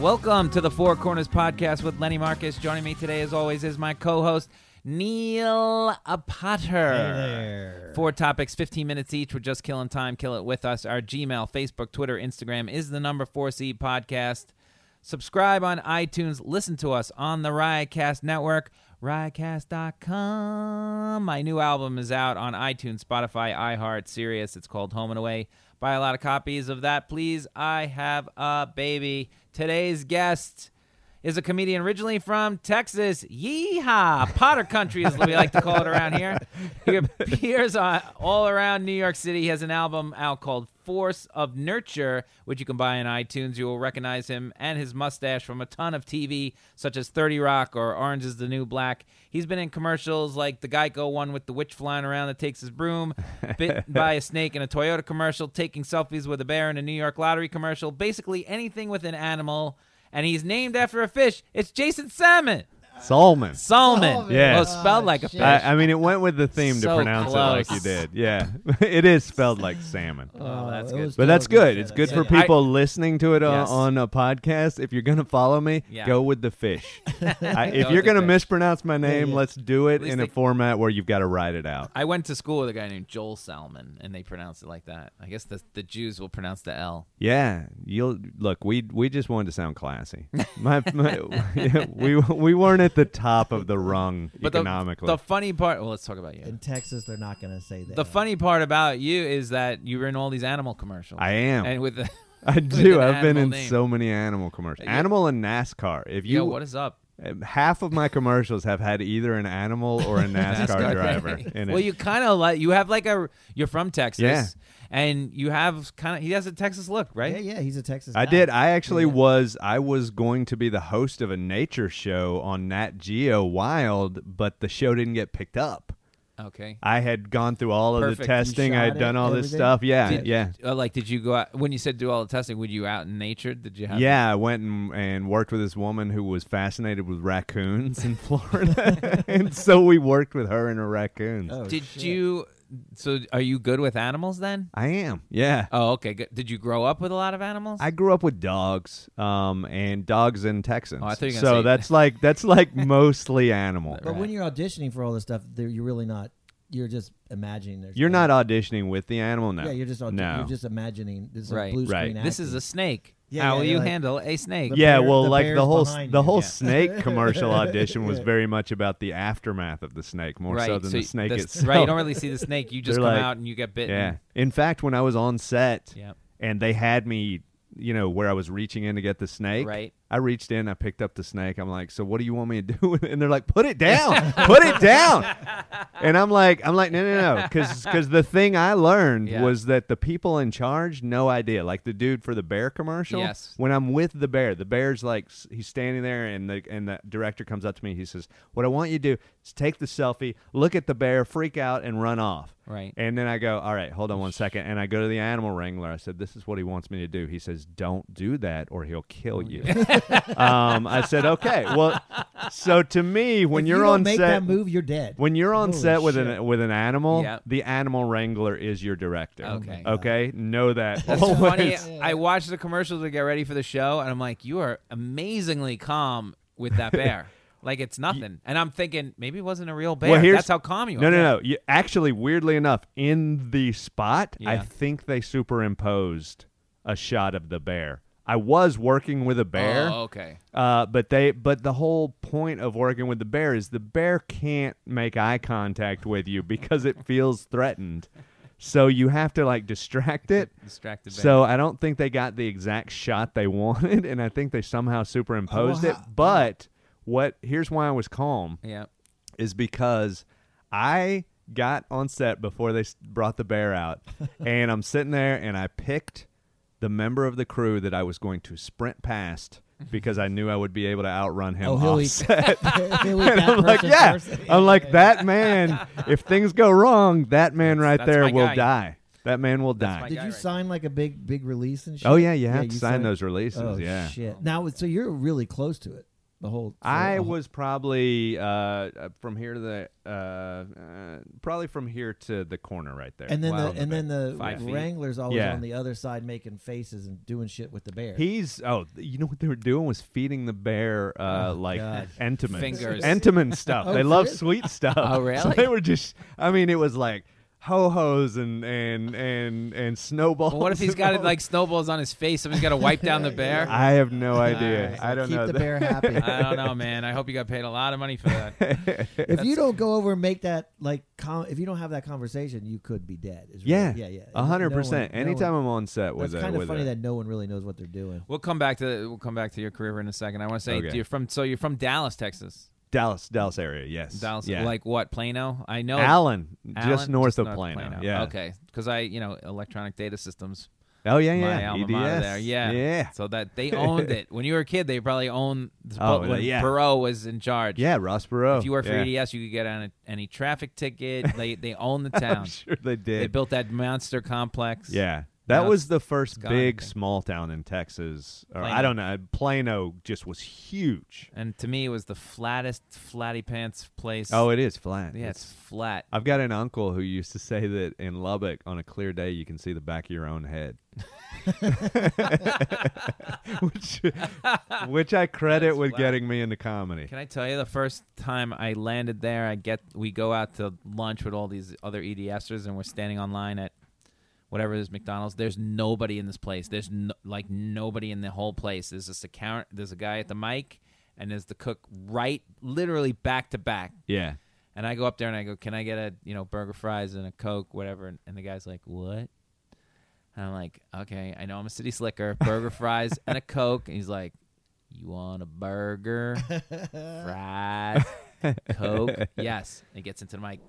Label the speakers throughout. Speaker 1: Welcome to the Four Corners Podcast with Lenny Marcus. Joining me today, as always, is my co host, Neil Potter. Four topics, 15 minutes each. We're just killing time. Kill it with us. Our Gmail, Facebook, Twitter, Instagram is the number 4C podcast. Subscribe on iTunes. Listen to us on the Riotcast Network, riotcast.com. My new album is out on iTunes, Spotify, iHeart, Sirius. It's called Home and Away. Buy a lot of copies of that, please. I have a baby. Today's guest is a comedian originally from Texas. Yeehaw! Potter country, as we like to call it around here. He appears on, all around New York City. He has an album out called Force of Nurture, which you can buy on iTunes. You will recognize him and his mustache from a ton of TV, such as 30 Rock or Orange is the New Black. He's been in commercials like the Geico one with the witch flying around that takes his broom, bit by a snake in a Toyota commercial, taking selfies with a bear in a New York lottery commercial, basically anything with an animal and he's named after a fish. It's Jason Salmon.
Speaker 2: Salmon.
Speaker 1: Salmon.
Speaker 2: Yeah.
Speaker 1: Well, spelled like a fish.
Speaker 2: I, I mean, it went with the theme
Speaker 1: So
Speaker 2: to pronounce it like you
Speaker 1: close.
Speaker 2: did. Yeah, it is spelled like salmon,
Speaker 1: oh, that's good.
Speaker 2: but that's good. It's good for
Speaker 1: Yeah.
Speaker 2: people listening to it on,
Speaker 1: Yes.
Speaker 2: on a podcast. If you're gonna follow me,
Speaker 1: Yeah.
Speaker 2: go with the fish. I,
Speaker 1: Go
Speaker 2: if
Speaker 1: with the
Speaker 2: you're gonna
Speaker 1: fish.
Speaker 2: mispronounce my name, let's do it
Speaker 1: least
Speaker 2: in a
Speaker 1: they-
Speaker 2: format where you've got to write it out.
Speaker 1: I went to school with a guy named Joel Salmon, and they pronounce it like that. I guess the the Jews will pronounce the L.
Speaker 2: Yeah, you'll look. We we just wanted to sound classy. My, my yeah, we we weren't at the top of the rung
Speaker 1: But
Speaker 2: economically.
Speaker 1: The, the funny part. Well, let's talk about you.
Speaker 3: In Texas, they're not going to say that.
Speaker 1: The funny part about you is that you were in all these animal commercials.
Speaker 2: I am.
Speaker 1: And with the,
Speaker 2: I
Speaker 1: with
Speaker 2: do.
Speaker 1: an
Speaker 2: I've been
Speaker 1: animal
Speaker 2: in
Speaker 1: name.
Speaker 2: so many animal commercials.
Speaker 1: Yeah.
Speaker 2: Animal and NASCAR. If you
Speaker 1: Yo, what is up?
Speaker 2: Um, Half of my commercials have had either an animal or a NASCAR, driver in it.
Speaker 1: Well, you kind of like you have like a you're from Texas,
Speaker 2: Yeah.
Speaker 1: and you have kind of he has a Texas look, right?
Speaker 3: Yeah, yeah, he's a Texas.
Speaker 2: I
Speaker 3: guy.
Speaker 2: did. I actually was. I was going to be the host of a nature show on Nat Geo Wild, but the show didn't get picked up.
Speaker 1: Okay.
Speaker 2: I had gone through all of
Speaker 1: Perfect.
Speaker 2: the
Speaker 1: You
Speaker 2: testing. I
Speaker 3: shot
Speaker 2: had
Speaker 3: it,
Speaker 2: done all this
Speaker 3: everything?
Speaker 2: stuff. Yeah,
Speaker 1: Did-
Speaker 2: yeah,
Speaker 1: Uh, like, did you go out when you said do all the testing? Would you out in nature? Did you have?
Speaker 2: yeah. I went and, and worked with this woman who was fascinated with raccoons in Florida, and so we worked with her and her raccoons.
Speaker 3: Oh,
Speaker 1: Did
Speaker 3: shit.
Speaker 1: you? So, are you good with animals then?
Speaker 2: I am. Yeah.
Speaker 1: Oh, okay. Good. Did you grow up with a lot of animals?
Speaker 2: I grew up with dogs, um, and dogs and Texans.
Speaker 1: Oh, I thought you were gonna
Speaker 2: so
Speaker 1: say-
Speaker 2: that's like that's like mostly animal.
Speaker 3: But when you're auditioning for all this stuff, there- you're really not. You're just imagining. There's
Speaker 2: You're not auditioning with the animal, no.
Speaker 3: Yeah, you're just audi-
Speaker 2: no.
Speaker 3: You're just imagining. This is
Speaker 1: Right.
Speaker 3: a blue
Speaker 2: Right.
Speaker 3: screen.
Speaker 1: this is a
Speaker 3: acting.
Speaker 1: snake.
Speaker 3: Yeah,
Speaker 1: How
Speaker 3: yeah,
Speaker 1: will
Speaker 3: yeah,
Speaker 1: you
Speaker 3: like-
Speaker 1: handle a snake?
Speaker 3: the
Speaker 2: yeah,
Speaker 3: bear-
Speaker 2: well,
Speaker 3: the
Speaker 2: like
Speaker 3: bear's
Speaker 2: the whole
Speaker 3: behind
Speaker 2: the
Speaker 3: you.
Speaker 2: whole
Speaker 3: Yeah.
Speaker 2: snake commercial audition was
Speaker 3: Yeah.
Speaker 2: very much about the aftermath of the snake, more
Speaker 1: right.
Speaker 2: so than
Speaker 1: so
Speaker 2: the
Speaker 1: you-
Speaker 2: snake itself.
Speaker 1: Right. You don't really see the snake. You just
Speaker 2: They're
Speaker 1: come
Speaker 2: like-
Speaker 1: out and you get bitten.
Speaker 2: Yeah. In fact, when I was on set,
Speaker 1: Yep.
Speaker 2: and they had me, you know, where I was reaching in to get the snake.
Speaker 1: Right.
Speaker 2: I reached in, I picked up the snake. I'm like, "So what do you want me to do?" with it?" And they're like, "Put it down, put it down." And I'm like, "I'm like, no, no, no," because the thing I learned
Speaker 1: Yeah.
Speaker 2: was that the people in charge, no idea. Like the dude for the bear commercial.
Speaker 1: Yes.
Speaker 2: When I'm with the bear, the bear's like s- he's standing there, and the and the director comes up to me. He says, "What I want you to do is take the selfie, look at the bear, freak out, and run off."
Speaker 1: Right.
Speaker 2: And then I go, all right, hold on one second. And I go to the animal wrangler. I said, this is what he wants me to do. He says, don't do that or he'll kill you. um, I said, okay. Well, so to me, when
Speaker 3: If
Speaker 2: you're
Speaker 3: you don't
Speaker 2: on
Speaker 3: make
Speaker 2: set,
Speaker 3: that move, you're dead.
Speaker 2: when you're on
Speaker 3: Holy
Speaker 2: set with
Speaker 3: shit.
Speaker 2: an with an animal,
Speaker 1: Yeah.
Speaker 2: the animal wrangler is your director.
Speaker 1: Okay.
Speaker 2: Okay. Know that.
Speaker 1: That's
Speaker 2: always.
Speaker 1: funny. I watched the commercial to get ready for the show, and I'm like, you are amazingly calm with that bear. like it's nothing. And I'm thinking, maybe it wasn't a real bear.
Speaker 2: Well, here's,
Speaker 1: That's how calm you
Speaker 2: No,
Speaker 1: are.
Speaker 2: no, no. You, actually, weirdly enough, in the spot, I
Speaker 1: Yeah.
Speaker 2: think they superimposed a shot of the bear. I was working with a bear.
Speaker 1: Oh, okay.
Speaker 2: Uh, but they, but the whole point of working with the bear is the bear can't make eye contact with you because it feels threatened. So you have to like distract it.
Speaker 1: Distracted. bear.
Speaker 2: So I don't think they got the exact shot they wanted, and I think they
Speaker 1: Oh,
Speaker 2: somehow superimposed it. But what? Here's why I was calm
Speaker 1: yeah.
Speaker 2: is because I got on set before they s- brought the bear out, and I'm sitting there and I picked the member of the crew that I was going to sprint past because I knew I would be able to outrun him.
Speaker 3: Oh, he'll eat.
Speaker 2: offset.
Speaker 3: He'll eat
Speaker 2: And
Speaker 3: that
Speaker 2: I'm like,
Speaker 3: person
Speaker 2: yeah.
Speaker 3: first.
Speaker 2: I'm like that man. If things go wrong, that man right
Speaker 1: that's
Speaker 2: there
Speaker 1: my
Speaker 2: will
Speaker 1: guy.
Speaker 2: die. That man will die.
Speaker 1: my
Speaker 3: Did
Speaker 1: guy
Speaker 3: you
Speaker 1: right
Speaker 3: sign like a big, big release and shit?
Speaker 2: Oh yeah, you have to
Speaker 3: you
Speaker 2: sign
Speaker 3: signed-
Speaker 2: those releases.
Speaker 3: Oh
Speaker 2: yeah.
Speaker 3: shit! Now, so you're really close to it. The whole.
Speaker 2: I
Speaker 3: the whole-
Speaker 2: was probably uh, uh, from here to the uh, uh, probably from here to the corner right there.
Speaker 3: And then
Speaker 2: Wow.
Speaker 3: the and then the
Speaker 1: Five feet.
Speaker 3: Wranglers always
Speaker 2: Yeah.
Speaker 3: on the other side making faces and doing shit with the bear.
Speaker 2: He's oh, th- you know what they were doing was feeding the bear uh, like
Speaker 3: Oh, God.
Speaker 2: entomins,
Speaker 1: Fingers.
Speaker 2: entomin stuff.
Speaker 3: Oh,
Speaker 2: they love
Speaker 3: really?
Speaker 2: sweet stuff.
Speaker 4: Oh,
Speaker 2: So
Speaker 4: really?
Speaker 2: they were just. I mean, it was like ho hos and and and and snowballs.
Speaker 1: But what if he's
Speaker 2: and
Speaker 1: got
Speaker 2: all-
Speaker 1: like snowballs on his face? Somebody's got to wipe down the bear. I,
Speaker 2: I have no idea. I don't
Speaker 3: Keep
Speaker 2: know.
Speaker 3: the bear happy.
Speaker 1: don't know, man. I hope you got paid a lot of money for that.
Speaker 3: if you don't go over and make that like, com- if you don't have that conversation, you could be dead. is really-
Speaker 2: Yeah,
Speaker 3: yeah, yeah.
Speaker 2: A hundred percent. Anytime I'm on set
Speaker 3: it's
Speaker 2: with a
Speaker 3: kind of
Speaker 2: with
Speaker 3: funny
Speaker 2: a,
Speaker 3: that no one really knows what they're doing.
Speaker 1: We'll come back to we'll come back to your career in a second. I want to say
Speaker 2: Okay.
Speaker 1: you're from so you're from Dallas, Texas.
Speaker 2: Dallas Dallas area. Yes,
Speaker 1: Dallas,
Speaker 2: Yeah.
Speaker 1: like what Plano? I know
Speaker 2: Allen,
Speaker 1: Allen?
Speaker 2: just north of Plano.
Speaker 1: Plano.
Speaker 2: Yeah.
Speaker 1: Okay, because I you know electronic data systems.
Speaker 2: Oh yeah,
Speaker 1: my
Speaker 2: yeah.
Speaker 1: alma
Speaker 2: EDS.
Speaker 1: mater there. Yeah.
Speaker 2: Yeah.
Speaker 1: So that they owned it. When you were a kid, they probably owned the
Speaker 2: Oh,
Speaker 1: when
Speaker 2: yeah.
Speaker 1: Perot was in charge.
Speaker 2: Yeah, Ross Perot.
Speaker 1: If you worked for E
Speaker 2: yeah.
Speaker 1: EDS, you could get on a, any traffic ticket. They they own the town.
Speaker 2: I'm sure they did.
Speaker 1: They built that monster complex.
Speaker 2: Yeah. That
Speaker 1: Now
Speaker 2: was
Speaker 1: it's
Speaker 2: the first
Speaker 1: gone, I
Speaker 2: big
Speaker 1: think.
Speaker 2: small town in Texas. Or, I
Speaker 1: Plano.
Speaker 2: don't know. Plano just was huge.
Speaker 1: And to me, it was the flattest flatty pants place.
Speaker 2: Oh, it is flat.
Speaker 1: yeah, it's, flat.
Speaker 2: I've got an uncle who used to say that in Lubbock, on a clear day, you can see the back of your own head. which, which I credit
Speaker 1: That's
Speaker 2: with
Speaker 1: wild.
Speaker 2: getting me into comedy.
Speaker 1: Can I tell you the first time I landed there? I get we go out to lunch with all these other EDSers, and we're standing online at whatever it is McDonald's. There's nobody in this place. There's no, like nobody in the whole place. There's this account. There's a guy at the mic, and there's the cook right, literally back to back.
Speaker 2: Yeah.
Speaker 1: And I go up there and I go, "Can I get a you know burger, fries, and a coke, whatever?" And, and the guy's like, "What?" And I'm like, "Okay, I know I'm a city slicker. Burger, fries, and a coke." And he's like, "You want a burger, fries, coke?" Yes. And he gets into the mic.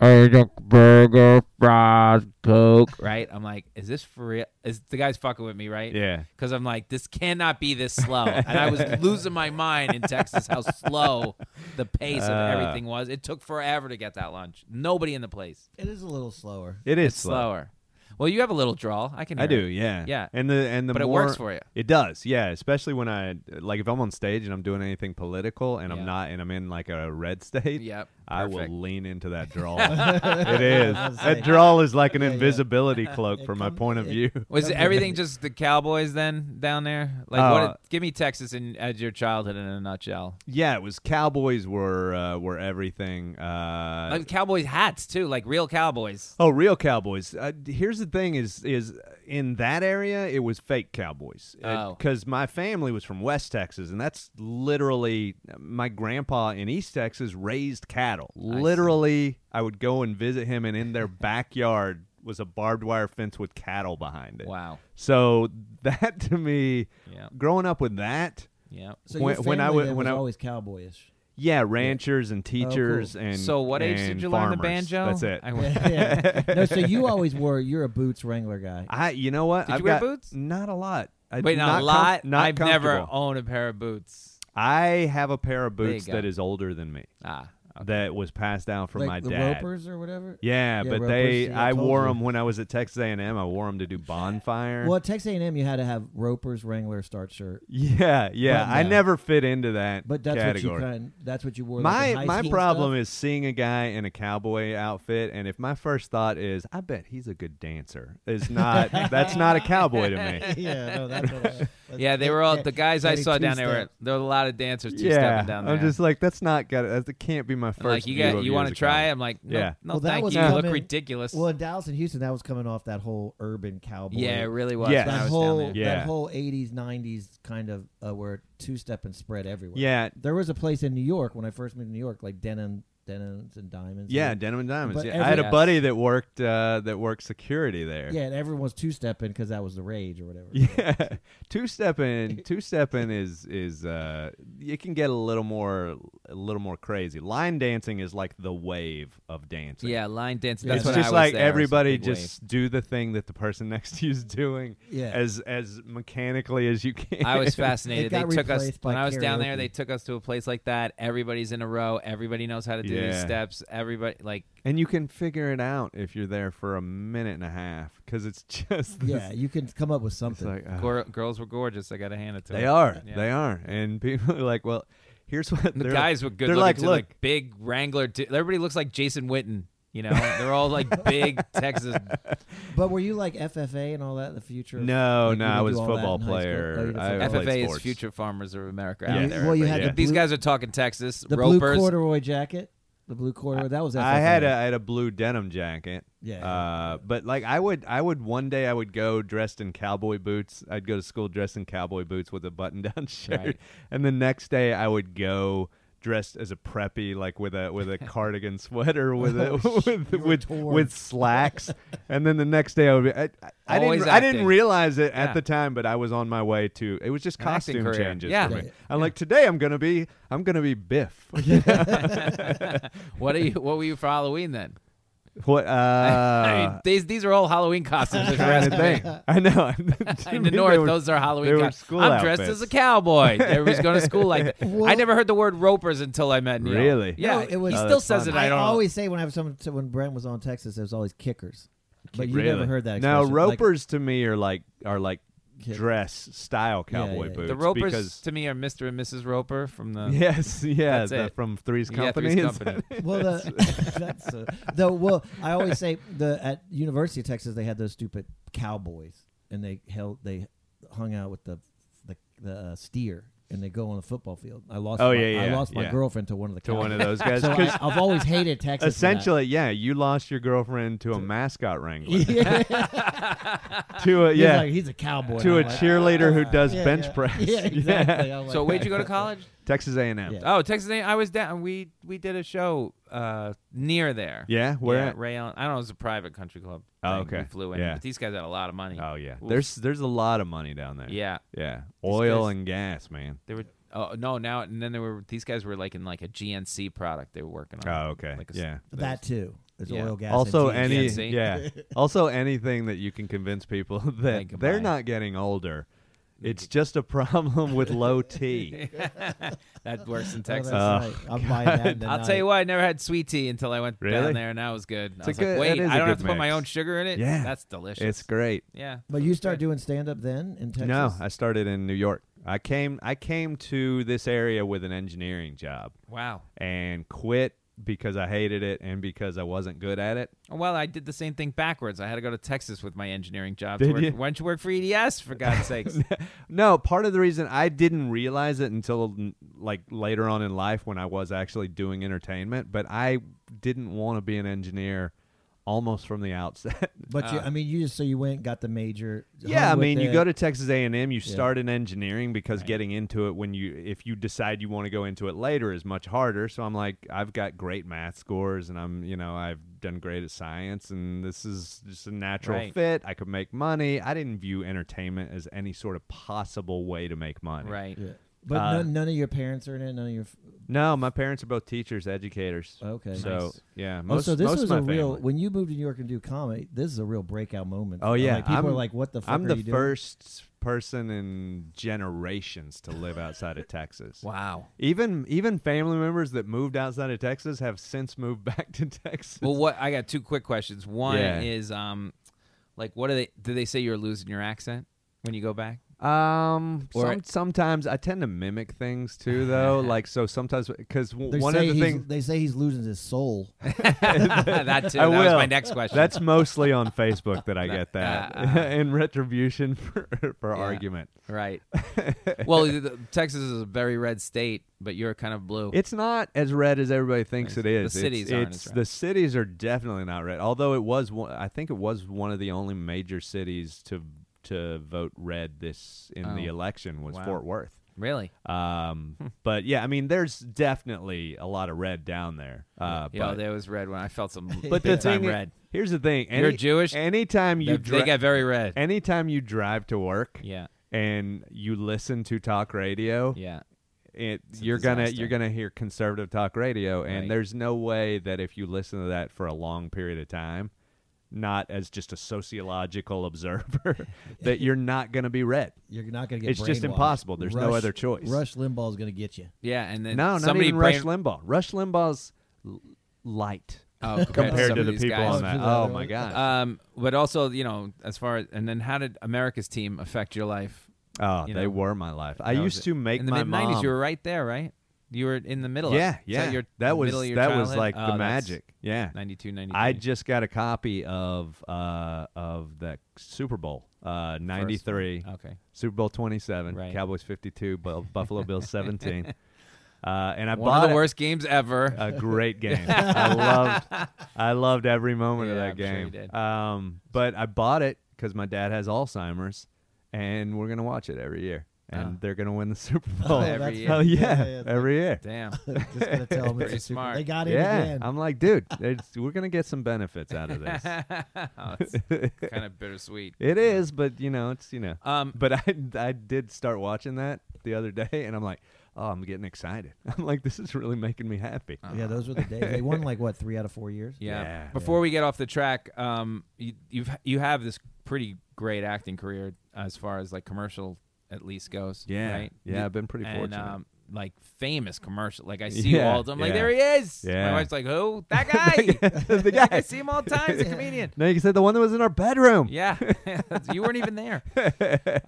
Speaker 1: I like burger, fries, coke. Right? I'm like, "Is this for real?" Is the guy's fucking with me, right?
Speaker 2: Yeah.
Speaker 1: because I'm like, this cannot be this slow. and I was losing my mind in Texas how slow the pace of
Speaker 2: Uh.
Speaker 1: everything was. It took forever to get that lunch. Nobody in the place.
Speaker 3: It is a little slower.
Speaker 2: It is
Speaker 1: It's slower. Well, you have a little drawl. I can. Hear
Speaker 2: I do,
Speaker 1: it.
Speaker 2: yeah,
Speaker 1: Yeah.
Speaker 2: And the and the
Speaker 1: But it
Speaker 2: more-
Speaker 1: works for you.
Speaker 2: It does, yeah. Especially when I like if I'm on stage and I'm doing anything political and
Speaker 1: Yeah.
Speaker 2: I'm not and I'm in like a red state.
Speaker 1: Yep,
Speaker 2: I
Speaker 1: perfect.
Speaker 2: will lean into that drawl. it is
Speaker 3: I was gonna
Speaker 2: that
Speaker 3: say.
Speaker 2: drawl is like an
Speaker 3: Yeah, yeah.
Speaker 2: invisibility cloak
Speaker 3: It
Speaker 2: from my
Speaker 3: come-
Speaker 2: point of
Speaker 3: it-
Speaker 2: view.
Speaker 1: Was everything just the Cowboys then down there? Like,
Speaker 2: Uh,
Speaker 1: what? Give me Texas in as your childhood in a nutshell.
Speaker 2: yeah, it was Cowboys were uh, were everything. Uh,
Speaker 1: Like Cowboys hats too, like real Cowboys.
Speaker 2: Oh, real cowboys. Uh, here's the thing: is is uh, in that area, it was fake cowboys.
Speaker 1: Oh.
Speaker 2: because my family was from West Texas, and that's literally uh, my grandpa in East Texas raised cattle. literally, I would go and visit him, and in their backyard was a barbed wire fence with cattle behind it.
Speaker 1: Wow.
Speaker 2: So that to me,
Speaker 1: Yeah.
Speaker 2: growing up with that.
Speaker 1: Yeah.
Speaker 3: So
Speaker 2: When-
Speaker 3: your
Speaker 2: when I
Speaker 3: family
Speaker 2: wa-
Speaker 3: then
Speaker 2: when
Speaker 3: was
Speaker 2: I-
Speaker 3: always cowboyish.
Speaker 2: Yeah, ranchers and teachers and
Speaker 1: Oh, So, what age did
Speaker 2: and
Speaker 1: you learn the
Speaker 2: farmers.
Speaker 1: banjo?
Speaker 2: That's it.
Speaker 1: I-
Speaker 3: yeah. No, so you always were. You're a boots wrangler guy.
Speaker 2: I you know what?
Speaker 1: Did you
Speaker 2: I've
Speaker 1: wear
Speaker 2: got-
Speaker 1: boots?
Speaker 2: Not a lot. I,
Speaker 1: Wait, not,
Speaker 2: not
Speaker 1: a
Speaker 2: com-
Speaker 1: lot.
Speaker 2: not
Speaker 1: I've never
Speaker 2: comfortable.
Speaker 1: owned a pair of boots.
Speaker 2: I have a pair of
Speaker 1: There you
Speaker 2: boots
Speaker 1: go.
Speaker 2: that is older than me
Speaker 1: Ah,
Speaker 2: that was passed down from
Speaker 3: like
Speaker 2: my
Speaker 3: the
Speaker 2: dad.
Speaker 3: ropers or whatever.
Speaker 2: Yeah,
Speaker 3: Yeah,
Speaker 2: but
Speaker 3: ropers,
Speaker 2: they
Speaker 3: yeah, I
Speaker 2: I
Speaker 3: told
Speaker 2: wore
Speaker 3: you.
Speaker 2: them when I was at Texas A&M. I wore them to do bonfire.
Speaker 3: Well, at Texas A&M, you had to have ropers wrangler start shirt.
Speaker 2: Yeah, yeah.
Speaker 3: But
Speaker 2: I
Speaker 3: no.
Speaker 2: never fit into that
Speaker 3: But that's
Speaker 2: category.
Speaker 3: what you kind. That's what you wore. like, in
Speaker 2: my
Speaker 3: high
Speaker 2: my
Speaker 3: school
Speaker 2: problem
Speaker 3: stuff.
Speaker 2: is seeing a guy in a cowboy outfit, and if my first thought is, "I bet he's a good dancer," is not that's not a cowboy to me.
Speaker 3: yeah, no, that's what I, that's-
Speaker 1: Yeah, they were all the guys I
Speaker 3: Daddy
Speaker 1: saw down
Speaker 3: two-step.
Speaker 1: there. Were, there were a lot of dancers two
Speaker 2: yeah,
Speaker 1: stepping down there.
Speaker 2: I'm just like that's not got that can't be my first.
Speaker 1: I'm like you
Speaker 2: view
Speaker 1: got
Speaker 2: of
Speaker 1: you
Speaker 2: want
Speaker 1: want to try? it? I'm like, no,
Speaker 2: Yeah.
Speaker 1: no,
Speaker 3: Well, that
Speaker 1: thank
Speaker 3: was
Speaker 1: you. You look
Speaker 3: coming-
Speaker 1: ridiculous.
Speaker 3: Well, in Dallas and Houston, that was coming off that whole urban cowboy.
Speaker 1: yeah, it really was.
Speaker 2: Yes.
Speaker 1: when I
Speaker 3: that
Speaker 1: was
Speaker 3: whole
Speaker 1: down there.
Speaker 2: Yeah.
Speaker 3: that whole '80s '90s kind of uh, where two step and spread everywhere.
Speaker 2: Yeah,
Speaker 3: there was a place in New York when I first moved to New York, like denim denims and diamonds.
Speaker 2: Yeah,
Speaker 3: and,
Speaker 2: denim and diamonds.
Speaker 3: But
Speaker 2: Yeah. I had a
Speaker 1: every-
Speaker 2: buddy that worked uh, that worked security there.
Speaker 3: yeah, and everyone's two stepping because that was the rage or whatever.
Speaker 2: Yeah, two stepping, two stepping is is uh, it can get a little more a little more crazy. Line dancing is like the wave of dancing.
Speaker 1: Yeah, line dancing.
Speaker 3: Yeah.
Speaker 1: That's when
Speaker 2: it's
Speaker 1: I
Speaker 2: just
Speaker 1: was
Speaker 2: like
Speaker 1: there, was
Speaker 2: everybody
Speaker 1: big wave.
Speaker 2: just do the thing that the person next to you is doing
Speaker 3: Yeah.
Speaker 2: as as mechanically as you can.
Speaker 1: I was fascinated.
Speaker 3: It
Speaker 1: They
Speaker 3: got
Speaker 1: took us
Speaker 3: replaced by
Speaker 1: when I was down there.
Speaker 3: karaoke.
Speaker 1: They took us to a place like that. Everybody's in a row. Everybody knows how to do these
Speaker 2: Yeah.
Speaker 1: steps. Everybody like
Speaker 2: and you can figure it out if you're there for a minute and a half because it's just this,
Speaker 3: yeah, you can come up with
Speaker 2: It's
Speaker 3: something.
Speaker 2: like uh,
Speaker 1: gor- girls were gorgeous. I got to hand it to
Speaker 2: they
Speaker 1: them.
Speaker 2: are,
Speaker 1: Yeah.
Speaker 2: they are, and people are like, well, here's what
Speaker 1: The
Speaker 2: they're
Speaker 1: guys were
Speaker 2: like,
Speaker 1: good.
Speaker 2: They're
Speaker 1: looking
Speaker 2: like,
Speaker 1: too,
Speaker 2: look,
Speaker 1: like big Wrangler. du- Everybody looks like Jason Witten. You know, they're all like big Texas.
Speaker 3: But were you like FFA and all that in the future?
Speaker 2: No,
Speaker 3: Like,
Speaker 2: no,
Speaker 3: you
Speaker 2: I
Speaker 3: do
Speaker 2: was
Speaker 3: all that
Speaker 2: football
Speaker 3: in high school?
Speaker 2: player.
Speaker 3: Oh, you did
Speaker 2: I-
Speaker 3: football.
Speaker 2: I played
Speaker 1: FFA is
Speaker 2: sports.
Speaker 1: Future Farmers of America.
Speaker 2: Yeah.
Speaker 1: Out there,
Speaker 3: Well, you
Speaker 1: but
Speaker 3: had
Speaker 1: yeah.
Speaker 3: the
Speaker 1: these
Speaker 3: blue-
Speaker 1: guys are talking Texas.
Speaker 3: the
Speaker 1: ropers.
Speaker 3: blue corduroy jacket, the blue corduroy. That was FFA.
Speaker 2: I had a I had a blue denim jacket.
Speaker 3: Yeah.
Speaker 2: Uh, but like I would I would one day I would go dressed in cowboy boots. I'd go to school dressed in cowboy boots with a button down shirt,
Speaker 1: Right.
Speaker 2: and the next day I would go dressed as a preppy, like with a with a cardigan sweater with a, with with,
Speaker 3: torn.
Speaker 2: with slacks, and then the next day I would be. I, I- I
Speaker 1: Always
Speaker 2: didn't I didn't
Speaker 1: acting.
Speaker 2: realize it at
Speaker 1: Yeah.
Speaker 2: the time, but I was on my way to. It was just
Speaker 1: An acting
Speaker 2: costume
Speaker 1: career.
Speaker 2: changes
Speaker 1: Yeah.
Speaker 2: for me.
Speaker 1: Yeah.
Speaker 2: I'm like today I'm gonna be I'm gonna be Biff.
Speaker 1: What are you? What were you for Halloween then?
Speaker 2: what? Uh,
Speaker 1: I mean, these these are all Halloween costumes. if you're asking
Speaker 2: kind of
Speaker 1: me.
Speaker 2: thing. I know.
Speaker 1: In the north, those are
Speaker 2: they
Speaker 1: Halloween.
Speaker 2: were
Speaker 1: cow-
Speaker 2: school
Speaker 1: I'm dressed
Speaker 2: outfits.
Speaker 1: as a cowboy. Everybody's going to school like that. I never heard the word ropers until I met Neil.
Speaker 2: Really?
Speaker 1: Yeah.
Speaker 3: No, it was-
Speaker 1: he
Speaker 3: Oh,
Speaker 1: still
Speaker 2: that's
Speaker 1: says it.
Speaker 2: funny.
Speaker 1: I
Speaker 3: I
Speaker 1: don't.
Speaker 3: always say when I was someone so when Brent was on Texas, there was always kickers. But you never heard that.
Speaker 2: Now
Speaker 3: expression. Like,
Speaker 2: ropers to me are like are like
Speaker 3: Kid-
Speaker 2: dress style
Speaker 3: Yeah,
Speaker 2: cowboy
Speaker 3: yeah, yeah.
Speaker 2: boots.
Speaker 1: the ropers
Speaker 2: because
Speaker 1: to me are Mr. and Mrs. Roper from the.
Speaker 2: yes, yeah,
Speaker 1: That's
Speaker 2: the-
Speaker 1: it.
Speaker 2: from Three's
Speaker 1: Yeah,
Speaker 2: Company.
Speaker 1: Three's
Speaker 2: is-
Speaker 1: Company.
Speaker 3: Well, the, that's uh, the well. I always say the at University of Texas they had those stupid cowboys, and they held they hung out with the the, the uh, steer, and they go on the football field. I lost.
Speaker 2: Oh,
Speaker 3: my,
Speaker 2: yeah,
Speaker 3: I
Speaker 2: yeah,
Speaker 3: lost my
Speaker 2: yeah.
Speaker 3: girlfriend to one of the
Speaker 2: to one of
Speaker 3: cowboys.
Speaker 2: those guys.
Speaker 3: So
Speaker 2: 'Cause
Speaker 3: I, I've always hated Texas. for that.
Speaker 2: essentially, yeah, you lost your girlfriend to a mascot wrangler.
Speaker 3: yeah,
Speaker 2: to a
Speaker 3: yeah.
Speaker 2: yeah,
Speaker 3: Like, he's a cowboy.
Speaker 2: to a
Speaker 3: I'm like, "Ah."
Speaker 2: cheerleader who does
Speaker 3: yeah,
Speaker 2: bench
Speaker 3: yeah.
Speaker 2: press.
Speaker 3: Yeah, exactly. I'm like,
Speaker 1: So where'd you go to college?
Speaker 2: Texas A and M.
Speaker 3: Yeah.
Speaker 1: Oh, Texas A. I was down. We we did a show uh, near there.
Speaker 2: Yeah? Where
Speaker 1: Yeah,
Speaker 2: at?
Speaker 1: Ray Allen. I don't know. It was a private country club.
Speaker 2: Oh,
Speaker 1: thing. We
Speaker 2: okay.
Speaker 1: flew in.
Speaker 2: Yeah.
Speaker 1: But these guys had a lot of money.
Speaker 2: Oh yeah,
Speaker 1: Oof.
Speaker 2: there's there's a lot of money down there.
Speaker 1: Yeah.
Speaker 2: yeah, oil
Speaker 1: guys-
Speaker 2: and gas, man.
Speaker 1: They were. Oh no! Now and then there were these guys were like in like a GNC product they were working on.
Speaker 2: Oh okay,
Speaker 1: Like a s-
Speaker 2: yeah.
Speaker 3: that too. There's
Speaker 1: Yeah.
Speaker 3: oil, gas. and Oh,
Speaker 2: also
Speaker 3: cheese.
Speaker 2: any
Speaker 1: GNC.
Speaker 2: yeah also anything that you can convince people
Speaker 1: They
Speaker 2: that
Speaker 1: can
Speaker 2: they're
Speaker 1: buy.
Speaker 2: not getting older it's just a problem with low t
Speaker 1: That works in
Speaker 3: Oh, that's
Speaker 1: Texas.
Speaker 3: right. I'm buying that. in the
Speaker 1: I'll
Speaker 3: night.
Speaker 1: tell you what, I never had sweet tea until I went down
Speaker 2: Really?
Speaker 1: there, and that was good. I
Speaker 2: It's a
Speaker 1: was
Speaker 2: good-
Speaker 1: like,
Speaker 2: that
Speaker 1: wait,
Speaker 2: is
Speaker 1: I
Speaker 2: a
Speaker 1: don't have
Speaker 2: good
Speaker 1: to put my
Speaker 2: mix.
Speaker 1: own sugar in it.
Speaker 2: Yeah.
Speaker 1: that's delicious.
Speaker 2: it's great
Speaker 1: yeah,
Speaker 3: But you start doing stand up then in Texas.
Speaker 2: no i started in new york i came i came to this area with an engineering job
Speaker 1: wow.
Speaker 2: and quit because i hated it and because i wasn't good at it
Speaker 1: Well, I did the same thing backwards. I had to go to Texas with my engineering job. to
Speaker 2: Did
Speaker 1: work.
Speaker 2: you?
Speaker 1: Why don't you work for EDS for God's sakes?
Speaker 2: no part of the reason i didn't realize it until n- like later on in life when i was actually doing entertainment but i didn't want to be an engineer almost from the outset
Speaker 3: But you, I mean, you just so you went, got the major.
Speaker 2: Uh, yeah i
Speaker 3: hung with
Speaker 2: mean you
Speaker 3: the-
Speaker 2: go to texas a&m you start in engineering because getting into it when you if you decide you want to go into it later is much harder so i'm like i've got great math scores and i'm you know i've done great at science and this is just a natural
Speaker 1: Right.
Speaker 2: fit i could make money i didn't view entertainment as any sort of possible way to make money
Speaker 1: right.
Speaker 3: Yeah. But
Speaker 2: Uh,
Speaker 3: none, none of your parents are in it. None of your. f-
Speaker 2: No, my parents are both teachers, educators.
Speaker 3: Okay.
Speaker 2: So
Speaker 1: Nice.
Speaker 2: yeah,
Speaker 3: Oh,
Speaker 2: most
Speaker 3: so this
Speaker 2: most
Speaker 3: was
Speaker 2: of my
Speaker 3: a real
Speaker 2: family.
Speaker 3: when you moved to New York and do comedy. This is a real breakout moment.
Speaker 2: Oh
Speaker 3: I'm
Speaker 2: yeah,
Speaker 3: like, people
Speaker 2: I'm,
Speaker 3: are like, "What the fuck
Speaker 2: I'm
Speaker 3: are
Speaker 2: the
Speaker 3: you doing?"
Speaker 2: first person in generations to live outside of Texas.
Speaker 1: Wow.
Speaker 2: Even even family members that moved outside of Texas have since moved back to Texas.
Speaker 1: Well, what I got two quick questions. One
Speaker 2: Yeah.
Speaker 1: is, um, like, what do they? Do they say you're losing your accent when you go back?
Speaker 2: um,
Speaker 1: Or-
Speaker 2: some, sometimes I tend to mimic things too, though. like so, sometimes because
Speaker 3: They
Speaker 2: one
Speaker 3: say
Speaker 2: of the
Speaker 3: he's-
Speaker 2: things
Speaker 3: they say he's losing his soul.
Speaker 1: that too.
Speaker 2: I
Speaker 1: that was
Speaker 2: will.
Speaker 1: my next question.
Speaker 2: That's mostly on Facebook that I get that
Speaker 1: Ah, ah.
Speaker 2: in retribution for for
Speaker 1: Yeah.
Speaker 2: argument.
Speaker 1: right. well, the- the- Texas is a very red state, but you're kind of blue.
Speaker 2: It's not as red as everybody thinks
Speaker 1: Nice.
Speaker 2: it is.
Speaker 1: The
Speaker 2: It's-
Speaker 1: cities
Speaker 2: it's,
Speaker 1: aren't as red.
Speaker 2: the cities are definitely not red. Although it was, one, I think it was one of the only major cities to to vote red this in the
Speaker 1: Oh.
Speaker 2: election was
Speaker 1: Wow. Hmm.
Speaker 2: Fort Worth.
Speaker 1: Really?
Speaker 2: Um, but yeah, I mean, there's definitely a lot of red down there. Uh,
Speaker 1: Yeah,
Speaker 2: but,
Speaker 1: there was red when I felt some
Speaker 2: but the
Speaker 1: big time
Speaker 2: thing, i-
Speaker 1: red.
Speaker 2: here's the thing:
Speaker 1: You're Jewish?
Speaker 2: Anytime you
Speaker 1: They- they
Speaker 2: dri-
Speaker 1: get very red.
Speaker 2: Anytime you drive to work,
Speaker 1: Yeah.
Speaker 2: and you listen to talk radio,
Speaker 1: yeah.
Speaker 2: it,
Speaker 1: a
Speaker 2: you're gonna
Speaker 1: disaster.
Speaker 2: you're gonna hear conservative talk radio,
Speaker 1: Right.
Speaker 2: and there's no way that if you listen to that for a long period of time, not as just a sociological observer, that you're not gonna be red.
Speaker 3: You're not going to get.
Speaker 2: It's just
Speaker 3: brainwashed.
Speaker 2: impossible. There's no other choice.
Speaker 3: Rush Limbaugh's going to get you.
Speaker 1: Yeah, and then
Speaker 2: No, not
Speaker 1: somebody
Speaker 2: even Rush
Speaker 1: brain-
Speaker 2: Limbaugh. Rush Limbaugh's l- light
Speaker 1: oh,
Speaker 2: compared
Speaker 1: some
Speaker 2: to
Speaker 1: of
Speaker 2: the
Speaker 1: these
Speaker 2: people
Speaker 1: guys.
Speaker 2: on that.
Speaker 3: Oh,
Speaker 2: Oh
Speaker 3: really?
Speaker 2: my god.
Speaker 1: Um, but also, you know, as far as and then how did America's team affect your life?
Speaker 2: Oh,
Speaker 1: you
Speaker 2: they
Speaker 1: know,
Speaker 2: were my life. I
Speaker 1: That
Speaker 2: used
Speaker 1: was it.
Speaker 2: to make
Speaker 1: in the
Speaker 2: my
Speaker 1: mid '90s.
Speaker 2: mom.
Speaker 1: You were right there, right? You were in the middle.
Speaker 2: yeah,
Speaker 1: of it. Is
Speaker 2: yeah.
Speaker 1: That, your,
Speaker 2: that was
Speaker 1: middle of your
Speaker 2: that was
Speaker 1: childhood?
Speaker 2: like
Speaker 1: Oh,
Speaker 2: the
Speaker 1: that's
Speaker 2: magic. Yeah.
Speaker 1: 92, 93.
Speaker 2: I just got a copy of uh of the Super Bowl uh 93.
Speaker 1: Okay.
Speaker 2: Super Bowl 27,
Speaker 1: Right.
Speaker 2: Cowboys 52, Bu- Buffalo Bills 17. Uh, and I
Speaker 1: One
Speaker 2: bought
Speaker 1: of the
Speaker 2: it- Uh,
Speaker 1: worst games ever.
Speaker 2: a great game. I loved, I loved every moment
Speaker 1: Yeah,
Speaker 2: of that
Speaker 1: I'm sure you
Speaker 2: game.
Speaker 1: did.
Speaker 2: Um, but I bought it because my dad has Alzheimer's, and we're gonna watch it every year, and
Speaker 1: Oh.
Speaker 2: they're gonna win the Super Bowl
Speaker 1: every that's year.
Speaker 2: Oh
Speaker 3: funny.
Speaker 2: yeah,
Speaker 3: Yeah, yeah, yeah.
Speaker 2: every year.
Speaker 1: Damn.
Speaker 3: Just going to tell them
Speaker 1: Pretty
Speaker 3: it's a super-
Speaker 1: smart.
Speaker 3: They got in
Speaker 2: Yeah,
Speaker 3: again.
Speaker 2: I'm like, dude, it's, we're gonna get some benefits out of this.
Speaker 1: oh, it's kind of bittersweet.
Speaker 2: It is, but you know, it's you know.
Speaker 1: Um,
Speaker 2: but I, I did start watching that the other day, and I'm like, oh, I'm getting excited. I'm like, this is really making me happy.
Speaker 1: Uh.
Speaker 3: yeah, those were the days. They won like what three out of four years.
Speaker 1: Yeah.
Speaker 2: Yeah.
Speaker 1: Before we get off the track, um, you, you've you have this pretty great acting career as far as like commercial at least goes.
Speaker 2: Yeah.
Speaker 1: Right?
Speaker 2: Yeah, I've been pretty
Speaker 1: and,
Speaker 2: fortunate.
Speaker 1: Um, like famous commercial. Like I see
Speaker 2: Yeah,
Speaker 1: all of them. Like
Speaker 2: yeah.
Speaker 1: there he is.
Speaker 2: Yeah.
Speaker 1: My wife's like, who? That guy.
Speaker 2: the guy.
Speaker 1: I see him all the time. He's a comedian.
Speaker 2: No, you said the one that was in our bedroom.
Speaker 1: Yeah, you weren't even there.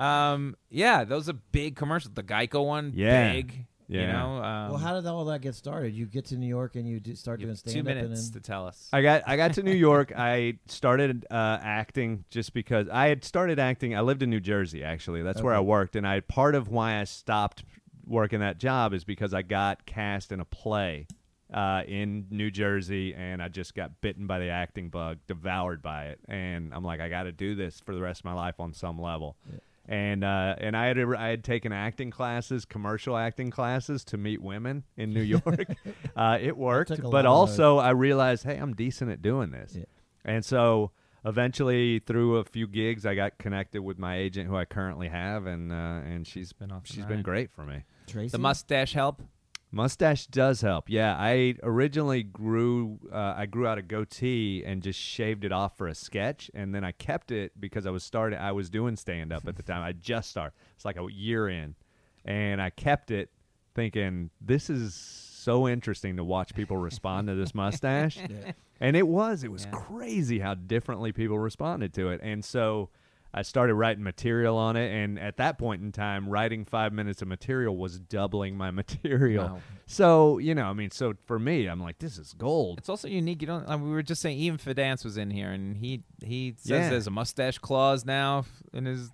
Speaker 1: Um, yeah, those are big commercials. The Geico one,
Speaker 2: Yeah.
Speaker 1: big. You
Speaker 2: Yeah.
Speaker 1: know, um,
Speaker 3: Well, how did all that get started? You get to New York and you do start
Speaker 1: you
Speaker 3: doing
Speaker 1: have
Speaker 3: stand
Speaker 1: two
Speaker 3: up and
Speaker 1: minutes
Speaker 3: then
Speaker 1: to tell us.
Speaker 2: I got I got to New York. I started uh, acting just because I had started acting. I lived in New Jersey actually. That's where I worked, and I part of why I stopped working that job is because I got cast in a play uh, in New Jersey, and I just got bitten by the acting bug, devoured by it, and I'm like, I got to do this for the rest of my life on some level. And uh, and I had I had taken acting classes, commercial acting classes to meet women in New York. uh, it worked,
Speaker 3: Took a lot
Speaker 2: but
Speaker 3: of
Speaker 2: also so I realized, hey, I'm decent at doing this.
Speaker 3: Yeah.
Speaker 2: And so eventually, through a few gigs, I got connected with my agent, who I currently have, and uh, and she's
Speaker 1: Been off the
Speaker 2: she's been
Speaker 1: nine.
Speaker 2: great for me.
Speaker 3: Tracy.
Speaker 1: the mustache help.
Speaker 2: Mustache does help. Yeah, I originally grew uh, I grew out a goatee and just shaved it off for a sketch, and then I kept it because I was starting. I was doing stand up at the time. I just started. It's like a year in, and I kept it, thinking this is so interesting to watch people respond to this mustache. And it was. It was crazy how differently people responded to it, and so. I started writing material on it, and at that point in time, writing five minutes of material was doubling my material.
Speaker 1: Wow.
Speaker 2: So you know, I mean, so for me, I'm like, this is gold.
Speaker 1: It's also unique. You don't. uh, we were just saying Ian Fidance was in here, and he he says
Speaker 2: Yeah.
Speaker 1: there's a mustache clause now f- in his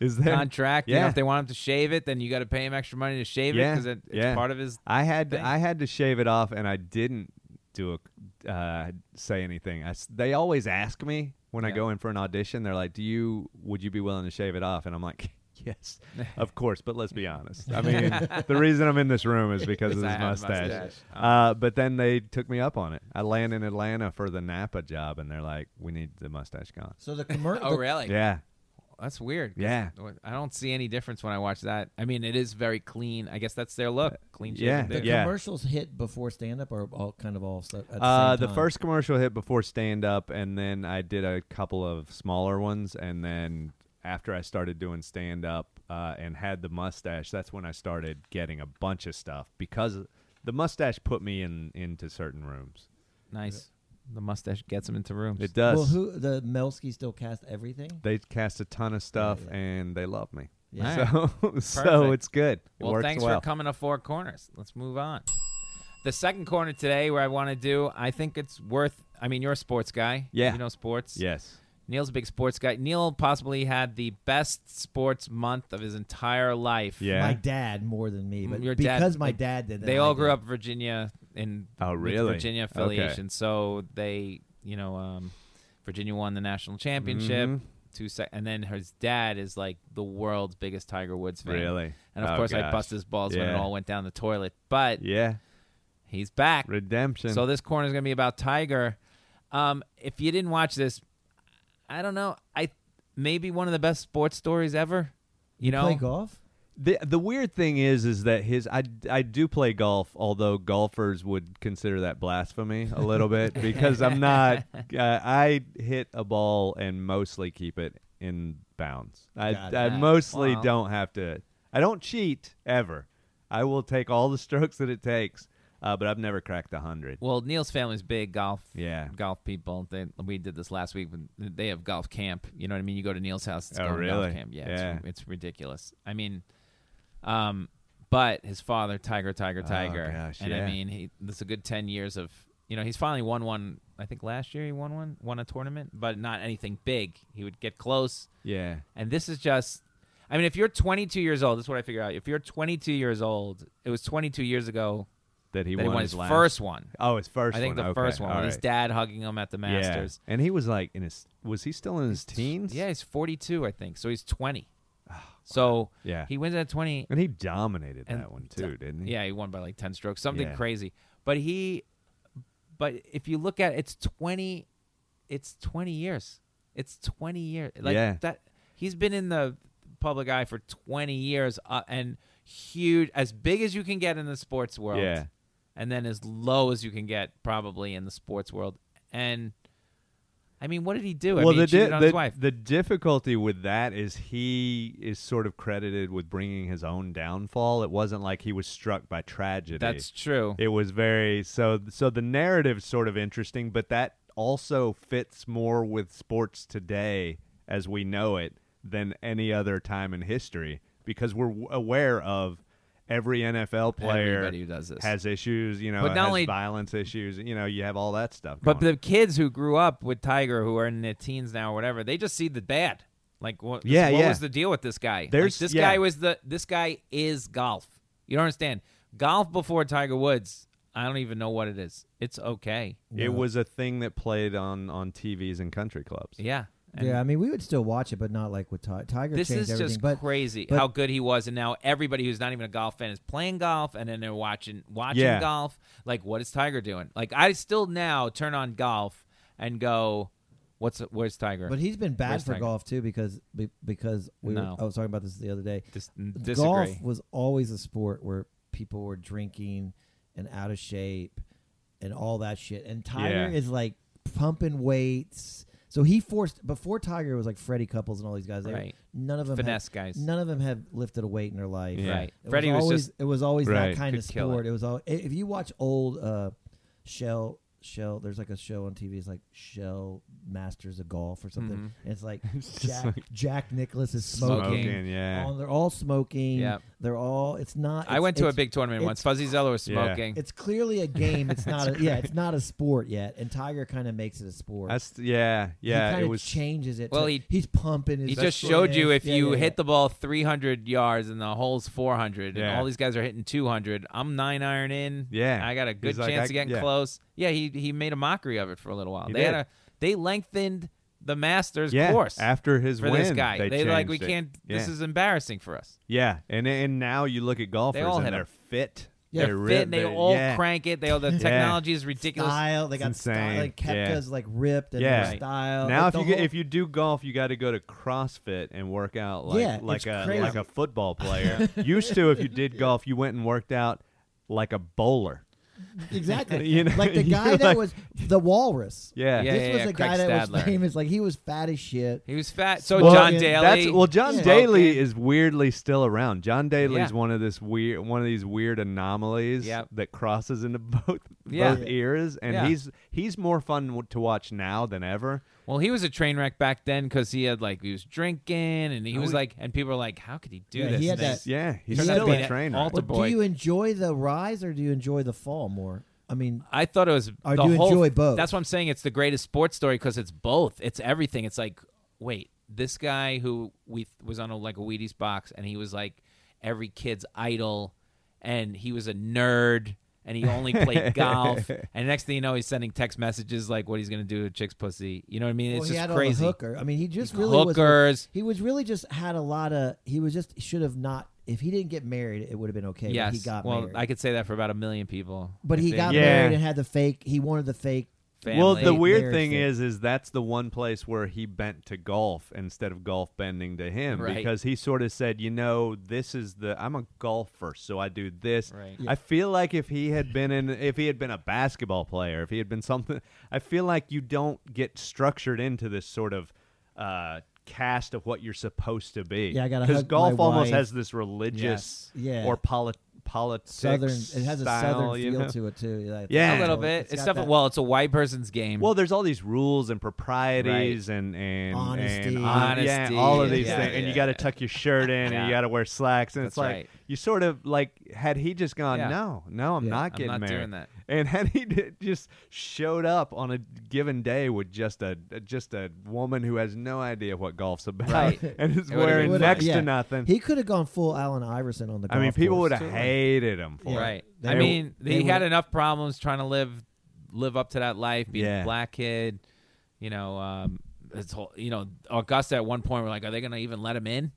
Speaker 2: Is there
Speaker 1: contract. You know,
Speaker 2: yeah.
Speaker 1: if they want him to shave it, then you got to pay him extra money to shave it
Speaker 2: Yeah,
Speaker 1: because it, it's
Speaker 2: yeah.
Speaker 1: part of his.
Speaker 2: I had
Speaker 1: thing?
Speaker 2: I had to shave it off, and I didn't do a uh, say anything. I s they always ask me when I
Speaker 1: Yeah.
Speaker 2: go in for an audition. They're like, "Do you would you be willing to shave it off?" And I'm like. Yes, of course, but let's be honest. I mean, the reason I'm in this room is because of
Speaker 1: Because I
Speaker 2: this
Speaker 1: had a
Speaker 2: mustache.
Speaker 1: mustache. Uh-huh.
Speaker 2: Uh, but then they took me up on it. I land in Atlanta for the Napa job, and they're like, "We need the mustache gone."
Speaker 3: so the commercial.
Speaker 1: Oh really?
Speaker 2: Yeah,
Speaker 1: That's weird. 'cause
Speaker 2: Yeah.
Speaker 1: I don't see any difference when I watch that. I mean, it is very clean. I guess that's their look. Clean.
Speaker 2: Uh, yeah,
Speaker 1: shaven dude.
Speaker 3: The
Speaker 2: yeah.
Speaker 3: commercials hit before stand up or all kind of all stuff. At the,
Speaker 2: Uh,
Speaker 3: same
Speaker 2: the
Speaker 3: time?
Speaker 2: first commercial hit before stand up, and then I did a couple of smaller ones, and then after I started doing stand up uh, and had the mustache, that's when I started getting a bunch of stuff because the mustache put me in into certain rooms.
Speaker 1: Nice. The mustache gets him into rooms.
Speaker 2: It does.
Speaker 3: Well, who the Melski still cast everything?
Speaker 2: they cast a ton of stuff,
Speaker 3: yeah.
Speaker 2: and they love me.
Speaker 3: Yeah.
Speaker 2: So, so
Speaker 1: Perfect.
Speaker 2: it's good. It
Speaker 1: Well,
Speaker 2: works
Speaker 1: thanks
Speaker 2: well.
Speaker 1: for coming to Four Corners. Let's move on. The second corner today, where I want to do, I think it's worth. I mean, you're a sports guy.
Speaker 2: Yeah.
Speaker 1: You know sports.
Speaker 2: Yes.
Speaker 1: Neil's a big sports guy. Neil possibly had the best sports month of his entire life.
Speaker 2: Yeah.
Speaker 3: My dad more than me, but
Speaker 1: Mm, Your dad-
Speaker 3: because my dad did. then
Speaker 1: They
Speaker 3: I
Speaker 1: all
Speaker 3: did.
Speaker 1: grew up Virginia in
Speaker 2: Oh,
Speaker 1: with
Speaker 2: really?
Speaker 1: Virginia
Speaker 2: Okay. Mm-hmm.
Speaker 1: affiliation. So they, you know, um, Virginia won the national championship. two sec, and then his dad is like the world's biggest Tiger Woods fan.
Speaker 2: Really?
Speaker 1: And of
Speaker 2: Oh,
Speaker 1: course, I
Speaker 2: gosh.
Speaker 1: bust his balls when it
Speaker 2: Yeah.
Speaker 1: all went down the toilet. But
Speaker 2: Yeah.
Speaker 1: he's back.
Speaker 2: Redemption.
Speaker 1: So this corner is going to be about Tiger. Um, if you didn't watch this, I don't know. I maybe one of the best sports stories ever. You know,
Speaker 3: Play golf?
Speaker 2: The the weird thing is is that his I, I do play golf, although golfers would consider that blasphemy a little bit because I'm not uh, I hit a ball and mostly keep it in bounds. I
Speaker 3: Got
Speaker 2: I
Speaker 3: it.
Speaker 2: mostly
Speaker 1: Wow.
Speaker 2: don't have to. I don't cheat ever. I will take all the strokes that it takes, uh, but I've never cracked a hundred.
Speaker 1: Well, Neil's family's big golf.
Speaker 2: Yeah.
Speaker 1: golf people. They, we did this last week. when They have golf camp. You know what I mean? You go to Neil's house. It's
Speaker 2: Oh,
Speaker 1: going golf
Speaker 2: really?
Speaker 1: camp. Yeah, It's,
Speaker 2: Yeah.
Speaker 1: it's ridiculous. I mean, um, but his father, Tiger, Tiger, Tiger.
Speaker 2: Oh, gosh,
Speaker 1: and I
Speaker 2: yeah.
Speaker 1: mean, he this is a good ten years of. You know, he's finally won one. I think last year he won one, won a tournament, but not anything big. He would get close.
Speaker 2: Yeah,
Speaker 1: And this is just, I mean, if you're 22 years old, this is what I figure out. If you're 22 years old, it was 22 years ago
Speaker 2: that he
Speaker 1: that
Speaker 2: won,
Speaker 1: he won
Speaker 2: his
Speaker 1: his
Speaker 2: last-
Speaker 1: first one.
Speaker 2: Oh, his first.
Speaker 1: I think
Speaker 2: one.
Speaker 1: the
Speaker 2: Okay,
Speaker 1: first one.
Speaker 2: all
Speaker 1: with His
Speaker 2: right.
Speaker 1: dad hugging him at the Masters.
Speaker 2: Yeah. And he was like in his was he still in his teens? Oh,
Speaker 1: Yeah, he's 42, I think. So he's 20. so
Speaker 2: Yeah.
Speaker 1: he wins at 20.
Speaker 2: And he dominated
Speaker 1: And
Speaker 2: that one too, didn't he?
Speaker 1: Yeah, he won by like 10 strokes, something
Speaker 2: Yeah.
Speaker 1: crazy. But he, but if you look at it, it's 20, it's 20 years. It's 20 years. Like
Speaker 2: Yeah.
Speaker 1: that, he's been in the public eye for 20 years uh, and huge, as big as you can get in the sports world.
Speaker 2: Yeah.
Speaker 1: And then as low as you can get probably in the sports world. And I mean, what did he do? I mean, he
Speaker 2: the,
Speaker 1: cheated
Speaker 2: di-
Speaker 1: on
Speaker 2: the,
Speaker 1: his wife.
Speaker 2: the difficulty with that is he is sort of credited with bringing his own downfall. It wasn't like he was struck by tragedy.
Speaker 1: That's true.
Speaker 2: It was very so so the narrative's sort of interesting, but that also fits more with sports today as we know it than any other time in history because we're w- aware of every NFL player
Speaker 1: Everybody who does this.
Speaker 2: has issues, you know,
Speaker 1: But not
Speaker 2: has
Speaker 1: only-
Speaker 2: violence issues, you know, you have all that stuff.
Speaker 1: But
Speaker 2: going
Speaker 1: the kids who grew up with Tiger, who are in their teens now or whatever, they just see the bad. Like, what? this-
Speaker 2: Yeah,
Speaker 1: what
Speaker 2: yeah.
Speaker 1: was the deal with this guy? Like,
Speaker 2: There's-
Speaker 1: this
Speaker 2: yeah.
Speaker 1: guy was the. This guy is golf. You don't understand. Golf before Tiger Woods. I don't even know what it is. It's okay.
Speaker 2: It was a thing that played on on TVs and country clubs.
Speaker 1: Yeah. And
Speaker 3: Yeah, I mean, we would still watch it, but not like with Ti- Tiger.
Speaker 1: This
Speaker 3: changed
Speaker 1: is
Speaker 3: everything.
Speaker 1: just
Speaker 3: but,
Speaker 1: crazy
Speaker 3: but-
Speaker 1: how good he was, and now everybody who's not even a golf fan is playing golf, and then they're watching watching
Speaker 2: Yeah.
Speaker 1: golf. Like, what is Tiger doing? Like, I still now turn on golf and go, "What's where's Tiger?"
Speaker 3: But he's been bad
Speaker 1: Where's
Speaker 3: for
Speaker 1: Tiger?
Speaker 3: golf too because be- because we
Speaker 1: No.
Speaker 3: were, I was talking about this the other day.
Speaker 1: Dis- disagree.
Speaker 3: golf was always a sport where people were drinking and out of shape and all that shit. And Tiger
Speaker 2: Yeah.
Speaker 3: is like pumping weights. So he forced before Tiger was like Freddie Couples and all these guys. They,
Speaker 1: Right.
Speaker 3: None of them had-
Speaker 1: Finesse guys.
Speaker 3: None of them had lifted a weight in their life.
Speaker 2: Yeah.
Speaker 1: Right.
Speaker 3: It
Speaker 1: Freddie was
Speaker 3: was always
Speaker 1: just-
Speaker 3: it was always
Speaker 2: Right.
Speaker 3: that kind
Speaker 1: Could
Speaker 3: of
Speaker 1: kill it.
Speaker 3: sport. It was all if you watch old uh, Shell Shell. There's like a show on TV. It's like Shell Masters of Golf or something. And it's like Jack Jack Nicholas is smoking.
Speaker 2: Smoking, yeah.
Speaker 3: Oh, they're all smoking.
Speaker 1: Yep.
Speaker 3: They're all. It's not.
Speaker 1: I
Speaker 3: it's-
Speaker 1: went to a
Speaker 3: it's-
Speaker 1: big tournament once.
Speaker 3: it's-
Speaker 1: Fuzzy Zeller was
Speaker 2: Yeah.
Speaker 1: smoking.
Speaker 3: It's clearly a game. It's not. a, yeah. It's not a sport yet. And Tiger kind of makes it a sport.
Speaker 2: That's yeah, yeah.
Speaker 3: He kinda
Speaker 2: it was
Speaker 3: changes it.
Speaker 1: Well,
Speaker 3: to-
Speaker 1: he-
Speaker 3: he's pumping his.
Speaker 1: he just showed you if
Speaker 3: Yeah,
Speaker 1: you
Speaker 3: yeah, yeah.
Speaker 1: hit the ball 300 yards and the hole's 400, and
Speaker 2: Yeah.
Speaker 1: all these guys are hitting 200. I'm nine iron in.
Speaker 2: Yeah.
Speaker 1: I got a good
Speaker 2: He's like,
Speaker 1: chance
Speaker 2: I-
Speaker 1: of getting
Speaker 2: yeah.
Speaker 1: close. Yeah, he he made a mockery of it for a little while.
Speaker 2: He
Speaker 1: they had
Speaker 2: did.
Speaker 1: a they lengthened the Masters
Speaker 2: yeah.
Speaker 1: course
Speaker 2: After his
Speaker 1: for
Speaker 2: win,
Speaker 1: this guy.
Speaker 2: they,
Speaker 1: like we
Speaker 2: changed it.
Speaker 1: can't.
Speaker 2: Yeah.
Speaker 1: This is embarrassing for us.
Speaker 2: yeah, and and now you look at golfers
Speaker 1: all
Speaker 2: and
Speaker 1: hit
Speaker 2: they're
Speaker 1: 'em.
Speaker 2: fit.
Speaker 3: Yeah.
Speaker 1: They're
Speaker 2: ri-
Speaker 1: fit. and They all
Speaker 2: yeah.
Speaker 1: crank it. They all the technology is ridiculous.
Speaker 3: style. They got
Speaker 2: It's
Speaker 3: style.
Speaker 2: insane.
Speaker 3: Like
Speaker 2: Yeah.
Speaker 3: Kepka's like ripped and
Speaker 2: Yeah.
Speaker 3: their style.
Speaker 2: Now,
Speaker 3: Like,
Speaker 2: if
Speaker 3: the
Speaker 2: you get,
Speaker 3: whole-
Speaker 2: if you do golf, you got to go to CrossFit and work out like
Speaker 3: Yeah,
Speaker 2: like
Speaker 3: it's
Speaker 2: a
Speaker 3: crazy.
Speaker 2: like a football player. Used to, if you did golf, you went and worked out like a bowler.
Speaker 3: exactly,
Speaker 2: you know,
Speaker 3: like the
Speaker 2: you're
Speaker 3: guy that
Speaker 2: like-
Speaker 3: was the walrus.
Speaker 2: Yeah,
Speaker 1: Yeah,
Speaker 3: this was a
Speaker 1: Craig
Speaker 3: guy that
Speaker 1: Stadler.
Speaker 3: was famous. Like he was fat as shit.
Speaker 1: He was fat. So
Speaker 3: Well,
Speaker 1: John
Speaker 3: yeah,
Speaker 1: Daly.
Speaker 2: That's well, John
Speaker 3: Yeah.
Speaker 2: Daly
Speaker 1: Smoking.
Speaker 2: is weirdly still around. John Daly's
Speaker 1: Yeah.
Speaker 2: one of this weird, one of these weird anomalies
Speaker 1: Yep.
Speaker 2: that crosses into both
Speaker 1: Yeah.
Speaker 2: both eras, and
Speaker 1: Yeah.
Speaker 2: he's he's more fun w- to watch now than ever.
Speaker 1: Well, he was a train wreck back then because he had like he was drinking and he was like, and people were like, "How could he do
Speaker 3: Oh, Yeah, he
Speaker 1: this?"
Speaker 3: had
Speaker 1: And
Speaker 3: that-
Speaker 1: they-
Speaker 2: Yeah, he's
Speaker 3: Turned out
Speaker 2: still
Speaker 3: to
Speaker 2: a
Speaker 3: be an
Speaker 2: trainer.
Speaker 1: alter-
Speaker 3: Well,
Speaker 1: boy.
Speaker 3: do you enjoy the rise or do you enjoy the fall more? I mean,
Speaker 1: I thought it was.
Speaker 3: I
Speaker 1: the
Speaker 3: do
Speaker 1: whole,
Speaker 3: enjoy both.
Speaker 1: That's what I'm saying. It's the greatest sports story because it's both. It's everything. It's like, wait, this guy who we was on a, like a Wheaties box and he was like every kid's idol, and he was a nerd. and he only played golf. And next thing you know, he's sending text messages like what he's going to do with chicks' pussy. You know what I mean?
Speaker 3: Well,
Speaker 1: It's
Speaker 3: he had
Speaker 1: just
Speaker 3: all the
Speaker 1: crazy.
Speaker 3: hooker. I mean, he just
Speaker 1: He-
Speaker 3: really was.
Speaker 1: hookers.
Speaker 3: He was really just had a lot of. He was just should have not. If he didn't get married, it would have been okay.
Speaker 1: yes.
Speaker 3: but he got
Speaker 1: well,
Speaker 3: married.
Speaker 1: I could say that for about a million people.
Speaker 3: but
Speaker 1: if
Speaker 3: he
Speaker 1: they-
Speaker 3: got
Speaker 2: Yeah.
Speaker 3: married and had the fake. He wanted the fake.
Speaker 1: Family.
Speaker 2: Well, the
Speaker 3: Family.
Speaker 2: weird
Speaker 3: Marriage
Speaker 2: thing
Speaker 3: thing.
Speaker 2: is, is that's the one place where he bent to golf instead of golf bending to him
Speaker 1: Right.
Speaker 2: because he sort of said, you know, this is the I'm a golfer, so I do this.
Speaker 1: Right.
Speaker 2: I feel like if he had been in, if he had been a basketball player, if he had been something, I feel like you don't get structured into this sort of. Uh, cast of what you're supposed to be.
Speaker 3: Yeah, I gotta
Speaker 2: because
Speaker 3: hug
Speaker 2: golf
Speaker 3: my wife.
Speaker 2: almost has this religious
Speaker 1: Yes.
Speaker 3: Yeah.
Speaker 2: or poli- politics
Speaker 3: Southern. It has a
Speaker 2: style,
Speaker 3: southern
Speaker 2: you
Speaker 3: feel
Speaker 2: know?
Speaker 3: to it too. Yeah, I think
Speaker 2: Yeah.
Speaker 1: a little
Speaker 3: so.
Speaker 1: bit. It's,
Speaker 3: got
Speaker 1: definitely
Speaker 3: that-
Speaker 1: well, it's a white person's game.
Speaker 2: Well, there's all these rules and proprieties and and
Speaker 3: Honesty.
Speaker 2: and hon- yeah,
Speaker 1: Honesty,
Speaker 2: all of these
Speaker 1: yeah,
Speaker 2: things, and
Speaker 1: yeah,
Speaker 2: you got to
Speaker 1: yeah.
Speaker 2: tuck your shirt in, and
Speaker 1: Yeah.
Speaker 2: you got to wear slacks, and it's
Speaker 1: That's
Speaker 2: like
Speaker 1: right.
Speaker 2: you sort of like had he just gone,
Speaker 1: Yeah.
Speaker 2: no, no, I'm
Speaker 3: Yeah.
Speaker 2: not
Speaker 1: I'm
Speaker 2: getting
Speaker 1: not
Speaker 2: married,
Speaker 1: doing that.
Speaker 2: and had he d- just showed up on a given day with just a just a woman who has no idea what golf's about,
Speaker 1: Right.
Speaker 2: and is
Speaker 1: It would've
Speaker 2: wearing
Speaker 1: been
Speaker 2: next
Speaker 3: yeah.
Speaker 2: to nothing.
Speaker 3: He could have gone full Allen Iverson on the.
Speaker 2: I mean,
Speaker 3: golf
Speaker 2: people
Speaker 3: course,
Speaker 2: would have
Speaker 3: too.
Speaker 2: hated him for
Speaker 3: Yeah.
Speaker 2: it.
Speaker 1: Right.
Speaker 3: They
Speaker 1: I
Speaker 3: were-
Speaker 1: mean,
Speaker 3: they
Speaker 1: he had
Speaker 3: were-
Speaker 1: enough problems trying to live live up to that life, being
Speaker 2: Yeah.
Speaker 1: a black kid. You know, um, it's whole, you know Augusta at one point were like, are they going to even let him in?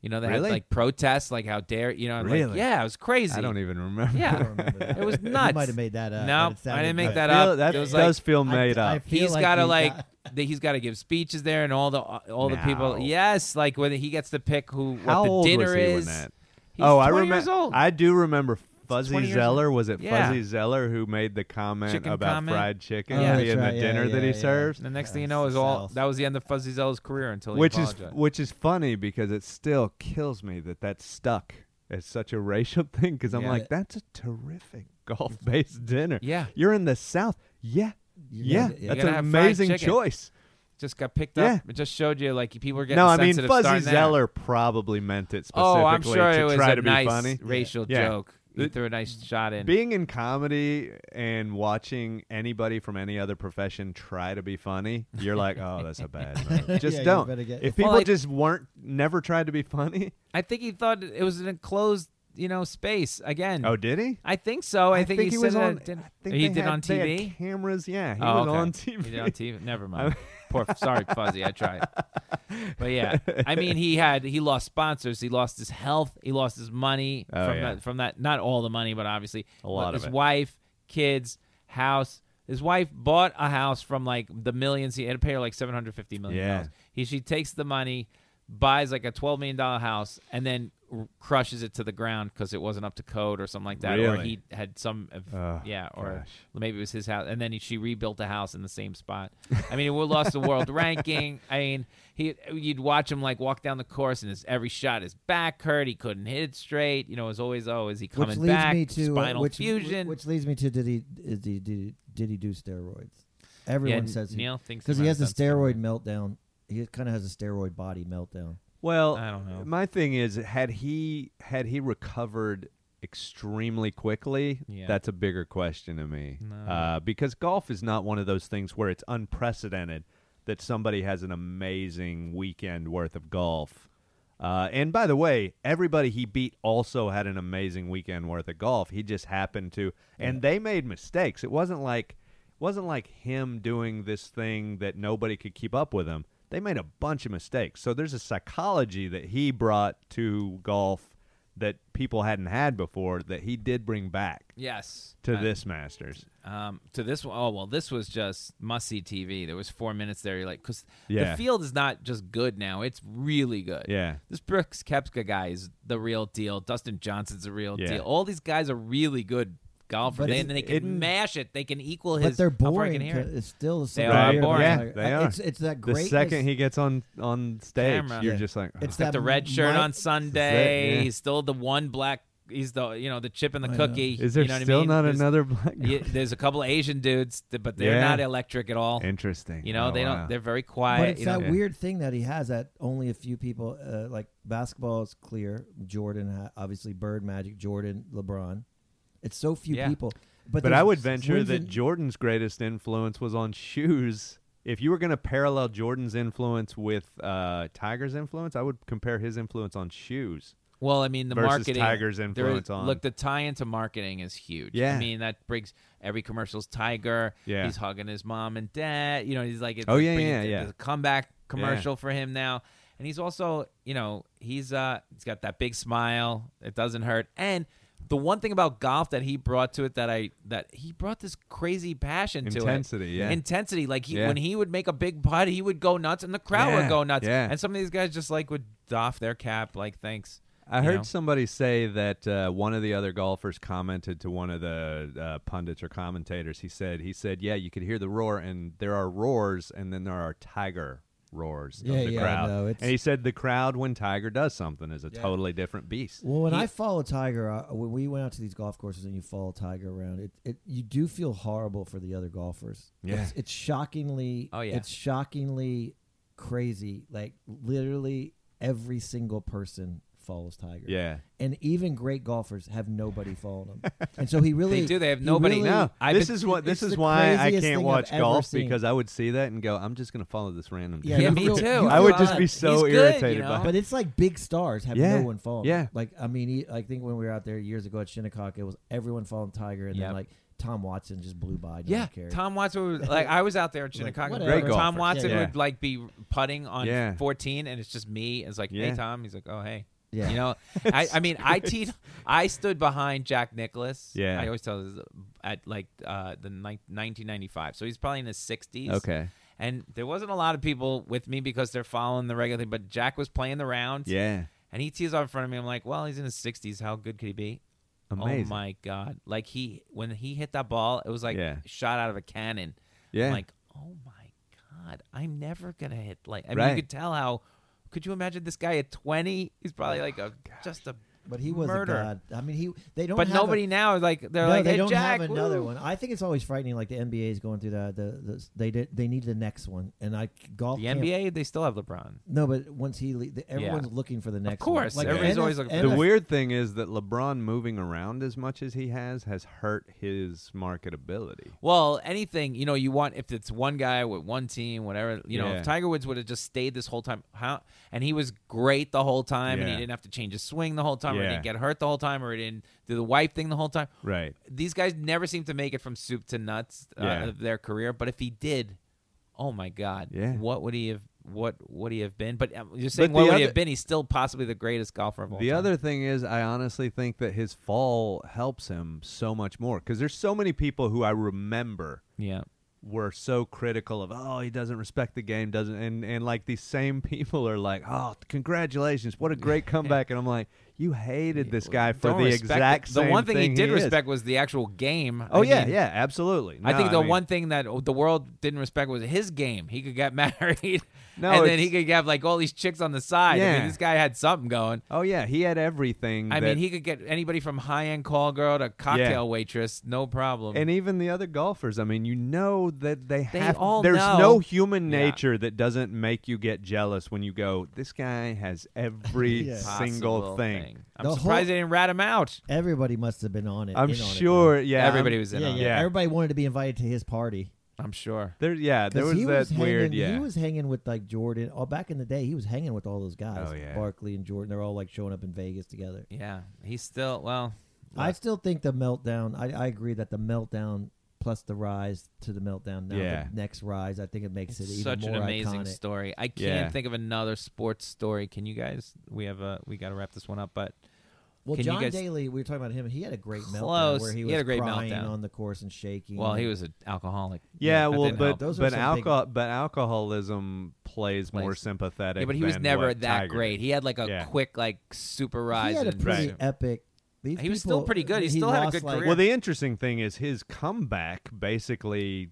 Speaker 1: You know, they
Speaker 2: Really?
Speaker 1: had like protests, like how dare you know? I'm Like,
Speaker 2: Really?
Speaker 1: yeah, it was crazy.
Speaker 2: I don't even remember.
Speaker 3: I don't
Speaker 1: Yeah,
Speaker 3: remember that.
Speaker 1: it was
Speaker 3: You
Speaker 1: nuts.
Speaker 3: might have made that uh, up.
Speaker 1: No,
Speaker 3: but it
Speaker 1: I
Speaker 3: sounded
Speaker 1: didn't make
Speaker 3: good.
Speaker 1: that
Speaker 2: Feel-
Speaker 1: up.
Speaker 2: that
Speaker 1: it was like,
Speaker 2: does feel
Speaker 3: I-
Speaker 2: made
Speaker 3: I
Speaker 2: up.
Speaker 3: feel
Speaker 1: he's
Speaker 3: like
Speaker 1: gotta
Speaker 3: he
Speaker 1: like
Speaker 3: got-
Speaker 1: th- he's got to give speeches there and all the all the people
Speaker 2: No.
Speaker 1: yes like whether he gets to pick who
Speaker 2: How
Speaker 1: what the
Speaker 2: old was
Speaker 1: dinner
Speaker 2: he when
Speaker 1: is
Speaker 2: that?
Speaker 1: He's
Speaker 2: oh, I
Speaker 1: 20
Speaker 2: remember.
Speaker 1: years old.
Speaker 2: I do remember Fuzzy
Speaker 1: 20 years
Speaker 2: Zeller. Was it
Speaker 1: Yeah.
Speaker 2: Fuzzy Zeller who made the comment
Speaker 1: Chicken
Speaker 2: about
Speaker 1: comment?
Speaker 2: fried chicken
Speaker 3: Oh,
Speaker 1: Yeah.
Speaker 2: being
Speaker 3: that's right.
Speaker 2: the
Speaker 3: Yeah,
Speaker 2: dinner that
Speaker 3: yeah,
Speaker 2: he
Speaker 3: yeah.
Speaker 2: serves?
Speaker 1: and the next thing you
Speaker 3: That's
Speaker 1: know is
Speaker 3: the
Speaker 1: all
Speaker 3: South.
Speaker 1: that was the end of Fuzzy Zell's career until he
Speaker 2: Which is
Speaker 1: apologized.
Speaker 2: which is funny because it still kills me that that stuck as such a racial thing. Because I'm
Speaker 1: Yeah.
Speaker 2: like, that's a terrific golf-based dinner.
Speaker 1: Yeah.
Speaker 2: you're in the South. Yeah,
Speaker 3: You're
Speaker 2: yeah,
Speaker 3: gonna- yeah.
Speaker 2: that's
Speaker 1: You're
Speaker 2: an
Speaker 1: gonna have fried
Speaker 2: amazing
Speaker 1: chicken.
Speaker 2: choice.
Speaker 1: just got picked
Speaker 2: Yeah.
Speaker 1: up. It just showed you like people were getting
Speaker 2: No, I mean
Speaker 1: sensitive.
Speaker 2: Fuzzy
Speaker 1: starting there.
Speaker 2: Zeller probably meant it specifically
Speaker 1: Oh, I'm sure
Speaker 2: to
Speaker 1: it was
Speaker 2: try
Speaker 1: a
Speaker 2: to be
Speaker 1: nice
Speaker 2: funny.
Speaker 1: racial
Speaker 2: Yeah.
Speaker 1: joke. He
Speaker 2: It-
Speaker 1: threw a nice shot in.
Speaker 2: being in comedy and watching anybody from any other profession try to be funny, you're like, oh, that's a bad move. Just
Speaker 3: Yeah, you
Speaker 2: don't.
Speaker 3: better get-
Speaker 2: if
Speaker 1: Well,
Speaker 2: people
Speaker 1: like-
Speaker 2: just weren't never tried to be funny,
Speaker 1: I think he thought it was an enclosed, you know, space again.
Speaker 2: oh, did he?
Speaker 1: I think so. I, think, he,
Speaker 2: was
Speaker 1: said
Speaker 2: on.
Speaker 1: that didn't- Oh,
Speaker 2: I think
Speaker 1: he
Speaker 2: they
Speaker 1: did
Speaker 2: had-
Speaker 1: on
Speaker 2: they had
Speaker 1: TV.
Speaker 2: cameras, yeah, he
Speaker 1: oh,
Speaker 2: was
Speaker 1: okay.
Speaker 2: on TV.
Speaker 1: He did on TV. Never mind. Poor, sorry, Fuzzy. I tried. But yeah, I mean, he had he lost sponsors. He lost his health. He lost his money
Speaker 2: Oh,
Speaker 1: from
Speaker 2: yeah.
Speaker 1: that from that. Not all the money, but obviously
Speaker 2: A lot
Speaker 1: But
Speaker 2: of
Speaker 1: His
Speaker 2: it.
Speaker 1: wife, kids, house. His wife bought a house from like the millions. He had to pay her like seven hundred fifty million
Speaker 2: Yeah.
Speaker 1: dollars. He she takes the money, buys like a twelve million dollar house, and then r- crushes it to the ground because it wasn't up to code or something like that, or
Speaker 2: Really?
Speaker 1: he had some ev-
Speaker 2: Oh,
Speaker 1: yeah, or
Speaker 2: gosh.
Speaker 1: maybe it was his house, and then he, she rebuilt the house in the same spot. I mean, we lost the world ranking. I mean, he you'd watch him like walk down the course, and his every shot his back hurt. He couldn't hit it straight. You know, it was always oh, is he
Speaker 3: Which
Speaker 1: coming
Speaker 3: leads
Speaker 1: back?
Speaker 3: me to uh,
Speaker 1: Spinal
Speaker 3: which,
Speaker 1: fusion.
Speaker 3: Which leads me to did he did he, did he, did he do steroids? Everyone
Speaker 1: yeah,
Speaker 3: says he
Speaker 1: Neil thinks
Speaker 3: because he
Speaker 1: might
Speaker 3: has a
Speaker 1: have done
Speaker 3: steroid
Speaker 1: something.
Speaker 3: meltdown. He kind of has a steroid body meltdown.
Speaker 2: Well,
Speaker 1: I don't know.
Speaker 2: My thing is, had he had he recovered extremely quickly,
Speaker 1: Yeah.
Speaker 2: that's a bigger question to me.
Speaker 1: No.
Speaker 2: Uh, because golf is not one of those things where it's unprecedented that somebody has an amazing weekend worth of golf. Uh, and by the way, everybody he beat also had an amazing weekend worth of golf. He just happened to, and they made mistakes. It wasn't like it wasn't like him doing this thing that nobody could keep up with him. They made a bunch of mistakes. So there's a psychology that he brought to golf that people hadn't had before that he did bring back
Speaker 1: Yes.
Speaker 2: to
Speaker 1: Uh,
Speaker 2: this Masters.
Speaker 1: Um, to this one, oh well, this was just must see TV. There was four minutes there. You're like, because
Speaker 2: Yeah.
Speaker 1: the field is not just good now; it's really good.
Speaker 2: Yeah.
Speaker 1: this Brooks Kepka guy is the real deal. Dustin Johnson's the real
Speaker 2: Yeah.
Speaker 1: deal. All these guys are really good golfers,
Speaker 3: But
Speaker 1: they,
Speaker 3: it's-
Speaker 1: and they can
Speaker 2: it-
Speaker 1: mash it. They can equal his.
Speaker 3: But they're
Speaker 1: how far I
Speaker 3: boring.
Speaker 1: can hear
Speaker 3: to-
Speaker 1: it.
Speaker 3: it's still
Speaker 1: They
Speaker 3: something
Speaker 1: are
Speaker 3: weird
Speaker 1: boring.
Speaker 3: about
Speaker 2: Yeah,
Speaker 3: it.
Speaker 2: they are.
Speaker 3: It's it's that
Speaker 2: The
Speaker 3: greatness.
Speaker 2: second he gets on on stage,
Speaker 1: Camera.
Speaker 2: you're
Speaker 3: Yeah.
Speaker 2: just like,
Speaker 3: It's
Speaker 1: Got
Speaker 2: "Oh,
Speaker 3: that
Speaker 1: the red shirt
Speaker 3: mi-
Speaker 1: on Sunday.
Speaker 2: yeah.
Speaker 1: He's still the one black. He's the you know the chip in the
Speaker 3: I know.
Speaker 1: cookie.
Speaker 2: is there
Speaker 1: you know what I
Speaker 2: still
Speaker 1: mean?
Speaker 2: not
Speaker 1: There's-
Speaker 2: another black?"
Speaker 1: y- there's a couple of Asian dudes, th- but they're
Speaker 2: Yeah.
Speaker 1: not electric at all.
Speaker 2: Interesting.
Speaker 1: You know
Speaker 2: Oh,
Speaker 1: they
Speaker 2: wow.
Speaker 1: don't. They're very
Speaker 3: But
Speaker 1: quiet.
Speaker 3: it's
Speaker 1: you know?
Speaker 3: that
Speaker 2: Yeah.
Speaker 3: weird thing that he has that only a few people uh, like basketball is clear. Jordan, ha- obviously, Bird, Magic, Jordan, LeBron. It's so few
Speaker 1: Yeah.
Speaker 3: people. But,
Speaker 2: But
Speaker 3: there's
Speaker 2: I would venture
Speaker 3: wins
Speaker 2: that
Speaker 3: and-
Speaker 2: Jordan's greatest influence was on shoes. If you were going to parallel Jordan's influence with uh, Tiger's influence, I would compare his influence on shoes.
Speaker 1: Well, I mean, the
Speaker 2: Versus
Speaker 1: marketing.
Speaker 2: Tiger's
Speaker 1: there
Speaker 2: influence
Speaker 1: is-
Speaker 2: on-
Speaker 1: Look, the tie into marketing is huge. I
Speaker 2: Yeah.
Speaker 1: mean, that brings every commercial's Tiger.
Speaker 2: Yeah.
Speaker 1: He's hugging his mom and dad. You know, he's like, it's
Speaker 2: Oh,
Speaker 1: like
Speaker 2: yeah,
Speaker 1: bringing-
Speaker 2: yeah, yeah.
Speaker 1: There's a comeback commercial for him now. And he's also, you know, he's uh he's got that big smile. It doesn't hurt. And the one thing about golf that he brought to it that I that he brought this crazy passion to it.
Speaker 2: Intensity, yeah.
Speaker 1: Intensity. Like he
Speaker 2: Yeah.
Speaker 1: when he would make a big putt, he would go nuts and the crowd would
Speaker 2: Yeah,
Speaker 1: go nuts.
Speaker 2: yeah.
Speaker 1: And some of these guys just like would doff their cap like thanks.
Speaker 2: I
Speaker 1: you
Speaker 2: heard
Speaker 1: know?
Speaker 2: somebody say that uh, one of the other golfers commented to one of the uh, pundits or commentators. He said, "He said, yeah, you could hear the roar, and there are roars, and then there are tiger roars
Speaker 3: Yeah,
Speaker 2: of the
Speaker 3: yeah,
Speaker 2: crowd."
Speaker 3: no, it's-
Speaker 2: and he said the crowd when Tiger does something is a totally different beast.
Speaker 3: Well, when I follow Tiger, I, when we went out to these golf courses and you follow Tiger around, it, it you do feel horrible for the other golfers.
Speaker 2: Yeah.
Speaker 3: it's, it's shockingly.
Speaker 1: Oh, yeah.
Speaker 3: it's shockingly crazy. Like literally every single person follows Tiger.
Speaker 2: Yeah.
Speaker 3: and even great golfers have nobody following them, and so he really
Speaker 1: do, they have
Speaker 3: he
Speaker 1: nobody.
Speaker 3: really-
Speaker 2: no,
Speaker 1: I've
Speaker 2: this
Speaker 1: been-
Speaker 2: is what this
Speaker 3: it's
Speaker 2: is
Speaker 3: the
Speaker 2: why I
Speaker 3: craziest
Speaker 2: can't
Speaker 3: thing
Speaker 2: watch
Speaker 3: I've ever
Speaker 2: golf
Speaker 3: seen.
Speaker 2: because I would see that and go, "I'm just going to follow this random."
Speaker 3: Yeah,
Speaker 2: dude."
Speaker 1: Yeah,
Speaker 3: you
Speaker 1: me
Speaker 3: feel-
Speaker 1: too.
Speaker 3: you
Speaker 1: I
Speaker 2: I
Speaker 3: feel
Speaker 2: would just be
Speaker 3: bad.
Speaker 2: so
Speaker 1: He's good, you
Speaker 2: irritated
Speaker 1: know?
Speaker 2: by.
Speaker 3: But it's like big stars have
Speaker 2: Yeah,
Speaker 3: no one following.
Speaker 2: yeah.
Speaker 3: Like I mean, he, I think when we were out there years ago at Shinnecock, it was everyone following Tiger, and
Speaker 1: Yep.
Speaker 3: then like Tom Watson just blew by. No
Speaker 1: Yeah,
Speaker 3: one cared.
Speaker 1: Tom Watson. Would, like I was out there at Shinnecock. and
Speaker 3: whatever. Great
Speaker 1: Tom
Speaker 2: golfer.
Speaker 1: Watson
Speaker 2: Yeah.
Speaker 1: would like be putting on
Speaker 2: Yeah.
Speaker 1: 14, and it's just me. It's like, hey
Speaker 2: Yeah.
Speaker 1: Tom. He's like, oh hey.
Speaker 3: Yeah.
Speaker 1: You know, I, I mean, I teed, I stood behind Jack Nicholas.
Speaker 2: Yeah.
Speaker 1: I always tell this uh, at like uh, the ni- 1995. So he's probably in his 60s.
Speaker 2: Okay.
Speaker 1: And there wasn't a lot of people with me because they're following the regular thing, but Jack was playing the rounds.
Speaker 2: Yeah,
Speaker 1: And he tees off in front of me. I'm like, well, he's in his 60s. How good could he be?
Speaker 2: amazing.
Speaker 1: Oh my god! Like he when he hit that ball, it was like
Speaker 2: Yeah.
Speaker 1: shot out of a cannon.
Speaker 2: Yeah.
Speaker 1: I'm like oh my god, I'm never gonna hit like. I mean, you
Speaker 2: Right.
Speaker 1: could tell how. Could you imagine this guy at 20? He's probably like
Speaker 2: Oh,
Speaker 1: a just a.
Speaker 3: but he was
Speaker 1: murder.
Speaker 3: a god. I mean, he they don't.
Speaker 1: But
Speaker 3: have a-
Speaker 1: nobody now is like they're
Speaker 3: no,
Speaker 1: like
Speaker 3: they
Speaker 1: "Hey,
Speaker 3: don't
Speaker 1: Jack,
Speaker 3: have another
Speaker 1: woo."
Speaker 3: one. I think it's always frightening. Like the NBA is going through that. The, the they did, they need the next one, and I golf.
Speaker 1: The
Speaker 3: Oh, can't-
Speaker 1: NBA they still have LeBron.
Speaker 3: No, but once he le- the, everyone's looking for the next.
Speaker 1: course,
Speaker 3: one.
Speaker 1: everybody's
Speaker 3: NF
Speaker 1: always looking for
Speaker 2: The
Speaker 1: And I-
Speaker 2: weird thing is that LeBron moving around as much as he has has hurt his marketability.
Speaker 1: Well, anything you know, you want if it's one guy with one team, whatever you know.
Speaker 2: Yeah.
Speaker 1: If Tiger Woods would have just stayed this whole time, how and he was great the whole time, and he
Speaker 2: Yeah.
Speaker 1: didn't have to change his swing the whole time, or he
Speaker 2: Yeah.
Speaker 1: didn't get hurt the whole time, or he didn't do the wipe thing the whole time.
Speaker 2: Right.
Speaker 1: These guys never seem to make it from soup to nuts uh,
Speaker 2: Yeah.
Speaker 1: of their career, but if he did, oh my god,
Speaker 2: Yeah.
Speaker 1: what would he have? What would he have been? But um, you're saying
Speaker 2: But
Speaker 1: what
Speaker 2: the
Speaker 1: would he
Speaker 2: other-
Speaker 1: have been? He's still possibly the greatest golfer of all
Speaker 2: The
Speaker 1: time.
Speaker 2: other thing is, I honestly think that his fall helps him so much more because there's so many people who I remember
Speaker 1: yeah,
Speaker 2: were so critical of, oh, he doesn't respect the game, doesn't, and and like these same people are like, oh, congratulations, what a great comeback, and I'm like, you hated this guy for
Speaker 1: Don't
Speaker 2: the
Speaker 1: respect it.
Speaker 2: exact
Speaker 1: The
Speaker 2: same
Speaker 1: one thing, he did
Speaker 2: is.
Speaker 1: respect was the actual game.
Speaker 2: Oh
Speaker 1: I
Speaker 2: yeah,
Speaker 1: mean,
Speaker 2: yeah, absolutely.
Speaker 1: I
Speaker 2: No,
Speaker 1: think the
Speaker 2: mean-
Speaker 1: one thing that the world didn't respect was his game. He could get married,
Speaker 2: No,
Speaker 1: and then
Speaker 2: it's-
Speaker 1: he could have like all these chicks on the side. I mean,
Speaker 2: Yeah.
Speaker 1: this guy had something going.
Speaker 2: Oh yeah, he had everything.
Speaker 1: I
Speaker 2: that-
Speaker 1: mean, he could get anybody from high end call girl to cocktail waitress, no problem.
Speaker 2: and even the other golfers. I mean, you know that they,
Speaker 1: Mm-hmm. They
Speaker 2: have.
Speaker 1: all
Speaker 2: there's
Speaker 1: know.
Speaker 2: no human
Speaker 1: Yeah.
Speaker 2: nature that doesn't make you get jealous when you go. This guy has every
Speaker 3: Yeah.
Speaker 2: single
Speaker 1: Possible
Speaker 2: thing.
Speaker 1: I'm
Speaker 3: The whole-
Speaker 1: surprised they didn't rat him out.
Speaker 3: Everybody must have been on it.
Speaker 2: I'm
Speaker 3: in on it, though.
Speaker 2: sure. yeah,
Speaker 1: everybody
Speaker 2: I'm-
Speaker 1: was in
Speaker 3: Yeah,
Speaker 1: on
Speaker 3: yeah,
Speaker 1: it.
Speaker 2: Yeah.
Speaker 3: Everybody wanted to be invited to his party.
Speaker 1: I'm sure.
Speaker 2: There, yeah, there
Speaker 3: 'Cause
Speaker 2: was
Speaker 3: he
Speaker 2: that
Speaker 3: hanging,
Speaker 2: weird. Yeah,
Speaker 3: he was hanging with like Jordan. Oh, back in the day, he was hanging with all those guys.
Speaker 2: Oh, yeah.
Speaker 3: Barkley and Jordan. They're all like showing up in Vegas together.
Speaker 1: Yeah, he's still well.
Speaker 3: I still think the meltdown. I, I agree that the meltdown plus the rise to the meltdown now
Speaker 2: Yeah.
Speaker 3: the next rise. I think it makes it even
Speaker 1: Such
Speaker 3: more
Speaker 1: an amazing
Speaker 3: iconic.
Speaker 1: story. I can't
Speaker 2: Yeah.
Speaker 1: think of another sports story. Can you guys? We have a. We got to wrap this one up, but
Speaker 3: Well,
Speaker 1: Can you
Speaker 3: John
Speaker 1: guys-
Speaker 3: Daly, we were talking about him. He had a great meltdown
Speaker 1: Close.
Speaker 3: where
Speaker 1: He
Speaker 3: he was
Speaker 1: had a great
Speaker 3: crying
Speaker 1: meltdown.
Speaker 3: on the course and shaking.
Speaker 1: well, he
Speaker 3: and-
Speaker 1: was an alcoholic.
Speaker 2: yeah.
Speaker 1: that
Speaker 2: Well,
Speaker 1: didn't
Speaker 2: but
Speaker 1: help.
Speaker 3: Those are
Speaker 2: but
Speaker 3: some big-
Speaker 2: alcohol but alcoholism plays more
Speaker 1: Plays-
Speaker 2: sympathetic.
Speaker 1: Yeah, but he was
Speaker 2: than
Speaker 1: never
Speaker 2: what
Speaker 1: that
Speaker 2: Tiger
Speaker 1: great.
Speaker 2: did.
Speaker 1: He had like a
Speaker 2: Yeah.
Speaker 1: quick like super rise.
Speaker 3: He had a
Speaker 1: and-
Speaker 3: pretty
Speaker 2: Right.
Speaker 3: epic. These
Speaker 1: He was still
Speaker 3: people-
Speaker 1: pretty good. He
Speaker 3: He
Speaker 1: still had a
Speaker 3: lost,
Speaker 1: good
Speaker 3: like-
Speaker 1: career.
Speaker 2: Well, the interesting thing is his comeback basically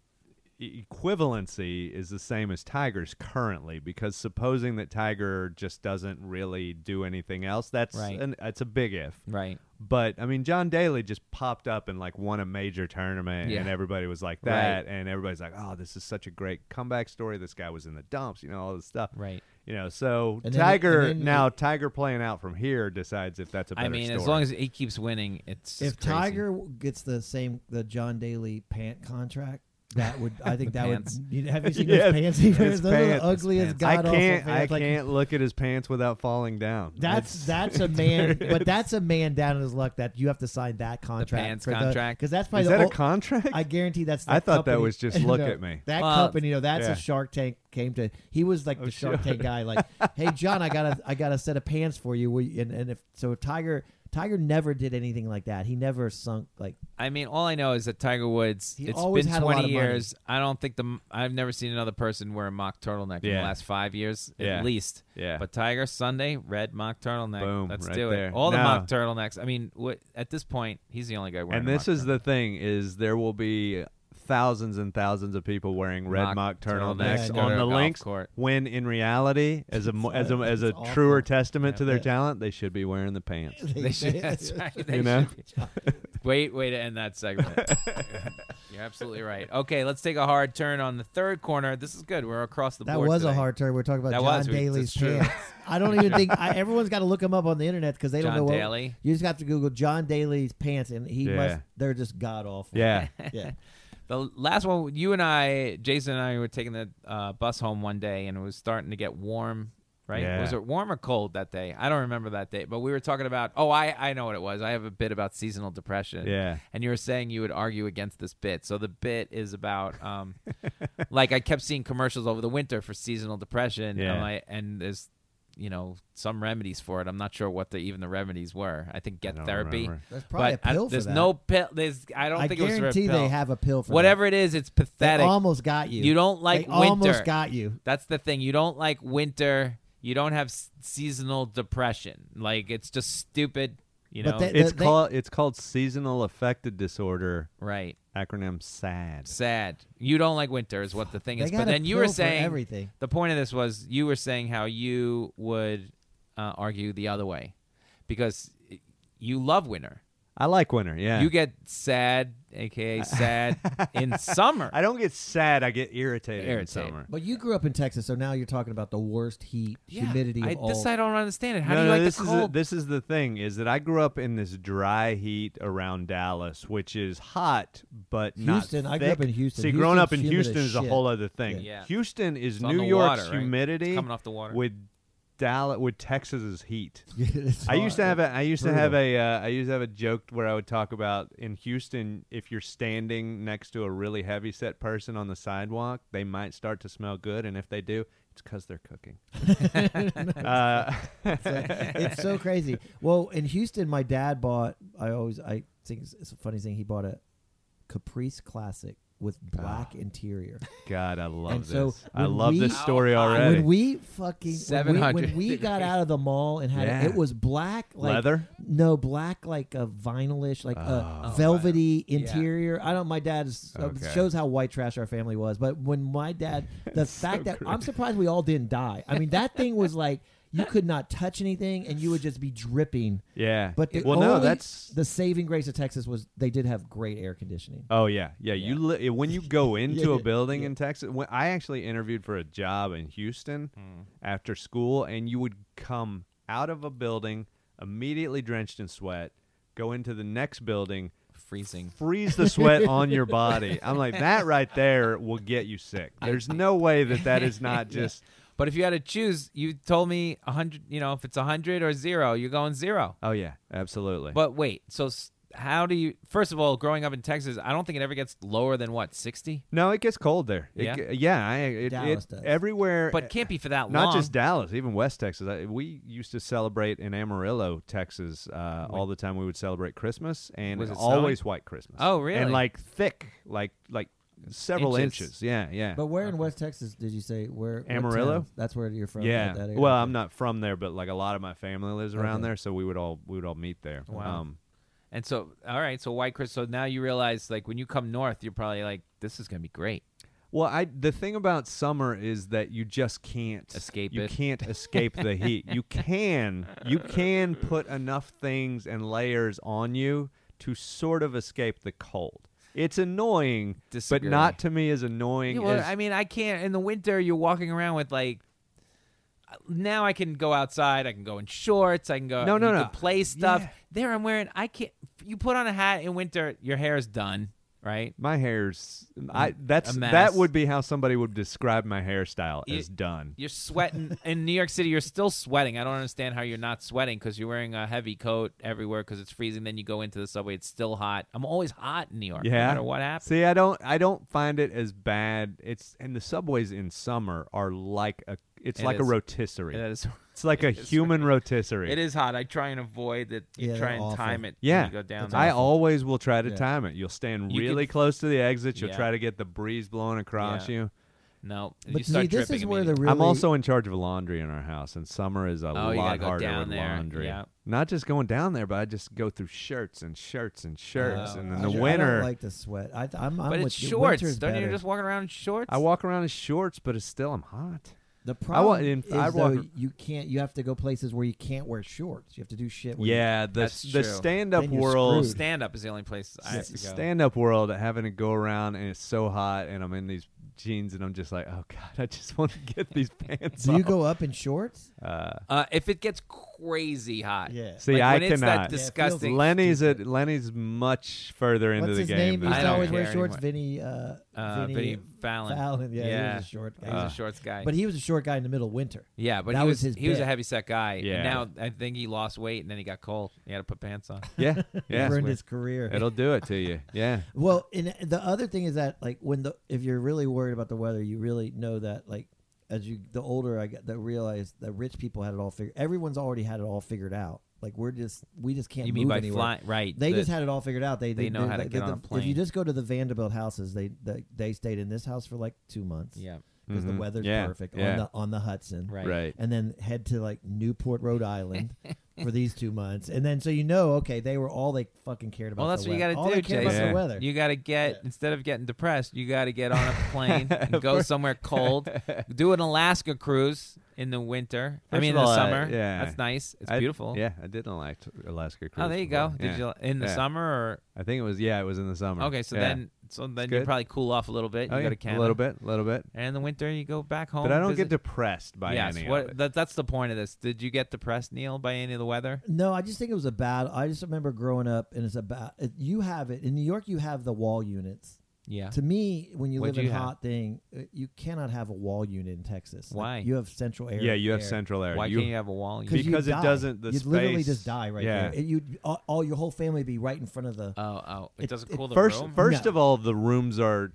Speaker 2: e- equivalency is the same as Tiger's currently because supposing that Tiger just doesn't really do anything else, that's
Speaker 1: Right.
Speaker 2: an, that's a big if.
Speaker 1: right.
Speaker 2: But I mean, John Daly just popped up and like won a major tournament,
Speaker 1: Yeah.
Speaker 2: and everybody was like that, and everybody's like, "Oh, this is such a great comeback story. This guy was in the dumps, you know, all this stuff."
Speaker 1: Right.
Speaker 2: You know, so
Speaker 3: And then-
Speaker 2: Tiger
Speaker 3: and then-
Speaker 2: now Tiger playing out from here decides if that's a better
Speaker 1: I mean,
Speaker 2: story.
Speaker 1: as long as he keeps winning, it's
Speaker 3: If
Speaker 1: crazy.
Speaker 3: Tiger gets the same the John Daly pant contract, That would I think that
Speaker 1: pants.
Speaker 3: would. You, have you seen
Speaker 2: Yes,
Speaker 3: those pants? He wears?
Speaker 2: his
Speaker 3: those are
Speaker 2: pants,
Speaker 3: the
Speaker 2: his
Speaker 3: ugliest
Speaker 1: pants.
Speaker 2: I
Speaker 3: god awful
Speaker 2: can't.
Speaker 3: pants.
Speaker 2: I
Speaker 3: like,
Speaker 2: can't look at his pants without falling down.
Speaker 3: That's that's a man, but that's a man down in his luck that you have to sign that contract.
Speaker 1: pants contract.
Speaker 3: because that's probably
Speaker 2: is
Speaker 3: the
Speaker 2: that a
Speaker 3: ol-
Speaker 2: contract?
Speaker 3: I guarantee that's. The
Speaker 2: I thought that
Speaker 3: company-
Speaker 2: was just look
Speaker 3: No,
Speaker 2: at me.
Speaker 3: That
Speaker 1: Well,
Speaker 3: company, you know, that's
Speaker 2: yeah. Oh,
Speaker 3: a Shark Tank came to. He was like the Shark Tank guy. Like, hey, John, I got a I got a set of pants for you. Will you-" And, and if so, Tiger Tiger never did anything like that. He never sunk like
Speaker 1: I mean, all I know is that Tiger Woods.
Speaker 3: He
Speaker 1: it's
Speaker 3: always
Speaker 1: been
Speaker 3: had a lot
Speaker 1: twenty
Speaker 3: of money.
Speaker 1: years. I don't think the I've never seen another person wear a mock turtleneck in the
Speaker 2: Yeah.
Speaker 1: last five years,
Speaker 2: Yeah.
Speaker 1: at least.
Speaker 2: Yeah.
Speaker 1: But Tiger Sunday, red mock turtleneck.
Speaker 2: Boom,
Speaker 1: Let's
Speaker 2: right
Speaker 1: do
Speaker 2: there.
Speaker 1: it. All the
Speaker 2: Now-
Speaker 1: mock turtlenecks. I mean, what, at this point, he's the only guy wearing.
Speaker 2: and
Speaker 1: a
Speaker 2: this
Speaker 1: mock
Speaker 2: is the thing: is there will be thousands and thousands of people wearing red
Speaker 1: Mock
Speaker 2: mock
Speaker 1: turtlenecks
Speaker 2: turtlenecks
Speaker 3: Yeah, go
Speaker 2: on
Speaker 3: to
Speaker 1: a
Speaker 2: the
Speaker 1: golf
Speaker 2: links.
Speaker 1: court.
Speaker 2: When in reality, as a mo- as a as a
Speaker 3: It's awful.
Speaker 2: truer testament to their
Speaker 3: Yeah.
Speaker 2: talent, they should be wearing the pants.
Speaker 3: they,
Speaker 1: They should, that's right. They
Speaker 2: You know?
Speaker 1: should. Wait, way to end that segment. You're absolutely right. Okay, let's take a hard turn on the third corner. This is good. We're across the
Speaker 3: That
Speaker 1: board.
Speaker 3: was a
Speaker 1: today.
Speaker 3: hard turn. We're talking about
Speaker 1: That
Speaker 3: John
Speaker 1: was-
Speaker 3: Daly's
Speaker 1: it's true.
Speaker 3: pants. I don't even think I, everyone's got to look him up on the internet because they don't
Speaker 1: John
Speaker 3: know what.
Speaker 1: Daly.
Speaker 3: You just have to Google John Daly's pants, and he
Speaker 2: Yeah.
Speaker 3: must. They're just god awful.
Speaker 2: Yeah,
Speaker 3: yeah.
Speaker 1: The last one, you and I, Jason and I, were taking the uh, bus home one day, and it was starting to get warm. Right?
Speaker 2: Yeah.
Speaker 1: Was it warm or cold that day? I don't remember that day, but we were talking about. Oh, I I know what it was. I have a bit about seasonal depression.
Speaker 2: Yeah.
Speaker 1: And you were saying you would argue against this bit. So the bit is about, um, like I kept seeing commercials over the winter for seasonal depression.
Speaker 2: Yeah.
Speaker 1: And, I, and there's, you know, some remedies for it. I'm not sure what the, even the remedies were. I think get
Speaker 2: don't
Speaker 1: therapy.
Speaker 2: remember.
Speaker 3: There's probably
Speaker 1: but
Speaker 3: a pill
Speaker 1: I,
Speaker 3: for
Speaker 1: there's
Speaker 3: that.
Speaker 1: no pill. There's I don't
Speaker 3: I
Speaker 1: think it was for a
Speaker 3: guarantee they
Speaker 1: pill.
Speaker 3: have a pill for that.
Speaker 1: whatever it is. It's
Speaker 3: They
Speaker 1: pathetic.
Speaker 3: almost got you.
Speaker 1: You don't like
Speaker 3: They
Speaker 1: winter.
Speaker 3: Almost got you.
Speaker 1: That's the thing. You don't like winter. You don't have s- seasonal depression. Like it's just stupid. You know,
Speaker 3: But they-
Speaker 2: it's
Speaker 3: they-
Speaker 2: called it's called seasonal affected disorder,
Speaker 1: right?
Speaker 2: acronym SAD.
Speaker 1: Sad. You don't like winter is what the thing
Speaker 3: They
Speaker 1: is.
Speaker 3: got
Speaker 1: But
Speaker 3: a
Speaker 1: then you were
Speaker 3: pill for
Speaker 1: saying
Speaker 3: everything.
Speaker 1: The point of this was you were saying how you would uh, argue the other way because you love winter.
Speaker 2: I like winter. Yeah,
Speaker 1: You get sad, aka sad, in summer.
Speaker 2: I don't get sad. I get irritated,
Speaker 1: Irritated.
Speaker 2: in summer.
Speaker 3: But you grew up in Texas, so now you're talking about the worst heat, humidity
Speaker 1: I,
Speaker 3: of all.
Speaker 1: This I don't understand it. How
Speaker 2: no,
Speaker 1: do you
Speaker 2: no,
Speaker 1: like
Speaker 2: this
Speaker 1: the
Speaker 2: is
Speaker 1: cold?
Speaker 2: this is the thing is that I grew up in this dry heat around Dallas, which is hot but
Speaker 3: Houston,
Speaker 2: not.
Speaker 3: I grew up
Speaker 2: thick.
Speaker 3: in Houston.
Speaker 2: See, growing up in
Speaker 3: Houston's humid
Speaker 2: Houston
Speaker 3: as
Speaker 2: is a
Speaker 3: shit.
Speaker 2: whole other thing.
Speaker 1: Yeah. Yeah.
Speaker 2: Houston is
Speaker 1: It's on
Speaker 2: New
Speaker 1: the
Speaker 2: York's
Speaker 1: water, right?
Speaker 2: humidity
Speaker 1: It's coming off the water.
Speaker 2: with Dallas with Texas's heat.
Speaker 3: It's
Speaker 2: I used to
Speaker 3: hard.
Speaker 2: have a I used to have
Speaker 3: brutal.
Speaker 2: a uh, I used to have a joke where I would talk about in Houston if you're standing next to a really heavy set person on the sidewalk they might start to smell good and if they do it's because they're cooking. uh,
Speaker 3: it's so crazy. Well, in Houston, my dad bought. I always I think it's, it's a funny thing. He bought a Caprice Classic with black
Speaker 1: Ah.
Speaker 3: interior.
Speaker 2: God, I love
Speaker 3: And
Speaker 2: this.
Speaker 3: so
Speaker 2: I
Speaker 3: when
Speaker 2: love
Speaker 3: we-
Speaker 2: this story
Speaker 1: How high
Speaker 2: already.
Speaker 3: When we fucking when we, when
Speaker 1: 700
Speaker 3: we got out of the mall and had
Speaker 2: Yeah.
Speaker 3: it, it was black like,
Speaker 2: Leather?
Speaker 3: No, black like a vinylish, like
Speaker 2: Oh.
Speaker 3: a velvety interior. I don't. My dad's uh,
Speaker 2: Okay.
Speaker 3: shows how white trash our family was. But when my dad, the fact that I'm surprised we all didn't die. I mean, that thing was like you could not touch anything, and you would just be dripping.
Speaker 2: yeah,
Speaker 3: But the
Speaker 2: well,
Speaker 3: only,
Speaker 2: no, that's
Speaker 3: the saving grace of Texas was they did have great air conditioning.
Speaker 2: Oh yeah, yeah. You li- when you go into
Speaker 3: Yeah,
Speaker 2: a building
Speaker 3: yeah.
Speaker 2: in Texas, when I actually interviewed for a job in Houston after school, and you would come out of a building immediately drenched in sweat, go into the next building,
Speaker 1: Freezing.
Speaker 2: freeze the sweat on your body. I'm like, that right there will get you sick. There's no way that that is not just.
Speaker 1: But if you had to choose, you told me a hundred. You know, if it's a hundred or zero, you're going zero.
Speaker 2: Oh yeah, absolutely.
Speaker 1: But wait, so s- how do you? First of all, growing up in Texas, I don't think it ever gets lower than what sixty.
Speaker 2: no, it gets cold there. It
Speaker 1: Yeah?
Speaker 2: ge- yeah. I, it,
Speaker 3: Dallas
Speaker 2: it-
Speaker 3: does.
Speaker 2: everywhere,
Speaker 1: But it can't be for that long.
Speaker 2: not just Dallas, even West Texas. I, we used to celebrate in Amarillo, Texas, uh, all the time. We would celebrate Christmas, and
Speaker 1: Was it
Speaker 2: always white Christmas.
Speaker 1: Oh, really?
Speaker 2: And like thick, like like several
Speaker 1: Inches.
Speaker 2: inches. Yeah, yeah, Uh,
Speaker 3: But where in West Texas did you say where what
Speaker 2: Amarillo?
Speaker 3: towns? That's where you're from.
Speaker 2: yeah.
Speaker 3: that- that area.
Speaker 2: well, I'm not from there, but like a lot of my family lives around
Speaker 3: Okay.
Speaker 2: there, so we would all we would all meet there.
Speaker 1: Wow.
Speaker 2: Um,
Speaker 1: And so, all right. So white Chris. So now you realize, like, when you come north, you're probably like, this is gonna be great.
Speaker 2: Well, I the thing about summer is that you just can't
Speaker 1: Escape
Speaker 2: You
Speaker 1: it.
Speaker 2: can't escape the heat. You can you can put enough things and layers on you to sort of escape the cold. It's annoying,
Speaker 1: Disagree.
Speaker 2: but not to me as annoying
Speaker 1: Yeah, well,
Speaker 2: as
Speaker 1: I mean, I can't. In the winter, you're walking around with like. uh, Now I can go outside. I can go in shorts. I can go.
Speaker 2: No, no,
Speaker 1: you
Speaker 2: no.
Speaker 1: Can play stuff.
Speaker 2: Yeah.
Speaker 1: There I'm wearing. I can't. You put on a hat in winter. Your hair is done. right?
Speaker 2: My hair's I that's
Speaker 1: A mess.
Speaker 2: that would be how somebody would describe my hairstyle
Speaker 1: You-
Speaker 2: as done.
Speaker 1: You're sweating in New York City. You're still sweating. I don't understand how you're not sweating because you're wearing a heavy coat everywhere because it's freezing. Then you go into the subway. It's still hot. I'm always hot in New York.
Speaker 2: yeah.
Speaker 1: No matter what happens.
Speaker 2: See, I don't I don't find it as bad. It's and the subways in summer are like a it's
Speaker 1: It
Speaker 2: like a
Speaker 1: is.
Speaker 2: rotisserie.
Speaker 1: That is-
Speaker 2: It's like a
Speaker 1: it is-
Speaker 2: human rotisserie.
Speaker 1: It is hot. I try and avoid it. You
Speaker 3: Yeah,
Speaker 1: try
Speaker 3: they're
Speaker 1: and
Speaker 3: awful.
Speaker 1: time it. when
Speaker 2: Yeah.
Speaker 1: you go down.
Speaker 3: That's
Speaker 1: there.
Speaker 2: I
Speaker 3: awful.
Speaker 2: always will try to
Speaker 3: Yeah.
Speaker 2: time it. You'll stand
Speaker 1: You could-
Speaker 2: really close to the exit. You'll
Speaker 1: Yeah.
Speaker 2: try to get the breeze blowing across
Speaker 1: Yeah.
Speaker 2: you.
Speaker 1: no. you
Speaker 3: But
Speaker 1: start
Speaker 3: see, this
Speaker 1: dripping
Speaker 3: is where the
Speaker 1: immediately.
Speaker 3: really
Speaker 2: I'm also in charge of laundry in our house, and summer is a
Speaker 1: Oh, you gotta
Speaker 2: lot
Speaker 1: go
Speaker 2: harder
Speaker 1: down
Speaker 2: with
Speaker 1: there.
Speaker 2: laundry.
Speaker 1: Yeah.
Speaker 2: Not just going down there, but I just go through shirts and shirts and shirts,
Speaker 1: Oh,
Speaker 3: Uh,
Speaker 2: and
Speaker 3: I
Speaker 2: in the
Speaker 3: ju- I
Speaker 2: winter,
Speaker 3: don't like the sweat. I, I'm, I'm
Speaker 1: but
Speaker 3: with
Speaker 1: it's
Speaker 3: you.
Speaker 1: shorts.
Speaker 3: Winter's
Speaker 1: Don't you
Speaker 3: better.
Speaker 1: just walking around in shorts?
Speaker 2: I walk around in shorts, but it's still I'm hot.
Speaker 3: The
Speaker 2: I
Speaker 3: problem
Speaker 2: wa- in-
Speaker 3: is
Speaker 2: I
Speaker 3: though,
Speaker 2: walk-
Speaker 3: you can't. You have to go places where you can't wear shorts. You have to do shit. Where
Speaker 2: Yeah, the
Speaker 1: That's
Speaker 2: the
Speaker 1: true.
Speaker 2: stand up
Speaker 3: Then you're
Speaker 2: world,
Speaker 3: screwed.
Speaker 1: Stand up is the only place I have to go.
Speaker 2: stand up world, having to go around and it's so hot, and I'm in these jeans, and I'm just like, oh god, I just want to get these pants.
Speaker 3: You, do you
Speaker 2: off."
Speaker 3: go up in shorts?
Speaker 2: Uh,
Speaker 1: Uh, if it gets crazy hot.
Speaker 3: Yeah.
Speaker 2: see,
Speaker 1: Like,
Speaker 2: I
Speaker 1: when it's that
Speaker 2: cannot.
Speaker 3: Yeah, it feels
Speaker 1: disgusting-
Speaker 2: Lenny's
Speaker 3: stupid.
Speaker 2: at Lenny's much further into
Speaker 3: What's
Speaker 2: the
Speaker 3: his
Speaker 2: game.
Speaker 3: name?
Speaker 2: than
Speaker 3: He used
Speaker 1: I
Speaker 3: to
Speaker 1: don't
Speaker 2: am.
Speaker 3: always wear
Speaker 1: care
Speaker 3: shorts.
Speaker 1: anymore.
Speaker 3: Vinny. Uh,
Speaker 1: Uh,
Speaker 3: Vinny
Speaker 1: Vinny Fallon.
Speaker 3: Yeah, he
Speaker 1: Yeah.
Speaker 3: was a short guy.
Speaker 1: He's a shorts guy.
Speaker 3: but he was a short guy in the middle of winter.
Speaker 1: yeah, but
Speaker 3: that
Speaker 1: he was,
Speaker 3: was his
Speaker 1: he was a
Speaker 3: bit.
Speaker 1: heavy set guy. And
Speaker 2: Yeah.
Speaker 1: now I think he lost weight and then he got cold. He had to put pants on.
Speaker 2: Yeah, yeah.
Speaker 3: He ruined his career.
Speaker 2: It'll do it to you. Yeah.
Speaker 3: Well, and the other thing is that like when the if you're really worried about the weather, you really know that like as you the older I get, that realize that rich people had it all figured. Everyone's already had it all figured out. Like we're just we just can't.
Speaker 1: you mean
Speaker 3: move
Speaker 1: by
Speaker 3: anywhere.
Speaker 1: flying? Right.
Speaker 3: They
Speaker 1: the-
Speaker 3: just had it all figured out. They
Speaker 1: they know how to
Speaker 3: the-
Speaker 1: get
Speaker 3: the-
Speaker 1: on a
Speaker 3: If you
Speaker 1: plane.
Speaker 3: just go to the Vanderbilt houses, they they, they stayed in this house for like two months.
Speaker 1: Yeah. Mm-hmm.
Speaker 3: because
Speaker 2: Mhm.
Speaker 3: the weather's
Speaker 2: Yeah,
Speaker 3: perfect
Speaker 2: yeah.
Speaker 3: on the on the Hudson.
Speaker 1: Right.
Speaker 2: Right.
Speaker 3: And then head to like Newport, Rhode Island for these two months, and then so you know, okay, they were all they fucking cared about.
Speaker 1: Well, that's
Speaker 3: the
Speaker 1: what you
Speaker 3: weather.
Speaker 1: got
Speaker 3: All
Speaker 1: to do,
Speaker 3: they cared
Speaker 1: Jason.
Speaker 3: about
Speaker 2: Yeah.
Speaker 3: the weather.
Speaker 1: You got to get instead of getting depressed, you got to get on a plane and go somewhere cold. Do an Alaska cruise in the winter. I
Speaker 2: First
Speaker 1: mean, in
Speaker 2: of
Speaker 1: the
Speaker 2: all, I-
Speaker 1: summer.
Speaker 2: yeah.
Speaker 1: That's nice. It's
Speaker 2: I-
Speaker 1: beautiful.
Speaker 2: yeah, I did an Alaska, Alaska cruise.
Speaker 1: Oh, there you
Speaker 2: before.
Speaker 1: go.
Speaker 2: Yeah.
Speaker 1: Did you in the
Speaker 2: Yeah.
Speaker 1: summer or
Speaker 2: I think it was. Yeah, it was in the summer.
Speaker 1: Okay, so
Speaker 2: Yeah.
Speaker 1: then so then you
Speaker 2: good.
Speaker 1: probably cool off a little bit. You
Speaker 2: Oh,
Speaker 1: go
Speaker 2: yeah,
Speaker 1: to Canada
Speaker 2: a little bit, a little bit.
Speaker 1: and in the winter you go back home.
Speaker 2: But I don't
Speaker 1: visit.
Speaker 2: get depressed by
Speaker 1: yes,
Speaker 2: any
Speaker 1: what
Speaker 2: of it.
Speaker 1: That, that's the point of this. Did you get depressed, Neil, by any of the weather?
Speaker 3: No, I just think it was a bad. I just remember growing up, and it's about it, you have it in New York. You have the wall units.
Speaker 1: Yeah.
Speaker 3: To me, when you
Speaker 1: What'd
Speaker 3: live in
Speaker 1: you have?
Speaker 3: hot thing, uh, you cannot have a wall unit in Texas. Like,
Speaker 1: Why?
Speaker 3: you have central air.
Speaker 2: yeah, you have
Speaker 3: air.
Speaker 2: central air.
Speaker 1: Why
Speaker 2: you,
Speaker 1: can't you have a wall?
Speaker 3: Because
Speaker 2: Because
Speaker 3: you'd
Speaker 2: it
Speaker 3: die.
Speaker 2: doesn't- the
Speaker 3: you'd literally
Speaker 2: space-
Speaker 3: just die right
Speaker 2: yeah.
Speaker 3: there. It, you'd all, all your whole family be right in front of the.
Speaker 1: oh, oh, it,
Speaker 3: It-
Speaker 1: doesn't
Speaker 3: it-
Speaker 1: cool the
Speaker 2: first,
Speaker 1: room.
Speaker 2: first
Speaker 3: No.
Speaker 2: of all, the rooms are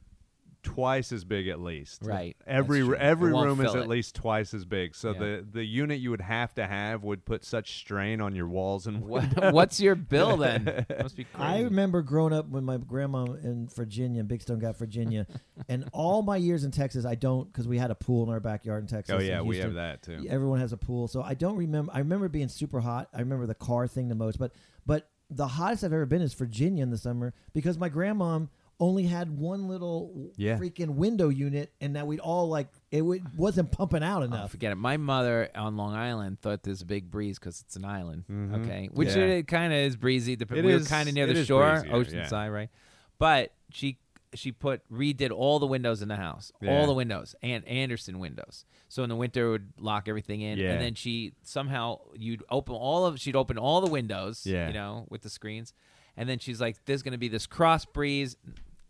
Speaker 2: twice as big at least.
Speaker 1: Right, that's
Speaker 2: Every
Speaker 1: true.
Speaker 2: every
Speaker 1: It won't
Speaker 2: room is
Speaker 1: fill
Speaker 2: at
Speaker 1: it.
Speaker 2: least twice as big. So
Speaker 1: Yeah.
Speaker 2: the the unit you would have to have would put such strain on your walls and
Speaker 1: What, what's your bill then? Must be crazy.
Speaker 3: I remember growing up when my grandma in Virginia, in Big Stone got Virginia, and all my years in Texas, I don't because we had a pool in our backyard in Texas.
Speaker 2: Oh
Speaker 3: in
Speaker 2: yeah, we have
Speaker 3: Houston.
Speaker 2: that too.
Speaker 3: Everyone has a pool, so I don't remember. I remember being super hot. I remember the car thing the most, but but the hottest I've ever been is Virginia in the summer because my grandmom only had one little
Speaker 2: Yeah.
Speaker 3: freaking window unit, and that we'd all like it would, wasn't pumping out
Speaker 1: Oh,
Speaker 3: enough.
Speaker 1: forget it. My mother on Long Island thought there's a big breeze because it's an island.
Speaker 2: Mhm.
Speaker 1: Okay, which
Speaker 2: Yeah.
Speaker 1: it kind of is breezy. Dep-
Speaker 2: It
Speaker 1: we were
Speaker 2: is-
Speaker 1: kind of near
Speaker 2: it
Speaker 1: the
Speaker 2: is
Speaker 1: shore,
Speaker 2: breezier,
Speaker 1: Oceanside, right? But she she put redid all the windows in the house,
Speaker 2: Yeah.
Speaker 1: all the windows, and Anderson windows. So in the winter it would lock everything in,
Speaker 2: Yeah.
Speaker 1: and then she somehow you'd open all of she'd open all the windows,
Speaker 2: Yeah.
Speaker 1: you know, with the screens, and then she's like, "There's going to be this cross breeze."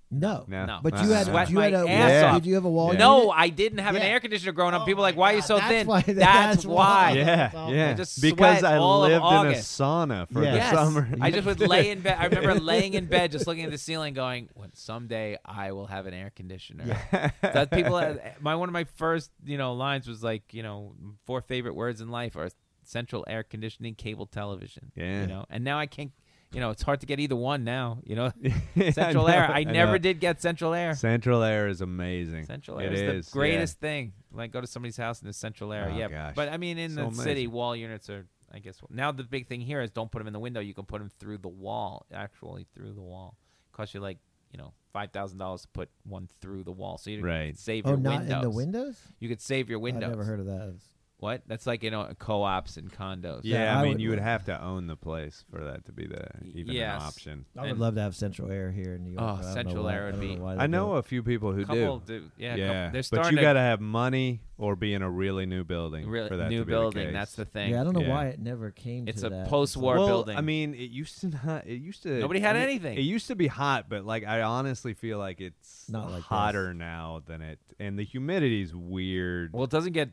Speaker 3: No,
Speaker 2: No.
Speaker 1: No,
Speaker 3: but you had,
Speaker 1: Sweat
Speaker 3: you
Speaker 1: my
Speaker 3: had a
Speaker 1: ass
Speaker 2: off.
Speaker 3: did you have a wall?
Speaker 2: Yeah.
Speaker 1: No,
Speaker 3: unit?
Speaker 1: I didn't have an
Speaker 3: Yeah.
Speaker 1: air conditioner growing up.
Speaker 3: Oh
Speaker 1: People are like,
Speaker 3: my
Speaker 1: why are you
Speaker 3: God,
Speaker 1: so
Speaker 3: that's
Speaker 1: thin?
Speaker 3: why-
Speaker 1: that's
Speaker 3: that's
Speaker 1: why.
Speaker 3: why.
Speaker 2: Yeah,
Speaker 3: Oh,
Speaker 2: yeah.
Speaker 1: I just
Speaker 2: because
Speaker 1: sweat
Speaker 2: I
Speaker 1: all of
Speaker 2: lived in a
Speaker 1: August.
Speaker 2: sauna for
Speaker 3: Yes.
Speaker 1: Yes.
Speaker 2: the summer.
Speaker 1: I just would lay in bed. I remember laying in bed, just looking at the ceiling, going, "When someday I will have an air conditioner." That people, uh, my one of my first, you know, lines was like, you know, four favorite words in life are central air conditioning, cable television.
Speaker 2: Yeah.
Speaker 1: you know, and now I can't. You know, it's hard to get either one now. You know,
Speaker 2: I
Speaker 1: central
Speaker 2: know,
Speaker 1: air. I,
Speaker 2: I
Speaker 1: never
Speaker 2: know.
Speaker 1: did get central air.
Speaker 2: Central air is amazing.
Speaker 1: Central
Speaker 2: It
Speaker 1: air is
Speaker 2: is,
Speaker 1: the
Speaker 2: yeah.
Speaker 1: greatest thing. Like go to somebody's house and there's central air.
Speaker 2: Oh,
Speaker 1: yeah,
Speaker 2: gosh.
Speaker 1: but I mean in
Speaker 2: So
Speaker 1: the city,
Speaker 2: amazing.
Speaker 1: wall units are. I guess now the big thing here is don't put them in the window. You can put them through the wall, actually through the wall. Cost you like you know five thousand dollars to put one through the wall, so you
Speaker 2: Right.
Speaker 1: could save
Speaker 3: Oh,
Speaker 1: your
Speaker 3: not
Speaker 1: windows.
Speaker 3: in the windows.
Speaker 1: You could save your windows.
Speaker 3: I've never heard of that.
Speaker 1: What? That's like you know co-ops and condos.
Speaker 2: Yeah,
Speaker 3: Yeah,
Speaker 2: I,
Speaker 3: I
Speaker 2: mean,
Speaker 3: would-
Speaker 2: you would have to own the place for that to be the even
Speaker 1: Yes.
Speaker 2: an option.
Speaker 3: I would
Speaker 1: And-
Speaker 3: love to have central air here in New York.
Speaker 1: Oh,
Speaker 3: but I don't know
Speaker 1: central
Speaker 3: why-
Speaker 1: air
Speaker 3: I
Speaker 1: would
Speaker 3: don't
Speaker 1: be-
Speaker 3: why they
Speaker 2: I
Speaker 3: do
Speaker 2: know
Speaker 3: it.
Speaker 2: a few people who
Speaker 1: couple
Speaker 2: do.
Speaker 1: do- yeah, couple-
Speaker 2: yeah,
Speaker 1: they're
Speaker 2: but
Speaker 1: starting
Speaker 2: you
Speaker 1: to
Speaker 2: got to have money or be in a really new building
Speaker 1: really
Speaker 2: for that
Speaker 1: new
Speaker 2: to be
Speaker 1: building.
Speaker 2: The case.
Speaker 1: That's the thing.
Speaker 3: Yeah, I don't know
Speaker 2: Yeah.
Speaker 3: why it never came.
Speaker 1: It's
Speaker 3: to
Speaker 1: a
Speaker 3: that.
Speaker 1: post-war
Speaker 2: well,
Speaker 1: building.
Speaker 2: I mean, it used to not. It used to.
Speaker 1: Nobody had
Speaker 2: I mean,
Speaker 1: anything.
Speaker 2: It used to be hot, but like I honestly feel like it's
Speaker 3: Not like
Speaker 2: hotter now than it, and the humidity's weird.
Speaker 1: well, it doesn't get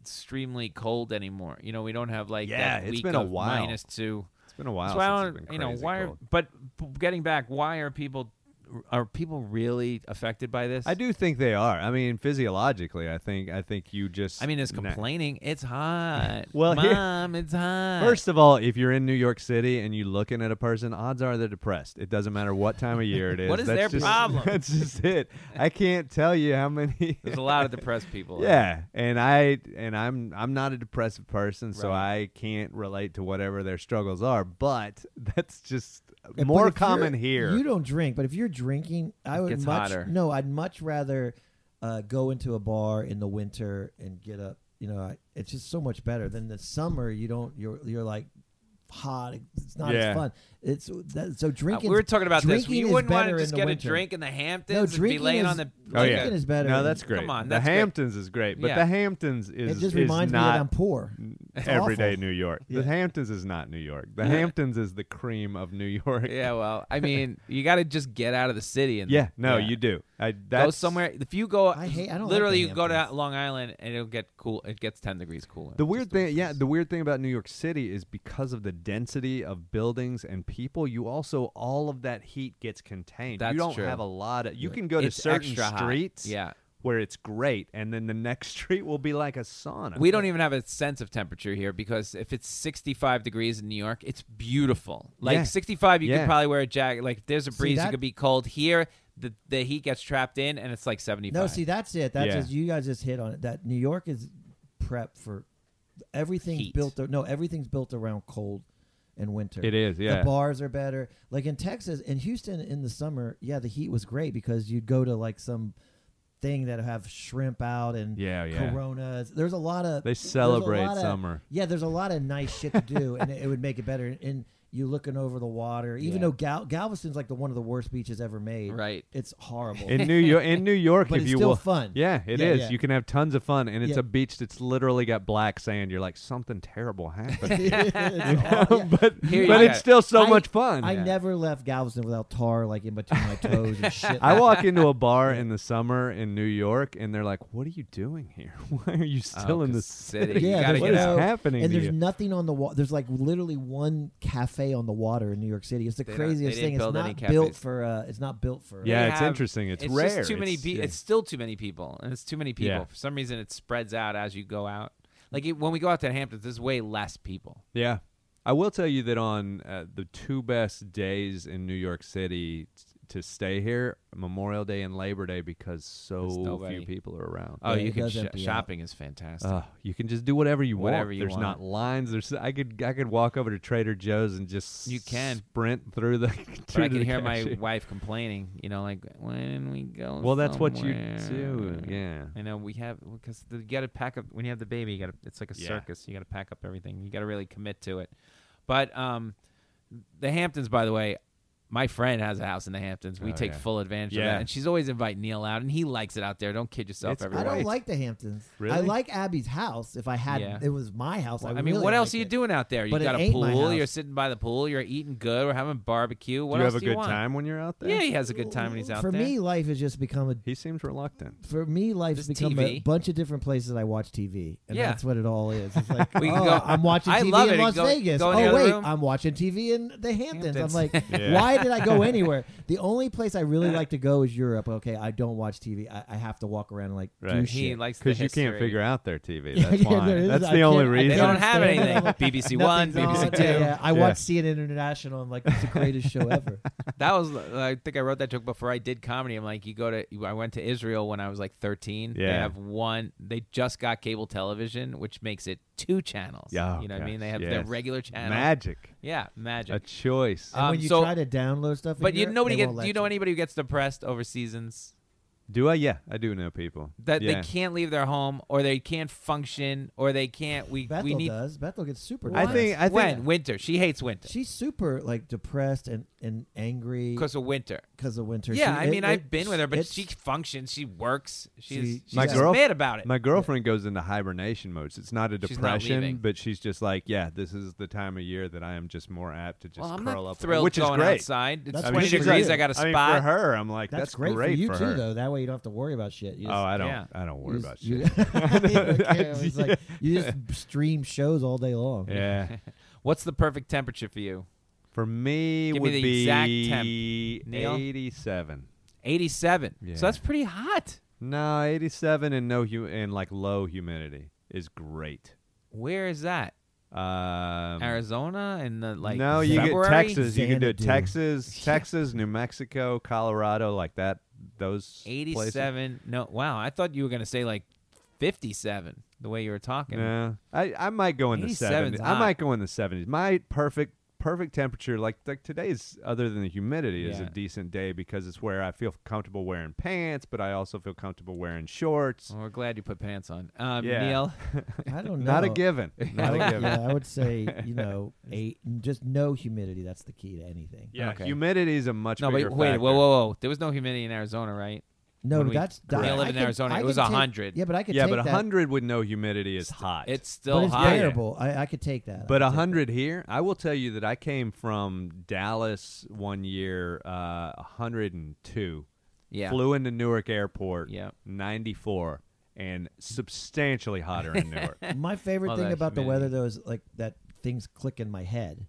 Speaker 1: extremely cold anymore. You know, we don't have like
Speaker 2: Yeah,
Speaker 1: that
Speaker 2: it's
Speaker 1: week
Speaker 2: been a
Speaker 1: of
Speaker 2: while.
Speaker 1: minus two.
Speaker 2: it's been a while.
Speaker 1: so I
Speaker 2: since
Speaker 1: don't,
Speaker 2: it's been
Speaker 1: you know,
Speaker 2: crazy
Speaker 1: why? Are,
Speaker 2: cold.
Speaker 1: but p- getting back, why are people are people really affected by this?
Speaker 2: I do think they are. I mean, physiologically, I think I think you just.
Speaker 1: I mean, it's
Speaker 2: na-
Speaker 1: complaining. It's hot.
Speaker 2: Well, here-
Speaker 1: mom, it's hot.
Speaker 2: First of all, if you're in New York City and you're looking at a person, odds are they're depressed. It doesn't matter what time of year it is.
Speaker 1: What is
Speaker 2: That's
Speaker 1: their
Speaker 2: just-
Speaker 1: problem?
Speaker 2: That's just it. I can't tell you how many.
Speaker 1: there's a lot of depressed people.
Speaker 2: Yeah, and I and I'm I'm not a depressive person, so
Speaker 1: Right.
Speaker 2: I can't relate to whatever their struggles are. But that's just
Speaker 3: Yeah, but
Speaker 2: more
Speaker 3: if you're-
Speaker 2: common here.
Speaker 3: You don't drink, but if you're drinking, I would
Speaker 1: gets
Speaker 3: much
Speaker 1: hotter.
Speaker 3: no. I'd much rather uh, go into a bar in the winter and get up. You know, I, it's just so much better than the summer. You don't. You're you're like hot. It's not
Speaker 2: Yeah.
Speaker 3: as fun. It's that, so
Speaker 1: Uh,
Speaker 3: drinking.
Speaker 1: we were talking about this.
Speaker 3: drinking
Speaker 1: You
Speaker 3: is
Speaker 1: wouldn't want
Speaker 3: better in
Speaker 1: to just
Speaker 3: the
Speaker 1: get
Speaker 3: winter.
Speaker 1: a drink in the Hamptons
Speaker 3: No,
Speaker 1: and be
Speaker 3: drinking
Speaker 1: laying
Speaker 3: is-
Speaker 1: on the.
Speaker 2: oh
Speaker 1: like
Speaker 2: yeah,
Speaker 3: drinking is better
Speaker 2: No,
Speaker 3: than-
Speaker 2: that's great.
Speaker 1: Come on,
Speaker 2: the
Speaker 1: that's great.
Speaker 2: Hamptons is great, but
Speaker 1: Yeah.
Speaker 2: the Hamptons is
Speaker 3: it just
Speaker 2: is
Speaker 3: reminds me
Speaker 2: not
Speaker 3: that I'm poor. It's
Speaker 2: everyday
Speaker 3: awful.
Speaker 2: New York.
Speaker 3: Yeah.
Speaker 2: The Hamptons is not New York. The Hamptons is the cream of New York.
Speaker 1: Yeah, well, I mean, you got to just get out of the city and
Speaker 2: Yeah, no, you do. I that's,
Speaker 1: go somewhere. If you go,
Speaker 3: I hate- I don't like
Speaker 1: literally,
Speaker 3: the
Speaker 1: you go to
Speaker 3: Hamptons.
Speaker 1: Long Island and it'll get cool. It gets ten degrees cooler.
Speaker 2: The weird
Speaker 1: Just the
Speaker 2: thing, yeah, the weird thing about New York City is because of the density of buildings and people, you also all of that heat gets contained.
Speaker 1: That's
Speaker 2: you don't
Speaker 1: true.
Speaker 2: have a lot of. You can go to
Speaker 1: It's
Speaker 2: certain
Speaker 1: extra hot.
Speaker 2: streets,
Speaker 1: Yeah.
Speaker 2: where it's great, and then the next street will be like a sauna.
Speaker 1: We don't even have a sense of temperature here because if it's 65 degrees in New York, it's beautiful. Like
Speaker 2: Yeah.
Speaker 1: 65, you
Speaker 2: Yeah.
Speaker 1: could probably wear a jacket. Like if there's a breeze,
Speaker 3: that-
Speaker 1: it could be cold. Here, the, the heat gets trapped in and it's like 75.
Speaker 3: No, see, that's it. That's
Speaker 2: Yeah.
Speaker 3: just, you guys just hit on it. That New York is prep for everything's
Speaker 1: Heat.
Speaker 3: built. No, everything's built around cold and winter.
Speaker 2: It is, yeah.
Speaker 3: The bars are better. Like in Texas, in Houston, in the summer, yeah, the heat was great because you'd go to like some thing that have shrimp out and
Speaker 2: Yeah, yeah.
Speaker 3: Coronas. There's a lot of
Speaker 2: They
Speaker 3: there's a
Speaker 2: celebrate
Speaker 3: lot of-
Speaker 2: summer.
Speaker 3: Yeah, there's a lot of nice shit to do, and it, it would make it better. And you looking over the water, even though Gal- Galveston's like the one of the worst beaches ever made.
Speaker 1: Right.
Speaker 3: It's horrible.
Speaker 2: in New York, in New York,
Speaker 3: But
Speaker 2: if
Speaker 3: it's
Speaker 2: you
Speaker 3: still
Speaker 2: wa-
Speaker 3: fun.
Speaker 2: yeah, it is.
Speaker 3: Yeah, yeah.
Speaker 2: You can have tons of fun, and it's
Speaker 3: Yeah.
Speaker 2: a beach that's literally got black sand. You're like, something terrible happened,
Speaker 3: It's all- yeah.
Speaker 2: but
Speaker 1: Here you
Speaker 2: but
Speaker 1: go.
Speaker 2: it's still so
Speaker 3: I-
Speaker 2: much fun.
Speaker 3: I
Speaker 2: Yeah.
Speaker 3: never left Galveston without tar like in between my toes and shit.
Speaker 2: I walk into a bar in the summer in New York, and they're like, "What are you doing here? Why are you still
Speaker 1: Oh,
Speaker 2: in
Speaker 1: 'cause
Speaker 2: the
Speaker 1: city.
Speaker 2: city?
Speaker 1: You
Speaker 3: yeah,
Speaker 1: gotta
Speaker 3: there's
Speaker 2: what
Speaker 1: get
Speaker 2: is
Speaker 3: no-
Speaker 1: out.
Speaker 2: happening
Speaker 3: And
Speaker 2: to
Speaker 3: there's
Speaker 2: you?"
Speaker 3: nothing on the water. There's like literally one cafe on the water in New York City. It's the
Speaker 1: They don't- they
Speaker 3: craziest
Speaker 1: didn't
Speaker 3: thing. It's
Speaker 1: build any
Speaker 3: not built
Speaker 1: cafes.
Speaker 3: for. Uh, it's not built for.
Speaker 2: Yeah,
Speaker 1: They
Speaker 2: it's
Speaker 1: have-
Speaker 2: interesting. It's
Speaker 1: just
Speaker 2: rare.
Speaker 1: too many
Speaker 2: It's-
Speaker 1: people.
Speaker 2: yeah.
Speaker 1: It's still too many people, and it's too many people.
Speaker 2: Yeah.
Speaker 1: For some reason, it spreads out as you go out. Like it, when we go out to the Hamptons, there's way less people.
Speaker 2: Yeah, I will tell you that on uh, the two best days in New York City t- to stay here, Memorial Day and Labor Day, because
Speaker 1: There's
Speaker 2: so
Speaker 1: nobody.
Speaker 2: few people are around.
Speaker 1: Oh,
Speaker 3: Yeah,
Speaker 1: you
Speaker 3: it
Speaker 1: can
Speaker 3: does
Speaker 1: sh-
Speaker 3: empty out.
Speaker 1: shopping is fantastic.
Speaker 2: Uh, you can just do whatever you
Speaker 1: Whatever
Speaker 2: want.
Speaker 1: you
Speaker 2: There's
Speaker 1: want.
Speaker 2: not lines. There's I could I could walk over to Trader Joe's and just
Speaker 1: You can.
Speaker 2: sprint through the.
Speaker 1: but
Speaker 2: through
Speaker 1: I can
Speaker 2: the
Speaker 1: hear my
Speaker 2: cashier.
Speaker 1: wife complaining. You know, like when didn't we go.
Speaker 2: Well, that's what you do.
Speaker 1: somewhere?"
Speaker 2: Yeah.
Speaker 1: I know we have because you got to pack up when you have the baby. You got to. It's like a
Speaker 2: Yeah.
Speaker 1: circus. You got to pack up everything. You got to really commit to it. But um, the Hamptons, by the way, my friend has a house in the Hamptons. We
Speaker 2: Oh,
Speaker 1: take
Speaker 2: yeah.
Speaker 1: full advantage of
Speaker 2: Yeah.
Speaker 1: that, and she's always inviting Neil out, and he likes it out there. Don't kid yourself,
Speaker 2: It's- I
Speaker 3: I
Speaker 1: everyone.
Speaker 3: don't
Speaker 2: Right.
Speaker 3: like the Hamptons. I
Speaker 2: Really?
Speaker 3: like Abby's house. If I had,
Speaker 1: Yeah.
Speaker 3: it was my house.
Speaker 1: Well,
Speaker 3: I,
Speaker 1: I, mean,
Speaker 3: really
Speaker 1: what else
Speaker 3: liked
Speaker 1: are you
Speaker 3: it.
Speaker 1: doing out there? You
Speaker 3: But it
Speaker 1: got a
Speaker 3: ain't my
Speaker 1: pool.
Speaker 3: house.
Speaker 1: You're sitting by the pool. You're eating good. We're having barbecue. What
Speaker 2: do you
Speaker 1: else
Speaker 2: have a
Speaker 1: do you
Speaker 2: good
Speaker 1: want?
Speaker 2: time when you're out there?
Speaker 1: Yeah, he has a good time when he's out
Speaker 3: For
Speaker 1: there.
Speaker 3: me, life has just become a.
Speaker 2: He seems reluctant.
Speaker 3: For me, life's
Speaker 1: Just
Speaker 3: become a
Speaker 1: TV.
Speaker 3: bunch of different places I watch TV, and
Speaker 1: Yeah.
Speaker 3: that's what it all is. It's like,
Speaker 1: We can
Speaker 3: oh,
Speaker 1: go-
Speaker 3: I'm watching
Speaker 1: I
Speaker 3: TV
Speaker 1: love
Speaker 3: in
Speaker 1: it.
Speaker 3: Las
Speaker 1: Go-
Speaker 3: Vegas.
Speaker 1: go in the
Speaker 3: oh
Speaker 1: other
Speaker 3: wait,
Speaker 1: room.
Speaker 3: I'm watching TV in the Hamptons.
Speaker 1: Hamptons.
Speaker 3: I'm like,
Speaker 2: Yeah.
Speaker 3: why did I go anywhere? The only place I really like to go is Europe. Okay, I don't watch TV. I, I have to walk around and like do
Speaker 2: Right.
Speaker 1: he
Speaker 3: shit.
Speaker 1: likes the
Speaker 2: Because you can't
Speaker 1: history.
Speaker 2: figure out their TV.
Speaker 3: Yeah,
Speaker 2: That's
Speaker 3: yeah,
Speaker 2: why.
Speaker 3: there is-
Speaker 2: That's
Speaker 3: I
Speaker 2: the only
Speaker 3: can't- I
Speaker 2: reason.
Speaker 1: They don't have
Speaker 3: understand.
Speaker 1: anything. BBC One,
Speaker 3: Nothing's
Speaker 1: BBC
Speaker 3: on.
Speaker 1: Two.
Speaker 3: Yeah, yeah. I
Speaker 2: Yeah.
Speaker 3: watched CNN International. I'm like, it's the greatest show ever.
Speaker 1: That was I think I wrote that joke before I did comedy. I'm like, you go to I went to Israel when I was like 13. They
Speaker 2: Yeah.
Speaker 1: have one. They just got cable television, which makes it two channels.
Speaker 2: Yeah,
Speaker 1: you know what I mean.
Speaker 2: yes,
Speaker 1: They have their
Speaker 2: yes.
Speaker 1: regular channel.
Speaker 2: Magic.
Speaker 1: Yeah, magic.
Speaker 2: A choice.
Speaker 3: And
Speaker 1: Um,
Speaker 3: when you
Speaker 1: so-
Speaker 3: try to download stuff, in
Speaker 1: but you
Speaker 3: Europe,
Speaker 1: nobody
Speaker 3: they
Speaker 1: get.
Speaker 3: won't
Speaker 1: Do
Speaker 3: let
Speaker 1: you know anybody who gets depressed over seasons?
Speaker 2: Do I? Yeah, I do know people.
Speaker 1: That
Speaker 2: yeah.
Speaker 1: they can't leave their home, or they can't function, or they can't. We
Speaker 3: Bethel
Speaker 1: we need.
Speaker 3: does. Bethel gets super.
Speaker 2: I
Speaker 3: depressed.
Speaker 2: think. I think.
Speaker 1: when winter, she hates winter
Speaker 3: she's super like depressed and and angry
Speaker 1: because of winter.
Speaker 3: because of winter.
Speaker 1: Yeah,
Speaker 3: She-
Speaker 1: I
Speaker 3: it-
Speaker 1: mean,
Speaker 3: it-
Speaker 1: I've been with her, but
Speaker 3: it's-
Speaker 1: she functions. She works. She's,
Speaker 3: She-
Speaker 1: she's
Speaker 3: My
Speaker 1: just
Speaker 2: girl-
Speaker 1: mad about it.
Speaker 2: My girlfriend goes into hibernation mode. So it's not a
Speaker 1: She's not
Speaker 2: depression,
Speaker 1: leaving.
Speaker 2: but she's just like, yeah, this is the time of year that I am just more apt to just
Speaker 1: well, I'm
Speaker 2: curl
Speaker 1: not
Speaker 2: up,
Speaker 1: thrilled
Speaker 2: which
Speaker 1: going
Speaker 2: is great.
Speaker 1: outside. It's
Speaker 3: That's
Speaker 2: I mean,
Speaker 1: 20
Speaker 2: she's
Speaker 3: great.
Speaker 1: degrees. I got a
Speaker 2: I
Speaker 1: spot.
Speaker 2: mean, for her, I'm like,
Speaker 3: That's,
Speaker 2: that's,
Speaker 3: great, for you too,
Speaker 2: her.
Speaker 3: though. That way you don't have to worry about shit. You
Speaker 2: Oh, I don't.
Speaker 1: yeah.
Speaker 2: I don't worry about shit.
Speaker 3: it's like you just stream shows all day long.
Speaker 2: yeah.
Speaker 1: What's the perfect temperature for you?
Speaker 2: For me,
Speaker 1: Give me
Speaker 2: would
Speaker 1: the
Speaker 2: be
Speaker 1: exact temp, Neil.
Speaker 2: 87.
Speaker 1: 87.
Speaker 2: Yeah.
Speaker 1: So that's pretty hot.
Speaker 2: No, 87 and no hu- and like low humidity is great.
Speaker 1: Where is that?
Speaker 2: Um,
Speaker 1: Arizona and the like.
Speaker 2: no, you
Speaker 1: February?
Speaker 2: get Texas. You can do
Speaker 3: Xanadu.
Speaker 2: Texas, Texas, New Mexico, Colorado, like that. Those places.
Speaker 1: 87. No, wow. I thought you were gonna say like 57. The way you were talking.
Speaker 2: Yeah, I, I might go in the
Speaker 1: 87's
Speaker 2: seventies.
Speaker 1: hot.
Speaker 2: I might go in the seventies. My perfect perfect temperature, like like today's, other than the humidity, is a
Speaker 1: Yeah.
Speaker 2: decent day because it's where I feel comfortable wearing pants, but I also feel comfortable wearing shorts.
Speaker 1: Well, we're glad you put pants on. Oh, Um,
Speaker 2: Yeah.
Speaker 1: Neil,
Speaker 3: I don't know.
Speaker 2: Not a given.
Speaker 3: I
Speaker 2: Not a
Speaker 3: would-
Speaker 2: given.
Speaker 3: yeah, I would say you know eight. Just no humidity. That's the key to anything.
Speaker 2: Yeah,
Speaker 1: Okay.
Speaker 2: humidity is a much
Speaker 1: no,
Speaker 2: bigger
Speaker 1: but wait,
Speaker 2: factor.
Speaker 1: whoa, whoa, whoa! There was no humidity in Arizona, right?
Speaker 3: No,
Speaker 1: When
Speaker 3: but
Speaker 1: we-
Speaker 3: that's
Speaker 1: when I lived in
Speaker 3: can-
Speaker 1: Arizona, it
Speaker 3: can
Speaker 1: was a
Speaker 3: take-
Speaker 1: hundred.
Speaker 3: Yeah, but I could
Speaker 2: Yeah,
Speaker 3: take
Speaker 2: but
Speaker 3: that.
Speaker 2: hundred with no humidity is hot.
Speaker 1: It's still
Speaker 3: But it's
Speaker 1: hot.
Speaker 3: bearable. I, I could take that.
Speaker 2: But
Speaker 3: I
Speaker 2: a
Speaker 3: could take
Speaker 2: hundred here, I will tell you that I came from Dallas one year, uh, hundred and two.
Speaker 1: Yeah.
Speaker 2: Flew into Newark Airport.
Speaker 1: Yep.
Speaker 2: Ninety four, and substantially hotter in Newark.
Speaker 3: that. My favorite
Speaker 1: All
Speaker 3: thing
Speaker 1: that
Speaker 3: about the
Speaker 1: humidity.
Speaker 3: weather though is like that things click in my head.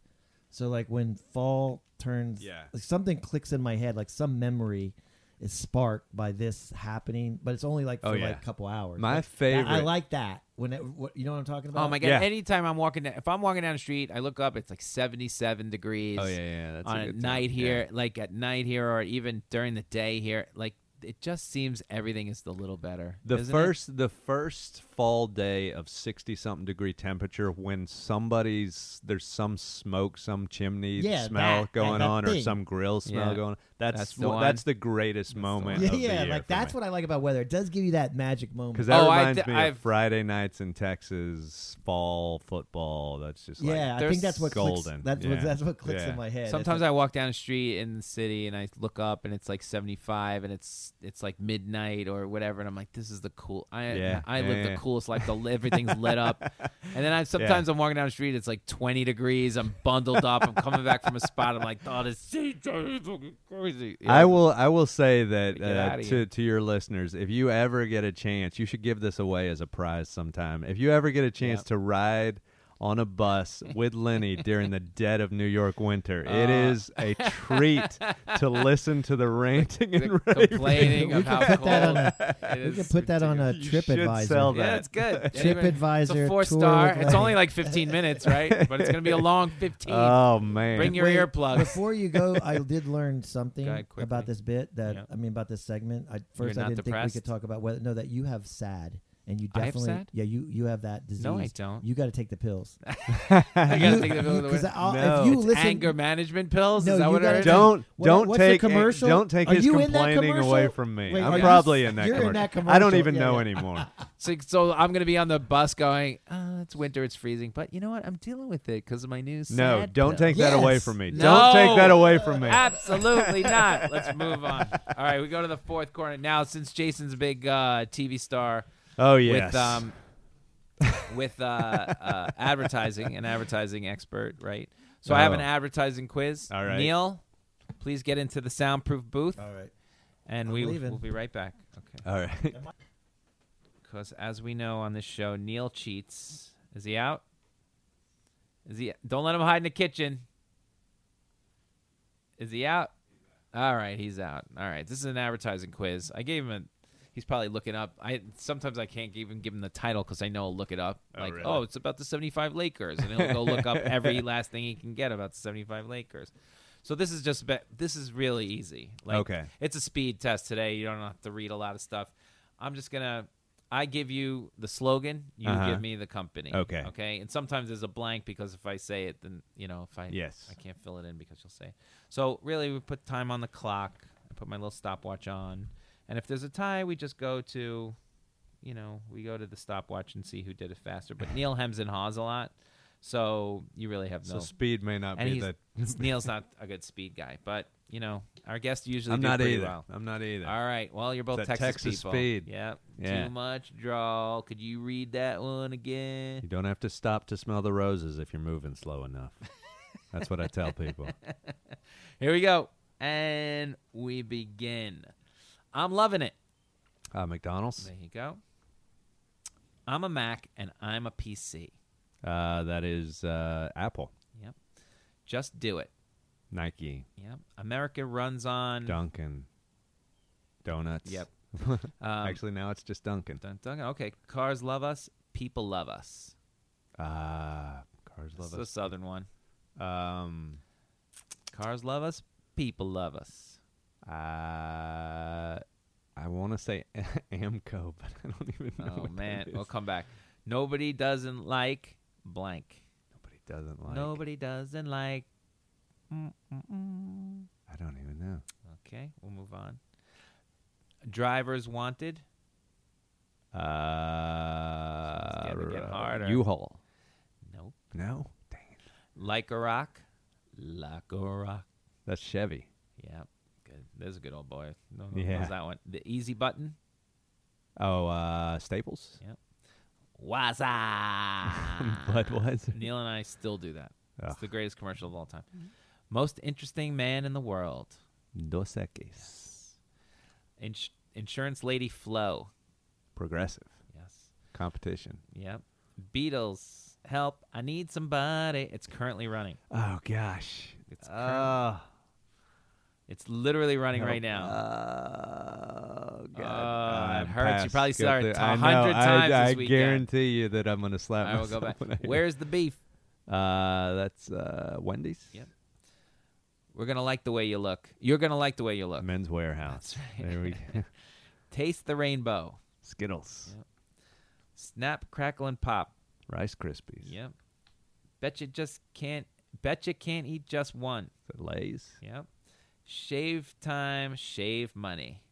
Speaker 3: So like when fall turns,
Speaker 2: Yeah.
Speaker 3: like something clicks in my head, like some memory is sparked by this happening, but it's only like for
Speaker 2: Oh, yeah.
Speaker 3: like a couple hours.
Speaker 2: My
Speaker 3: Like, that- I
Speaker 2: favorite-
Speaker 3: like that when it, what, you know what I'm talking about.
Speaker 1: Oh my god!
Speaker 2: Yeah.
Speaker 1: Anytime I'm walking, down, if I'm walking down the street, I look up. It's like 77 degrees.
Speaker 2: Oh, yeah, yeah, that's a
Speaker 1: on
Speaker 2: good time,
Speaker 1: night here,
Speaker 2: yeah.
Speaker 1: like at night here, or even during the day here, like it just seems everything is a little better.
Speaker 2: The
Speaker 1: doesn't it?
Speaker 2: first, the first fall day of sixty something degree temperature, when somebody's there's some smoke, some chimney
Speaker 3: Yeah,
Speaker 2: smell
Speaker 3: that-
Speaker 2: going
Speaker 3: that
Speaker 2: on, or
Speaker 3: thing.
Speaker 2: some grill smell
Speaker 1: Yeah.
Speaker 2: going on.
Speaker 1: That's
Speaker 2: That's that's
Speaker 1: the
Speaker 2: the,
Speaker 1: one.
Speaker 2: that's the greatest moment.
Speaker 3: Yeah,
Speaker 2: of the
Speaker 3: yeah,
Speaker 2: year
Speaker 3: like
Speaker 2: for
Speaker 3: that's
Speaker 2: me.
Speaker 3: what I like about weather. It does give you that magic moment.
Speaker 2: Because that
Speaker 1: Oh, I
Speaker 2: reminds
Speaker 1: th-
Speaker 2: me
Speaker 1: I've-
Speaker 2: of Friday nights in Texas, fall football. That's just
Speaker 3: Oh, yeah,
Speaker 2: like
Speaker 3: I
Speaker 1: there's
Speaker 3: think that's what
Speaker 2: golden.
Speaker 3: Clicks, that's, what
Speaker 2: Yeah.
Speaker 3: that's what clicks
Speaker 2: Yeah.
Speaker 3: in my head.
Speaker 1: Sometimes I walk down the street in the city and I look up and it's like 75 and it's it's like midnight or whatever and I'm like this is the cool I
Speaker 2: Yeah,
Speaker 1: I
Speaker 2: yeah,
Speaker 1: live the
Speaker 2: yeah.
Speaker 1: coolest life the everything's lit up and then I sometimes I'm walking down the street it's like 20 degrees I'm bundled up I'm coming back from a spot I'm like oh this is crazy You
Speaker 2: I
Speaker 1: know?
Speaker 2: will. I will say that
Speaker 1: Get
Speaker 2: uh,
Speaker 1: outta here.
Speaker 2: to to your listeners, if you ever get a chance, you should give this away as a prize sometime. If you ever get a chance
Speaker 1: Yep.
Speaker 2: to ride on a bus with Lenny during the dead of New York winter, it
Speaker 1: Uh.
Speaker 2: is a treat to listen to the ranting
Speaker 1: The
Speaker 2: and raving.
Speaker 1: complaining of how
Speaker 3: put
Speaker 1: cold
Speaker 3: that on
Speaker 1: it
Speaker 3: we
Speaker 1: is.
Speaker 3: can put that on a
Speaker 2: You
Speaker 3: trip
Speaker 2: should
Speaker 3: advisor.
Speaker 2: sell that.
Speaker 1: yeah, it's good. it's
Speaker 3: TripAdvisor
Speaker 1: a four
Speaker 3: tour
Speaker 1: star.
Speaker 3: with
Speaker 1: It's
Speaker 3: like-
Speaker 1: only like 15 minutes, right? But it's gonna be a long 15.
Speaker 2: Oh man!
Speaker 1: Bring your
Speaker 3: Wait,
Speaker 1: earplugs.
Speaker 3: Before you go, I did learn something
Speaker 1: Go ahead, quickly.
Speaker 3: about this bit that
Speaker 1: Yeah.
Speaker 3: I mean about this segment. I first
Speaker 1: not
Speaker 3: I didn't think we
Speaker 1: depressed?
Speaker 3: could talk about whether no that you have sad and you
Speaker 1: I have
Speaker 3: definitely
Speaker 1: SAD?
Speaker 3: yeah you you have that disease.
Speaker 1: No, I don't.
Speaker 3: You got to take the pills.
Speaker 1: I gotta take the pills away.
Speaker 3: Because
Speaker 2: No.
Speaker 3: if you
Speaker 2: It's
Speaker 3: listen,
Speaker 1: anger management pills.
Speaker 3: No,
Speaker 1: is that
Speaker 3: you
Speaker 1: what I
Speaker 3: gotta
Speaker 1: heard?
Speaker 3: take-
Speaker 2: Don't
Speaker 3: What-
Speaker 2: don't
Speaker 3: what's the
Speaker 2: take eh,
Speaker 3: commercial?
Speaker 2: don't take
Speaker 3: Are
Speaker 2: his
Speaker 3: you in that
Speaker 2: complaining away
Speaker 3: commercial?
Speaker 2: from me.
Speaker 3: Wait, are
Speaker 2: I'm
Speaker 3: you-
Speaker 2: probably in that,
Speaker 3: you're in
Speaker 2: commercial.
Speaker 3: that
Speaker 2: I don't
Speaker 3: commercial.
Speaker 2: even
Speaker 3: Yeah,
Speaker 2: know
Speaker 3: yeah.
Speaker 2: anymore.
Speaker 1: So, so I'm gonna be on the bus going. Oh, it's winter. It's freezing. But you know what? I'm dealing with it because of my new.
Speaker 2: no,
Speaker 1: sad pill."
Speaker 2: don't take that away
Speaker 3: Yes.
Speaker 2: from me.
Speaker 1: No.
Speaker 2: Don't take that away from me.
Speaker 1: Absolutely not. Let's move on. All right, we go to the fourth corner now. Since Jason's a big uh, TV star
Speaker 2: Oh yes.
Speaker 1: with um, with uh, uh, advertising, an advertising expert, right? So I have an
Speaker 2: Oh.
Speaker 1: advertising quiz.
Speaker 2: All right.
Speaker 1: Neil, please get into the soundproof booth,
Speaker 3: All right.
Speaker 1: and we
Speaker 3: leaving.
Speaker 1: we'll be right back. Okay.
Speaker 2: All right.
Speaker 1: Because as we know on this show, Neil cheats. Is he out? Is he? Don't let him hide in the kitchen. Is he out? All right, he's out. All right, this is an advertising quiz. I gave him a. He's probably looking up. I sometimes I can't even give him the title because I know he'll look it up.
Speaker 2: Oh,
Speaker 1: like,
Speaker 2: really?
Speaker 1: oh, it's about the seventy-five Lakers, and he'll go look up every last thing he can get about the seventy-five Lakers. So this is just be- this is really easy. Like,
Speaker 2: Okay.
Speaker 1: it's a speed test today. You don't have to read a lot of stuff. I'm just gonna. I give you the slogan. You
Speaker 2: Uh-huh.
Speaker 1: give me the company.
Speaker 2: Okay.
Speaker 1: Okay. And sometimes there's a blank because if I say it, then you know if I
Speaker 2: Yes.
Speaker 1: I can't fill it in because you'll say. It. So really, we put time on the clock. I put my little stopwatch on, And if there's a tie, we just go to, you know, we go to the stopwatch and see who did it faster. But Neil hems and haws a lot, so you really have
Speaker 2: So
Speaker 1: no.
Speaker 2: speed may not
Speaker 1: and
Speaker 2: be
Speaker 1: he's,
Speaker 2: the.
Speaker 1: Neil's not a good speed guy, but you know, our guests usually
Speaker 2: I'm
Speaker 1: do
Speaker 2: not
Speaker 1: pretty
Speaker 2: either.
Speaker 1: well.
Speaker 2: I'm not either.
Speaker 1: All right. Well, you're both
Speaker 2: that
Speaker 1: Texas,
Speaker 2: Texas
Speaker 1: people.
Speaker 2: speed.
Speaker 1: Yep.
Speaker 2: Yeah.
Speaker 1: Too much draw. Could you read that one again?
Speaker 2: You don't have to stop to smell the roses if you're moving slow enough. That's what I tell people.
Speaker 1: Here we go. And we begin. I'm loving it.
Speaker 2: Uh, McDonald's.
Speaker 1: There you go. I'm a Mac and I'm a PC.
Speaker 2: Uh, that is uh, Apple,
Speaker 1: Yep. Just do it.
Speaker 2: Nike,
Speaker 1: Yep. America runs on.
Speaker 2: Dunkin', donuts.
Speaker 1: Mm. Yep. Um,
Speaker 2: Actually, now it's just Dunkin'.
Speaker 1: dun, dun, okay. Cars love us. People love us.
Speaker 2: Ah, cars
Speaker 1: This
Speaker 2: love
Speaker 1: is a
Speaker 2: us.
Speaker 1: southern one.
Speaker 2: Um,
Speaker 1: Cars love us. People love us.
Speaker 2: uh, I want to say Amco, but I don't even know.
Speaker 1: Oh
Speaker 2: what that
Speaker 1: man,
Speaker 2: is.
Speaker 1: we'll come back. Nobody doesn't like blank.
Speaker 2: Nobody doesn't like.
Speaker 1: Nobody doesn't like.
Speaker 2: I don't even know.
Speaker 1: Okay, we'll move on. Drivers wanted.
Speaker 2: Uh,
Speaker 1: getting- getting
Speaker 2: uh,
Speaker 1: harder.
Speaker 2: U-Haul.
Speaker 1: Nope.
Speaker 2: No, dang it.
Speaker 1: Like a rock. Like a rock.
Speaker 2: That's Chevy.
Speaker 1: Yeah. Good. There's a good old boy. No, no,
Speaker 2: Yeah.
Speaker 1: What's that one? The easy button.
Speaker 2: Oh, uh, Staples.
Speaker 1: Waza.
Speaker 2: Budweiser.
Speaker 1: Neil and I still do that. It's
Speaker 2: Ugh.
Speaker 1: the greatest commercial of all time. Most interesting man in the world.
Speaker 2: Dos Equis.
Speaker 1: Ins- insurance lady Flo.
Speaker 2: Progressive.
Speaker 1: Yes.
Speaker 2: Competition.
Speaker 1: Yep. Beatles. Help. I need somebody. It's currently running.
Speaker 2: Oh gosh.
Speaker 1: It's currently
Speaker 2: Uh,
Speaker 1: It's literally running
Speaker 2: Help.
Speaker 1: right now.
Speaker 2: Oh
Speaker 1: Oh,
Speaker 2: Uh,
Speaker 1: it hurts. You
Speaker 2: pass.
Speaker 1: probably
Speaker 2: Go
Speaker 1: saw it
Speaker 2: through-
Speaker 1: a
Speaker 2: I know.
Speaker 1: hundred
Speaker 2: I-
Speaker 1: times
Speaker 2: I,
Speaker 1: this weekend.
Speaker 2: guarantee you that I'm gonna slap.
Speaker 1: I will go back.
Speaker 2: myself when I hear
Speaker 1: Where's the beef?
Speaker 2: it. Uh, that's uh, Wendy's.
Speaker 1: Yep. We're gonna like the way you look. You're gonna like the way you look.
Speaker 2: Men's Warehouse.
Speaker 1: That's right.
Speaker 2: There we go.
Speaker 1: Taste the rainbow.
Speaker 2: Skittles.
Speaker 1: Yep. Snap, crackle, and pop.
Speaker 2: Rice Krispies.
Speaker 1: Yep. Bet you just can't. Bet you can't eat just one.
Speaker 2: Is it Lay's.
Speaker 1: Yep. Shave time, shave money.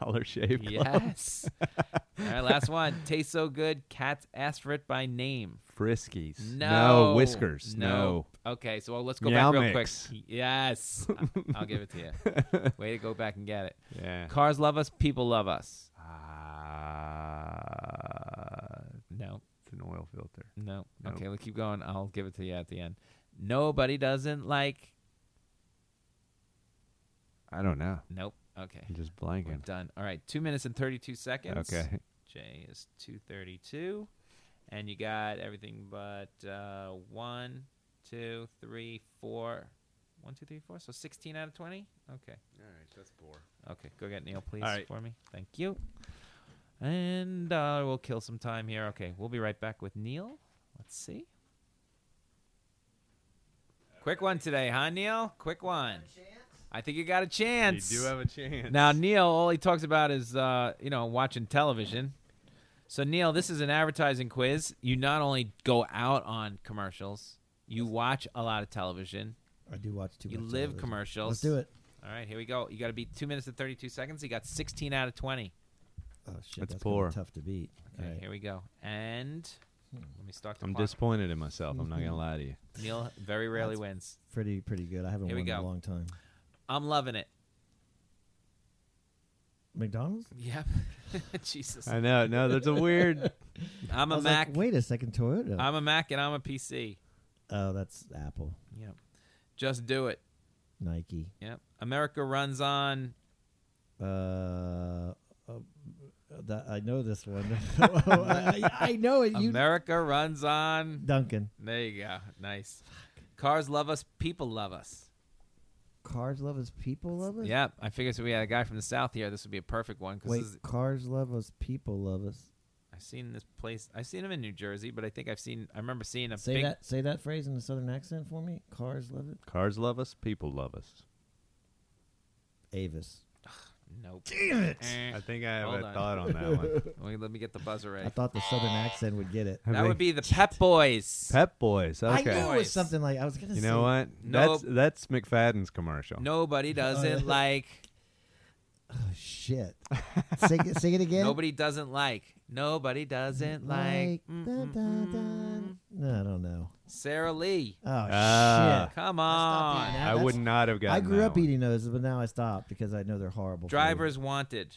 Speaker 2: Dollar Shave Club.
Speaker 1: Yes. All right, last one. Tastes so good, cats asked for it by name.
Speaker 2: Friskies.
Speaker 1: No,
Speaker 2: Whiskers.
Speaker 1: No. Okay, so well, let's go
Speaker 2: Meow
Speaker 1: back real
Speaker 2: Mix.
Speaker 1: quick. Yes, I- I'll give it to you. Way to go back and get it.
Speaker 2: Yeah.
Speaker 1: Cars love us. People love us.
Speaker 2: Uh,
Speaker 1: No,
Speaker 2: it's an oil filter.
Speaker 1: no.
Speaker 2: Nope.
Speaker 1: Okay, we'll keep going. I'll give it to you at the end. Nobody doesn't like.
Speaker 2: I don't know.
Speaker 1: Nope. Okay,
Speaker 2: I'm just
Speaker 1: we're
Speaker 2: blanking.
Speaker 1: done. All right, two minutes and thirty-two seconds.
Speaker 2: Okay.
Speaker 1: Jay is two thirty-two, and you got everything but uh, one, two, three, four. One, two, three, four. So sixteen out of twenty. Okay.
Speaker 2: All right, that's poor.
Speaker 1: Okay, go get Neil, please,
Speaker 2: All right.
Speaker 1: for me. Thank you. And uh, we'll kill some time here. Okay, we'll be right back with Neil. Let's see. Quick one today, huh, Neil? Quick one. I think you got a chance.
Speaker 2: You do have a chance.
Speaker 1: now, Neil, all he talks about is, uh, you know, watching television. So, Neil, this is an advertising quiz. You not only go out on commercials, you watch a lot of television.
Speaker 3: I do watch too
Speaker 1: You
Speaker 3: much.
Speaker 1: live
Speaker 3: television.
Speaker 1: commercials.
Speaker 3: Let's do it. Oh,
Speaker 1: All right, here we go. You got to beat two minutes and 32 seconds. You got 16 out of 20.
Speaker 3: Oh shit,
Speaker 2: That's
Speaker 3: that's, gonna be
Speaker 2: poor.
Speaker 3: Tough to beat.
Speaker 1: Okay,
Speaker 3: All right.
Speaker 1: here we go. And let me start the
Speaker 2: I'm
Speaker 1: clock.
Speaker 2: disappointed in myself. I'm not gonna lie to you.
Speaker 1: Neil very rarely
Speaker 3: That's-
Speaker 1: wins.
Speaker 3: Pretty pretty good. I haven't
Speaker 1: Here we
Speaker 3: won in a
Speaker 1: go.
Speaker 3: long time.
Speaker 1: I'm loving it.
Speaker 3: McDonald's.
Speaker 1: Yep. Jesus.
Speaker 2: I know. No, there's a weird.
Speaker 1: I'm
Speaker 3: I
Speaker 1: a
Speaker 3: was
Speaker 1: Mac.
Speaker 3: Like, Wait a second, Toyota.
Speaker 1: I'm a Mac and I'm a PC.
Speaker 3: oh, that's Apple,
Speaker 1: Yep. Just do it.
Speaker 3: Nike.
Speaker 1: Yep. America runs on.
Speaker 3: Uh, uh, that, I know this one. I, I know it. You,
Speaker 1: America runs on.
Speaker 3: Duncan.
Speaker 1: There you go. Nice. Cars love us. People love us.
Speaker 3: Cars love us. People love us.
Speaker 1: Yep. I figured so we had a guy from the south here. This would be a perfect one
Speaker 3: Wait,
Speaker 1: because
Speaker 3: cars love us. People love us.
Speaker 1: I've seen this place. I've seen him in New Jersey, but I think I've seen. I remember seeing a
Speaker 3: Say
Speaker 1: big.
Speaker 3: that. Say that phrase in a southern accent for me. Cars love it.
Speaker 2: Cars love us. People love us.
Speaker 3: Avis.
Speaker 1: Nope. Damn it!
Speaker 2: I think I have
Speaker 1: Hold
Speaker 2: a
Speaker 1: on.
Speaker 2: thought on that one.
Speaker 1: Wait, let me get the buzzer
Speaker 3: I
Speaker 1: right. Oh.
Speaker 3: thought the southern accent would get it.
Speaker 2: I
Speaker 1: That would
Speaker 2: think
Speaker 1: be the Pep Boys.
Speaker 2: Pep Boys. Okay.
Speaker 3: I knew it
Speaker 1: Boys.
Speaker 3: was something like I was gonna.
Speaker 2: You
Speaker 3: say,
Speaker 2: know what?
Speaker 1: Nope.
Speaker 2: That's that's McFadden's commercial.
Speaker 1: Nobody does
Speaker 3: Oh, yeah.
Speaker 1: it like
Speaker 3: Oh, shit. sing, it, sing it again.
Speaker 1: Nobody doesn't like. Nobody doesn't like. mm,
Speaker 3: Like, da, da, da. No, I don't know.
Speaker 1: Sarah Lee.
Speaker 3: Oh
Speaker 2: Ah.
Speaker 3: shit!
Speaker 1: Come
Speaker 3: Stop
Speaker 1: on.
Speaker 3: eating that.
Speaker 2: I
Speaker 3: That's-
Speaker 2: would not have gotten.
Speaker 3: I grew
Speaker 2: that
Speaker 3: up
Speaker 2: one.
Speaker 3: eating those, but now I stopped because I know they're horrible. for you.
Speaker 1: Drivers Wanted.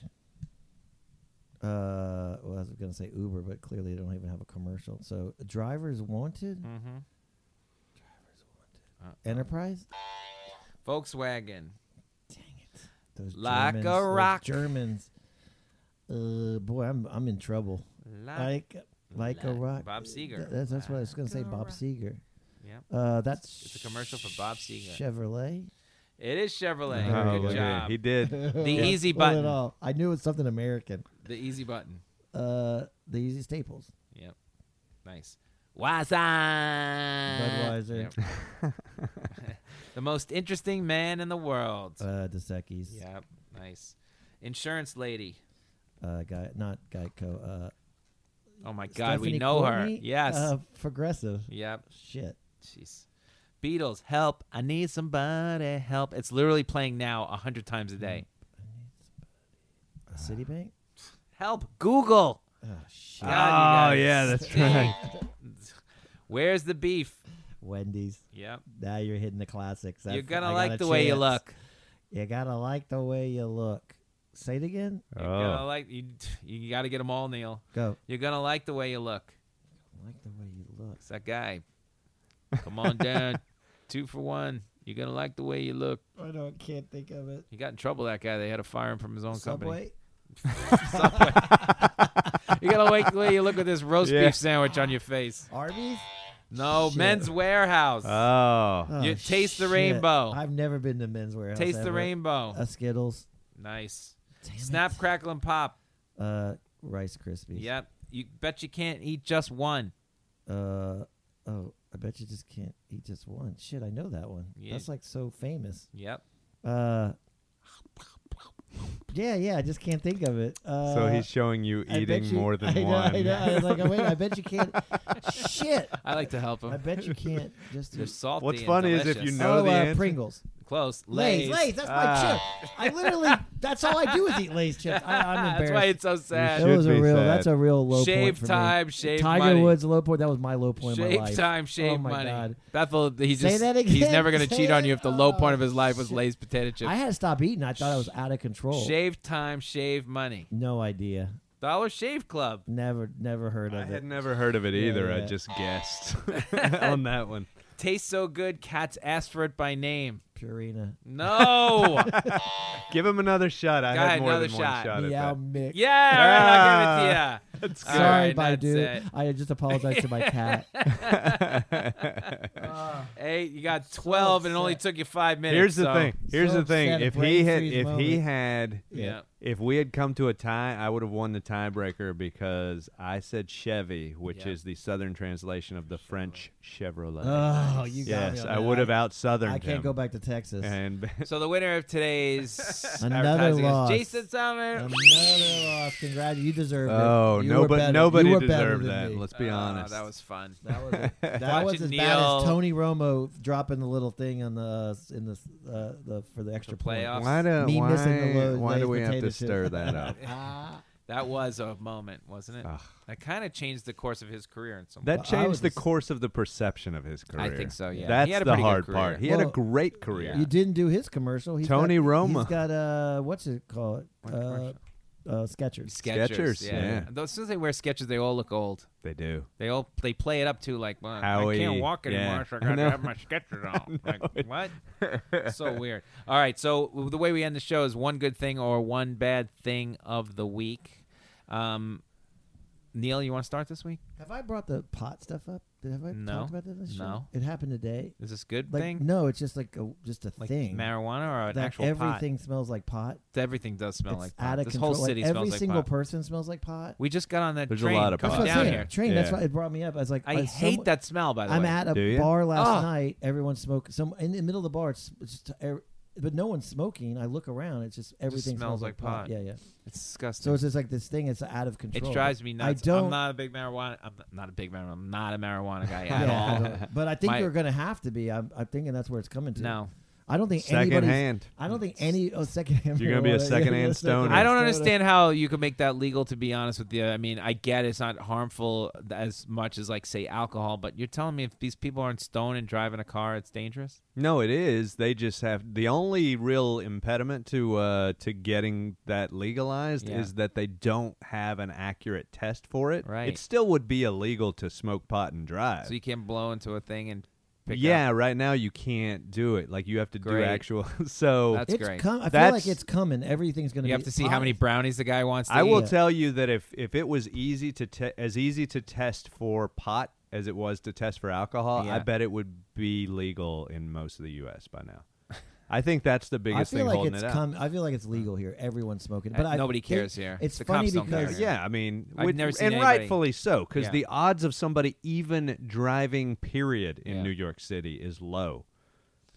Speaker 3: Uh, well, I was gonna say Uber, but clearly they don't even have a commercial. So drivers wanted. Drivers wanted. Enterprise.
Speaker 1: Volkswagen.
Speaker 3: Dang it! Those
Speaker 1: Like
Speaker 3: Germans,
Speaker 1: a
Speaker 3: those
Speaker 1: rock.
Speaker 3: Germans. Uh, boy, I'm I'm in trouble. Like like, a rock.
Speaker 1: Ah. Bob Seger.
Speaker 3: Th- that's, that's what I was gonna say. Bob Seger.
Speaker 1: Yep.
Speaker 3: Uh, that's
Speaker 1: It's a commercial for Bob Seger.
Speaker 3: Chevrolet.
Speaker 1: It is Chevrolet.
Speaker 2: Oh,
Speaker 1: Good
Speaker 2: look at it.
Speaker 1: job.
Speaker 2: He did.
Speaker 1: The easy
Speaker 3: Pull it
Speaker 1: button.
Speaker 3: off. I knew it was something American.
Speaker 1: The easy button.
Speaker 3: Uh, the easy staples.
Speaker 1: Yep. Nice. Waza.
Speaker 3: Budweiser.
Speaker 1: the most interesting man in the world.
Speaker 3: Uh, Decekis.
Speaker 1: yep. Nice. Insurance lady.
Speaker 3: Uh, guy, not Geico. Uh,
Speaker 1: Oh my God, we
Speaker 3: Stephanie
Speaker 1: know her.
Speaker 3: Courtney?
Speaker 1: Yes.
Speaker 3: Uh, progressive.
Speaker 1: yep.
Speaker 3: Shit.
Speaker 1: Jeez. Beatles, help. I need somebody help. It's literally playing now a hundred times a day.
Speaker 3: Mm.
Speaker 1: Ah.
Speaker 3: Citibank.
Speaker 1: Help Google.
Speaker 3: Oh shit.
Speaker 1: God,
Speaker 2: oh
Speaker 1: you
Speaker 2: yeah,
Speaker 1: guys
Speaker 2: that's right.
Speaker 1: stink. Where's the beef?
Speaker 3: Wendy's.
Speaker 1: Yep.
Speaker 3: Now you're hitting the classics. That's,
Speaker 1: You're
Speaker 3: I
Speaker 1: gonna
Speaker 3: got
Speaker 1: like
Speaker 3: a
Speaker 1: the way you
Speaker 3: chance.
Speaker 1: look.
Speaker 3: You gotta like the way you look. Say it again.
Speaker 1: You're gonna
Speaker 2: Oh.
Speaker 1: like you. You gotta get them all, Neil.
Speaker 3: Go.
Speaker 1: You're gonna like the way you look.
Speaker 3: Like the way you look.
Speaker 1: It's that guy. Come on down. Two for one. You're gonna like the way you look.
Speaker 3: I don't. Can't think of it.
Speaker 1: He got in trouble. That guy. They had to fire him from his own company.
Speaker 3: Subway.
Speaker 1: Subway. you gotta like the way you look with this roast
Speaker 2: Yeah.
Speaker 1: beef sandwich on your face.
Speaker 3: Arby's.
Speaker 1: No,
Speaker 3: Shit.
Speaker 1: Men's Warehouse.
Speaker 2: Oh,
Speaker 3: Oh,
Speaker 1: You taste the
Speaker 3: shit.
Speaker 1: rainbow.
Speaker 3: I've never been to Men's Warehouse.
Speaker 1: Taste the
Speaker 3: ever.
Speaker 1: rainbow.
Speaker 3: Uh, Skittles.
Speaker 1: nice.
Speaker 3: Damn it.
Speaker 1: Snap, crackle, and pop.
Speaker 3: Uh, Rice Krispies.
Speaker 1: Yep. You bet you can't eat just one.
Speaker 3: Uh, oh, I bet you just can't eat just one. Shit, I know that one.
Speaker 1: Yeah.
Speaker 3: That's like so famous.
Speaker 1: Yep.
Speaker 3: Uh, yeah, yeah, I just can't think of it. Uh,
Speaker 2: so he's showing you
Speaker 3: I bet
Speaker 2: eating
Speaker 3: you-
Speaker 2: more than
Speaker 3: I know,
Speaker 2: one.
Speaker 3: I know. I was like, oh, wait, I bet you can't. Shit,
Speaker 1: I like to help
Speaker 3: I
Speaker 1: him.
Speaker 3: bet you can't just.
Speaker 1: They're
Speaker 3: Eat.
Speaker 1: salty.
Speaker 2: What's
Speaker 1: and
Speaker 2: funny is if
Speaker 1: delicious.
Speaker 2: you know-
Speaker 3: oh,
Speaker 2: the
Speaker 3: uh,
Speaker 2: answer?
Speaker 3: Pringles,
Speaker 1: close
Speaker 3: Lay's,
Speaker 1: Lay's.
Speaker 3: Lay's. That's my chip. I literally, that's all I do is eat Lay's chips. I, I'm embarrassed.
Speaker 1: Ah, That's why it's so
Speaker 3: that
Speaker 2: should
Speaker 1: sad.
Speaker 3: was a
Speaker 2: be
Speaker 3: real.
Speaker 2: sad.
Speaker 3: That's a real low point
Speaker 1: Shave
Speaker 3: for me.
Speaker 1: time, shave
Speaker 3: Tiger
Speaker 1: money.
Speaker 3: Woods low point. That was my low point in my
Speaker 1: Shave
Speaker 3: life.
Speaker 1: time, shave
Speaker 3: oh my
Speaker 1: money.
Speaker 3: God.
Speaker 1: Bethel, he's
Speaker 3: Say
Speaker 1: just,
Speaker 3: that
Speaker 1: he's
Speaker 3: again.
Speaker 1: never going to
Speaker 3: Say
Speaker 1: cheat on you if the low
Speaker 3: that-
Speaker 1: point of his life was
Speaker 3: shit.
Speaker 1: Lay's potato chips.
Speaker 3: I had to stop eating. I thought I was out of control.
Speaker 1: shave time, shave money.
Speaker 3: No idea.
Speaker 1: Dollar Shave Club.
Speaker 3: Never, never heard
Speaker 2: I
Speaker 3: of
Speaker 2: had
Speaker 3: it.
Speaker 2: never heard of it either.
Speaker 3: yeah,
Speaker 2: I
Speaker 3: yeah.
Speaker 2: just guessed on that one.
Speaker 1: Tastes so good, cats ask for it by name.
Speaker 3: Purina.
Speaker 1: No.
Speaker 2: Give him another shot. I
Speaker 1: Go
Speaker 2: had
Speaker 1: ahead,
Speaker 2: more
Speaker 1: another
Speaker 2: than one
Speaker 1: shot.
Speaker 2: shot. at
Speaker 3: Meow
Speaker 2: that.
Speaker 3: Mick.
Speaker 1: yeah, all right, I'll
Speaker 3: Ah.
Speaker 1: give it to you. All
Speaker 3: Sorry,
Speaker 1: right,
Speaker 3: my
Speaker 1: that's
Speaker 3: dude.
Speaker 1: it.
Speaker 3: I just apologized to my cat.
Speaker 1: Hey, you got 12 and it only
Speaker 3: upset.
Speaker 1: took you five minutes.
Speaker 2: Here's the
Speaker 1: so-
Speaker 2: thing. Here's
Speaker 3: so
Speaker 2: the thing.
Speaker 3: upset, a
Speaker 2: If he
Speaker 3: brain
Speaker 2: had,
Speaker 3: freeze
Speaker 2: if he
Speaker 3: moment.
Speaker 2: had,
Speaker 1: Yeah.
Speaker 2: if we had come to a tie, I would have won the tiebreaker because I said Chevy, which
Speaker 1: Yeah.
Speaker 2: is the southern translation of the French Chevrolet.
Speaker 3: Oh, you got me.
Speaker 2: yes,
Speaker 3: on
Speaker 2: I
Speaker 3: that.
Speaker 2: would have out southerned
Speaker 3: I can't
Speaker 2: him. Uh-huh.
Speaker 3: go back to Texas.
Speaker 2: And
Speaker 1: So the winner of today's
Speaker 3: Another
Speaker 1: advertising is
Speaker 3: loss.
Speaker 1: Jason Summer.
Speaker 3: Another loss. Congrats. You deserve it.
Speaker 2: oh,
Speaker 3: You were
Speaker 2: nobody,
Speaker 3: better.
Speaker 2: nobody
Speaker 3: you were better
Speaker 2: deserved
Speaker 3: than
Speaker 2: that.
Speaker 3: me.
Speaker 2: Let's be
Speaker 1: Ah,
Speaker 2: honest.
Speaker 1: that was fun.
Speaker 3: That was, a- that
Speaker 1: Watching
Speaker 3: was as bad
Speaker 1: Neil-
Speaker 3: as Tony Romo dropping the little thing on the in the uh, the for the extra point.
Speaker 1: playoff.
Speaker 2: why do
Speaker 3: Me
Speaker 2: why,
Speaker 3: missing the low-
Speaker 2: why do
Speaker 3: Lay's
Speaker 2: we have to
Speaker 3: potato chip.
Speaker 2: stir that up?
Speaker 1: That was a moment, wasn't it? That kind of changed the course of his career in some
Speaker 2: That
Speaker 3: Well, I
Speaker 2: changed
Speaker 3: was
Speaker 2: the
Speaker 3: just-
Speaker 2: course of the perception of his career.
Speaker 1: I think so, yeah.
Speaker 2: That's
Speaker 1: He had a
Speaker 2: the
Speaker 1: pretty good
Speaker 2: hard
Speaker 1: career.
Speaker 2: part. He had a
Speaker 3: Well,
Speaker 2: great career.
Speaker 3: You didn't do his commercial. He's
Speaker 2: Tony
Speaker 3: got,
Speaker 2: Romo.
Speaker 3: He's got uh, what's it called? Uh, uh, Skechers.
Speaker 1: Sketchers.
Speaker 2: Skechers, yeah.
Speaker 1: Though As soon as they wear sketches, they all look old.
Speaker 2: They do.
Speaker 1: They all they play it up to like, well, I
Speaker 2: Howie,
Speaker 1: can't walk
Speaker 2: yeah.
Speaker 1: anymore, so I
Speaker 2: I
Speaker 1: gotta
Speaker 2: know.
Speaker 1: have my sketches on. Like, what? so weird. All right, so w- the way we end the show is one good thing or one bad thing of the week. Um, Neil, you want to start this week?
Speaker 3: Have I brought the pot stuff up? Did have I
Speaker 1: No.
Speaker 3: talked about that? on the show?
Speaker 1: No.
Speaker 3: It happened today.
Speaker 1: Is this a good
Speaker 3: Like
Speaker 1: thing?
Speaker 3: no, it's just like a just a
Speaker 1: Like
Speaker 3: thing.
Speaker 1: marijuana or an
Speaker 3: That
Speaker 1: actual
Speaker 3: everything smells like pot.
Speaker 1: pot? Everything does smell
Speaker 3: it's
Speaker 1: like
Speaker 3: out
Speaker 1: pot.
Speaker 3: of
Speaker 1: This
Speaker 3: control.
Speaker 1: whole city
Speaker 3: like,
Speaker 1: smells
Speaker 3: every
Speaker 1: like
Speaker 3: single
Speaker 1: pot.
Speaker 3: person smells like pot.
Speaker 1: We just got on that
Speaker 2: There's a
Speaker 1: train
Speaker 2: lot of
Speaker 1: coming
Speaker 3: That's what
Speaker 2: pot.
Speaker 3: I'm
Speaker 1: down
Speaker 3: saying.
Speaker 1: here.
Speaker 3: Train. That's
Speaker 2: Yeah.
Speaker 3: why it brought me up. I was like,
Speaker 1: I
Speaker 3: like,
Speaker 1: hate
Speaker 3: someone-
Speaker 1: that smell. By the
Speaker 3: I'm
Speaker 1: way,
Speaker 3: at
Speaker 2: Do
Speaker 3: a
Speaker 2: you?
Speaker 3: bar last
Speaker 1: Ugh.
Speaker 3: night. Everyone's smoking. Some in the middle of the bar. It's, it's just er, but no one's smoking. I look around. It's just everything
Speaker 1: smells like pot.
Speaker 3: Yeah, yeah.
Speaker 1: it's disgusting.
Speaker 3: So it's just like this thing. It's out of
Speaker 1: It
Speaker 3: control.
Speaker 1: drives me nuts.
Speaker 3: I don't.
Speaker 1: I'm not a big marijuana. I'm not a big marijuana. I'm not a marijuana guy at
Speaker 3: yeah, I
Speaker 1: all.
Speaker 3: don't- but I think
Speaker 1: My-
Speaker 3: you're gonna have to be. I'm, I'm thinking that's where it's coming to.
Speaker 1: No.
Speaker 3: I don't think
Speaker 2: Second
Speaker 3: anybody's-
Speaker 2: hand.
Speaker 3: I don't think any oh, second hand.
Speaker 2: You're gonna be a secondhand stoner.
Speaker 1: I don't understand how you could make that legal. To be honest with you, I mean, I get it's not harmful as much as like say alcohol, but you're telling me if these people aren't stoned and driving a car, it's dangerous.
Speaker 2: No, it is. They just have the only real impediment to uh, to getting that legalized
Speaker 1: Yeah.
Speaker 2: is that they don't have an accurate test for it.
Speaker 1: Right.
Speaker 2: It still would be illegal to smoke pot and drive.
Speaker 1: So you can't blow into a thing and pick
Speaker 2: yeah,
Speaker 1: up.
Speaker 2: right now you can't do it. Like you have to
Speaker 1: Great.
Speaker 2: do actual. So
Speaker 1: That's
Speaker 3: It's
Speaker 1: great.
Speaker 3: com- I feel
Speaker 2: That's-
Speaker 3: like it's coming. Everything's gonna.
Speaker 1: You
Speaker 3: be
Speaker 1: have to see how many
Speaker 3: polished.
Speaker 1: brownies the guy wants. to
Speaker 2: I will
Speaker 1: eat.
Speaker 2: tell you that if if it was easy to te- as easy to test for pot as it was to test for alcohol,
Speaker 1: Yeah.
Speaker 2: I bet it would be legal in most of the U.S. by now. I think that's the biggest
Speaker 3: I feel
Speaker 2: thing
Speaker 3: like
Speaker 2: holding
Speaker 3: it's
Speaker 2: it up.
Speaker 3: com- I feel like it's legal here. Everyone's smoking, but
Speaker 1: Uh,
Speaker 3: I,
Speaker 1: nobody
Speaker 3: it-
Speaker 1: cares here.
Speaker 3: It's
Speaker 1: The
Speaker 3: funny
Speaker 1: cops don't care
Speaker 3: because
Speaker 1: here.
Speaker 2: Yeah, I mean,
Speaker 1: I've
Speaker 2: with-
Speaker 1: never seen
Speaker 2: and
Speaker 1: anybody-
Speaker 2: rightfully so, because
Speaker 1: Yeah.
Speaker 2: the odds of somebody even driving, period, in
Speaker 1: Yeah.
Speaker 2: New York City is low.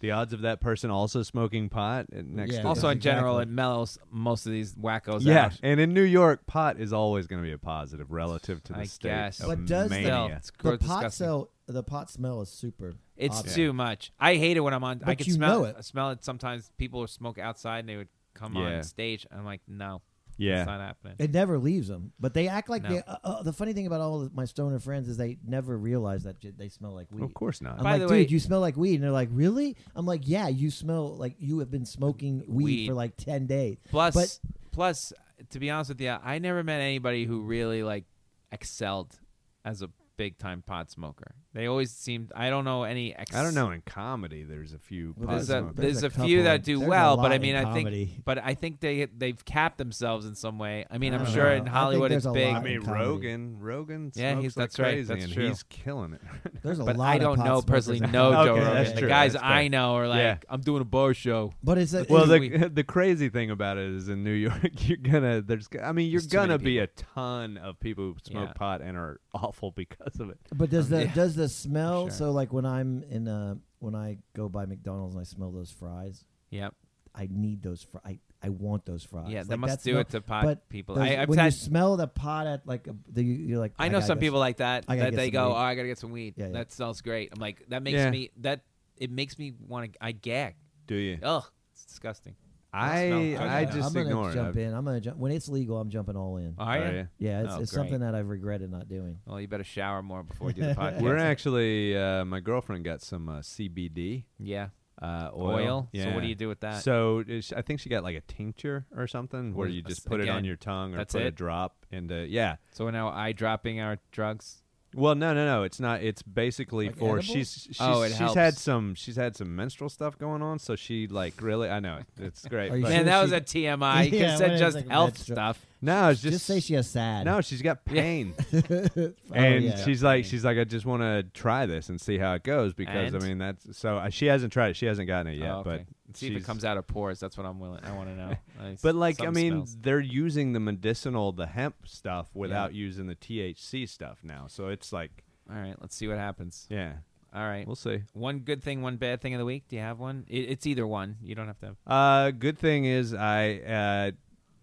Speaker 2: The odds of that person also smoking pot uh, next.
Speaker 3: Yeah.
Speaker 2: to
Speaker 1: Also,
Speaker 2: them.
Speaker 1: in general,
Speaker 3: Exactly.
Speaker 1: it mellows most of these wackos
Speaker 2: yeah,
Speaker 1: out.
Speaker 2: and in New York, pot is always going to be a positive relative to the
Speaker 1: I
Speaker 2: state
Speaker 1: guess.
Speaker 2: of
Speaker 3: But does the-
Speaker 1: Still,
Speaker 2: mania.
Speaker 1: it's
Speaker 3: the
Speaker 1: gross,
Speaker 3: pot
Speaker 1: disgusting.
Speaker 3: smell. The pot smell is super.
Speaker 1: It's
Speaker 3: obvious.
Speaker 1: too much. I hate it when I'm on. I
Speaker 3: But
Speaker 1: can
Speaker 3: you
Speaker 1: smell
Speaker 3: know
Speaker 1: it.
Speaker 3: it.
Speaker 1: I smell it sometimes. People would smoke outside and they would come
Speaker 2: Yeah.
Speaker 1: on stage. I'm like, no,
Speaker 2: yeah,
Speaker 1: it's not happening.
Speaker 3: It never leaves them, but they act like
Speaker 1: No.
Speaker 3: they. Uh, uh, the funny thing about all of my stoner friends is they never realize that j- they smell like weed.
Speaker 2: of course not.
Speaker 3: I'm
Speaker 1: By
Speaker 3: like,
Speaker 1: the
Speaker 3: dude,
Speaker 1: way-
Speaker 3: you smell like weed, and they're like, really? I'm like, yeah, you smell like you have been smoking weed,
Speaker 1: Weed.
Speaker 3: for like ten days.
Speaker 1: Plus,
Speaker 3: but
Speaker 1: plus, to be honest with you, I never met anybody who really like excelled as a big time pot smoker. They always seemed. I don't know any. Ex-
Speaker 2: I don't know. In comedy, there's a few
Speaker 3: Well,
Speaker 2: pot
Speaker 1: There's a,
Speaker 2: smokers.
Speaker 1: there's
Speaker 3: There's a
Speaker 1: a few
Speaker 3: couple.
Speaker 1: that do
Speaker 3: There's a
Speaker 1: well, but
Speaker 3: lot
Speaker 1: I mean,
Speaker 3: in
Speaker 1: I think,
Speaker 3: comedy.
Speaker 1: but I think they they've capped themselves in some way. I mean,
Speaker 3: I
Speaker 1: I'm
Speaker 3: don't
Speaker 1: sure
Speaker 3: know.
Speaker 1: in
Speaker 3: I think
Speaker 1: Hollywood
Speaker 3: there's
Speaker 1: it's
Speaker 3: a
Speaker 1: big.
Speaker 3: lot
Speaker 2: I mean,
Speaker 3: in comedy.
Speaker 2: Rogan, Rogan,
Speaker 1: Yeah,
Speaker 2: smokes
Speaker 1: he's-
Speaker 2: like
Speaker 1: that's right,
Speaker 2: crazy,
Speaker 1: that's
Speaker 2: and
Speaker 1: true.
Speaker 2: he's killing it.
Speaker 3: there's a
Speaker 1: But
Speaker 3: lot.
Speaker 1: I
Speaker 3: of
Speaker 1: don't
Speaker 3: pot
Speaker 1: know
Speaker 3: smokers
Speaker 1: personally.
Speaker 3: out
Speaker 1: No,
Speaker 3: there.
Speaker 1: Joe
Speaker 2: Okay, that's
Speaker 1: Rogan. The
Speaker 2: true,
Speaker 1: guys
Speaker 2: that's
Speaker 1: I
Speaker 2: fair.
Speaker 1: know are like,
Speaker 2: Yeah.
Speaker 1: I'm doing a bar show.
Speaker 3: But it's a,
Speaker 2: well,
Speaker 3: it's-
Speaker 2: the
Speaker 1: we-
Speaker 2: the crazy thing about it is in New York, you're gonna there's g- I mean you're
Speaker 1: There's too many
Speaker 2: gonna be a ton of people who smoke
Speaker 1: Yeah.
Speaker 2: pot and are awful because of it.
Speaker 3: But does the
Speaker 1: yeah,
Speaker 3: does the smell?
Speaker 1: sure.
Speaker 3: So like when I'm in uh when I go by McDonald's and I smell those fries,
Speaker 1: Yep.
Speaker 3: I need those fries. I, I want those fries.
Speaker 1: Yeah,
Speaker 3: like,
Speaker 1: that must
Speaker 3: that's
Speaker 1: do
Speaker 3: no-
Speaker 1: it to pot
Speaker 3: but
Speaker 1: people.
Speaker 3: those-
Speaker 1: I, I've
Speaker 3: when you
Speaker 1: had-
Speaker 3: smell the pot at like a, the, you're like
Speaker 1: I know
Speaker 3: gotta
Speaker 1: some
Speaker 3: go-
Speaker 1: people like that
Speaker 3: I gotta
Speaker 1: that
Speaker 3: get
Speaker 1: they
Speaker 3: some
Speaker 1: go,
Speaker 3: weed.
Speaker 1: "Oh, I gotta get some weed.
Speaker 3: Yeah, yeah.
Speaker 1: That smells great." I'm like, that makes
Speaker 2: Yeah.
Speaker 1: me that it makes me want to. I gag.
Speaker 2: Do you?
Speaker 1: Ugh, it's disgusting.
Speaker 2: I
Speaker 1: smell-
Speaker 2: I,
Speaker 1: I-
Speaker 2: just
Speaker 3: I'm
Speaker 2: ignore
Speaker 3: gonna
Speaker 2: it.
Speaker 3: jump
Speaker 2: I've-
Speaker 3: in. I'm gonna jump when it's legal. I'm jumping all in.
Speaker 1: Are
Speaker 2: Oh,
Speaker 1: you?
Speaker 2: yeah.
Speaker 3: yeah, it's,
Speaker 1: Oh,
Speaker 3: it's
Speaker 1: great.
Speaker 3: something that I've regretted not doing.
Speaker 1: Well, you better shower more before you do the podcast.
Speaker 2: We're actually uh, my girlfriend got some uh, CBD
Speaker 1: yeah,
Speaker 2: uh, oil.
Speaker 1: oil.
Speaker 2: Yeah.
Speaker 1: So what do you do with that?
Speaker 2: So is- I think she got like a tincture or something where
Speaker 1: What is-
Speaker 2: you just put it on
Speaker 1: again,
Speaker 2: your tongue or
Speaker 1: that's
Speaker 2: put a
Speaker 1: it?
Speaker 2: drop into yeah.
Speaker 1: so we're now eye dropping our drugs.
Speaker 2: Well, no, no, no. It's not. It's basically
Speaker 3: Like
Speaker 2: for
Speaker 3: edibles?
Speaker 2: she's she's,
Speaker 1: Oh, it
Speaker 2: she's
Speaker 1: helps.
Speaker 2: had some she's had some menstrual stuff going on, so she like really. I know it, it's great.
Speaker 3: Are you
Speaker 2: but-
Speaker 3: sure
Speaker 1: Man, that
Speaker 3: she-
Speaker 1: was a TMI. You could
Speaker 3: Yeah,
Speaker 1: have
Speaker 3: what
Speaker 1: said
Speaker 3: is,
Speaker 1: just
Speaker 3: like,
Speaker 1: health
Speaker 3: menstrual-
Speaker 1: stuff.
Speaker 2: No, it's
Speaker 3: Just,
Speaker 2: just,
Speaker 3: say she has sad.
Speaker 2: No, she's got pain,
Speaker 3: Oh,
Speaker 2: and
Speaker 3: yeah.
Speaker 2: she's like, she's like, I just want to try this and see how it goes because
Speaker 1: And?
Speaker 2: I mean that's so uh, she hasn't tried it, she hasn't gotten it yet,
Speaker 1: Oh, okay.
Speaker 2: but
Speaker 1: see if it
Speaker 2: she's-
Speaker 1: comes out of pores. That's what I'm willing. I want to know.
Speaker 2: But like, I
Speaker 1: Something
Speaker 2: mean,
Speaker 1: smells.
Speaker 2: they're using the medicinal, the hemp stuff without using the THC stuff now, so it's like,
Speaker 1: all right, let's see what happens.
Speaker 2: yeah,
Speaker 1: All right.
Speaker 2: we'll see.
Speaker 1: One good thing, one bad thing of the week. Do you have one? It, it's either one. You don't have to. Have.
Speaker 2: Uh, good thing is I uh,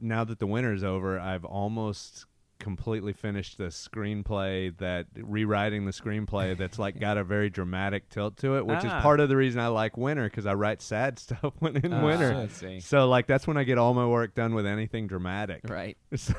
Speaker 2: now that the winter's over, I've almost completely finished the screenplay that rewriting the screenplay that's like got a very dramatic tilt to it, which
Speaker 1: Ah.
Speaker 2: is part of the reason I like winter because I write sad stuff when in
Speaker 1: Ah, I
Speaker 2: winter.
Speaker 1: see.
Speaker 2: So like that's when I get all my work done with anything dramatic.
Speaker 1: Right.
Speaker 2: So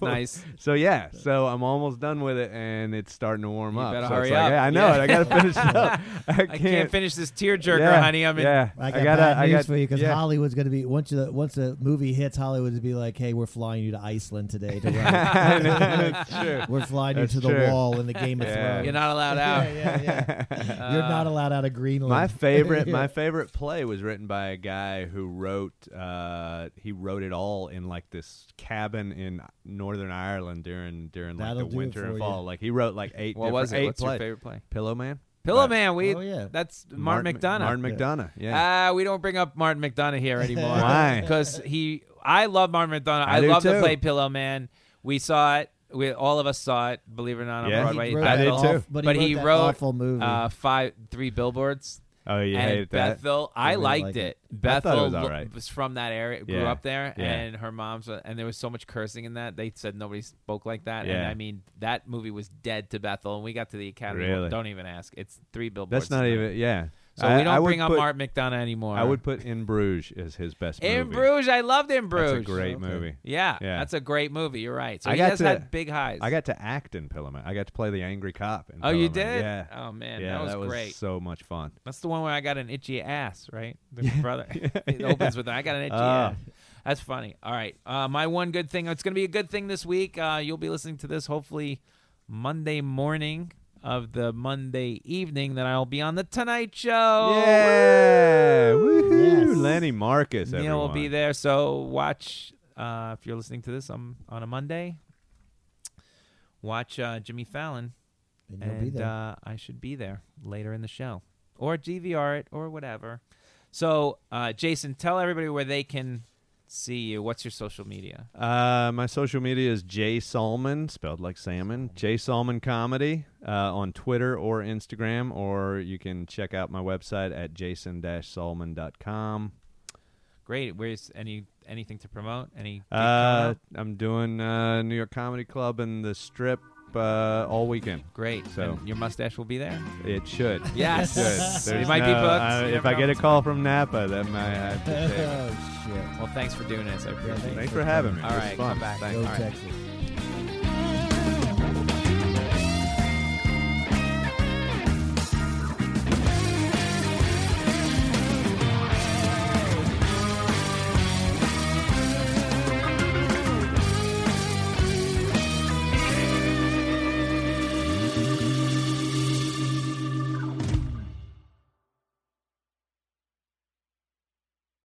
Speaker 1: nice.
Speaker 2: So yeah, so I'm almost done with it, and it's starting to warm
Speaker 1: You
Speaker 2: up.
Speaker 1: better
Speaker 2: so
Speaker 1: hurry
Speaker 2: it's like,
Speaker 1: up.
Speaker 2: I know
Speaker 1: Yeah.
Speaker 2: it. I gotta finish it up. I can't,
Speaker 1: I can't finish this tearjerker,
Speaker 2: yeah,
Speaker 1: honey. I'm in.
Speaker 2: yeah.
Speaker 3: I got, bad news for you because Hollywood's going to be once the once the movie hits, Hollywood's be like, "Hey, we're flying you to Iceland today. To write.
Speaker 2: I know, that's true.
Speaker 3: we're flying
Speaker 2: That's
Speaker 3: you to
Speaker 2: true.
Speaker 3: the wall in the Game of
Speaker 2: Yeah.
Speaker 3: Thrones.
Speaker 1: You're not allowed out.
Speaker 3: yeah, yeah, yeah. You're not allowed out of Greenland.
Speaker 2: My favorite, my favorite play was written by a guy who wrote. Uh, he wrote it all in like this cabin in Northern Ireland during during like
Speaker 3: That'll
Speaker 2: the
Speaker 3: do it
Speaker 2: winter
Speaker 3: for
Speaker 2: and
Speaker 3: you.
Speaker 2: fall. Like he wrote like eight.
Speaker 1: What was
Speaker 2: different-
Speaker 1: it?
Speaker 2: Eight
Speaker 1: What's your
Speaker 2: plays.
Speaker 1: favorite play?
Speaker 2: Pillow Man.
Speaker 1: Pillow
Speaker 2: Uh,
Speaker 1: Man. We.
Speaker 3: Oh, yeah.
Speaker 1: That's Martin, McDonough.
Speaker 2: Martin McDonough. Yeah.
Speaker 1: Ah, we don't bring up Martin McDonough here anymore.
Speaker 2: Why?
Speaker 1: Because he, I love Martin McDonough. I,
Speaker 2: I do
Speaker 1: love the
Speaker 2: too.
Speaker 1: play Pillow Man. We saw it. We all of us saw it. Believe it or not,
Speaker 2: Yeah.
Speaker 1: on
Speaker 2: He
Speaker 1: Broadway.
Speaker 2: wrote I did
Speaker 3: that
Speaker 2: too.
Speaker 3: awful-
Speaker 1: But,
Speaker 3: but he
Speaker 1: he
Speaker 3: wrote that
Speaker 1: wrote
Speaker 3: awful movie.
Speaker 1: Uh, five, three billboards.
Speaker 2: oh, you
Speaker 1: Ah, and
Speaker 2: hated that.
Speaker 1: Bethel. I
Speaker 3: really
Speaker 1: liked
Speaker 3: liked
Speaker 1: it.
Speaker 3: it.
Speaker 2: I
Speaker 1: Bethel
Speaker 2: thought it was all
Speaker 1: lo-
Speaker 2: right.
Speaker 1: was from that area, grew
Speaker 2: Yeah.
Speaker 1: up there,
Speaker 2: Yeah.
Speaker 1: and her mom's. uh, And there was so much cursing in that. They said nobody spoke like that. And
Speaker 2: Yeah.
Speaker 1: I mean, that movie was dead to Bethel. And we got to the Academy.
Speaker 2: Really?
Speaker 1: Don't even ask. It's three billboards.
Speaker 2: That's not
Speaker 1: tonight.
Speaker 2: even. Yeah.
Speaker 1: So
Speaker 2: I-
Speaker 1: we don't
Speaker 2: I would
Speaker 1: bring up
Speaker 2: put-
Speaker 1: Art McDonough anymore.
Speaker 2: I would put In Bruges as his best movie.
Speaker 1: In Bruges, I loved In Bruges.
Speaker 2: That's a great
Speaker 3: Okay.
Speaker 2: movie.
Speaker 1: Yeah,
Speaker 2: Yeah.
Speaker 1: that's a great movie. You're right. So
Speaker 2: I
Speaker 1: he
Speaker 2: got
Speaker 1: has
Speaker 2: to-
Speaker 1: had big highs.
Speaker 2: I got to act in Pillamon. I got to play the angry cop. In
Speaker 1: Oh, you
Speaker 2: Pillamon.
Speaker 1: did?
Speaker 2: Yeah.
Speaker 1: Oh man,
Speaker 2: yeah,
Speaker 1: that was great.
Speaker 2: so much fun.
Speaker 1: That's the one where I got an itchy ass, right? The brother. It opens with I got an itchy
Speaker 2: Ah.
Speaker 1: ass. That's funny. All right. Uh, my one good thing. It's going to be a good thing this week. Uh, you'll be listening to this hopefully Monday morning of the Monday evening. Then I'll be on the Tonight Show.
Speaker 2: Yeah. Woohoo.
Speaker 3: Yes.
Speaker 2: Lenny Marcus.
Speaker 1: Neil
Speaker 2: everyone.
Speaker 1: will be there. So watch uh, if you're listening to this on on a Monday. Watch uh, Jimmy Fallon,
Speaker 3: And you'll
Speaker 1: and
Speaker 3: be there.
Speaker 1: Uh, I should be there later in the show, or DVR it, or whatever. So, uh, Jason, tell everybody where they can see you. What's your social media?
Speaker 2: Uh, my social media is J Salmon, spelled like salmon. J Salmon Comedy uh, on Twitter or Instagram, or you can check out my website at jason-salmon.com.
Speaker 1: Great. Where's any anything to promote? Any gig coming
Speaker 2: Uh,
Speaker 1: up?
Speaker 2: I'm doing uh, New York Comedy Club and the Strip uh, all weekend.
Speaker 1: great.
Speaker 2: so-
Speaker 1: And your mustache will be there.
Speaker 2: It should.
Speaker 1: Yes.
Speaker 2: It should.
Speaker 1: You
Speaker 2: There's
Speaker 1: might be
Speaker 2: no-
Speaker 1: booked.
Speaker 2: I-
Speaker 1: You
Speaker 2: if
Speaker 1: never
Speaker 2: I
Speaker 1: know.
Speaker 2: get a call from Napa, then I have to say.
Speaker 3: oh shit!
Speaker 1: Well, thanks for doing this. I appreciate it.
Speaker 2: Thanks for having me.
Speaker 1: All
Speaker 2: It was
Speaker 1: right,
Speaker 2: fun.
Speaker 1: come back.
Speaker 2: Thanks.
Speaker 3: Go
Speaker 1: All right.
Speaker 3: Texas.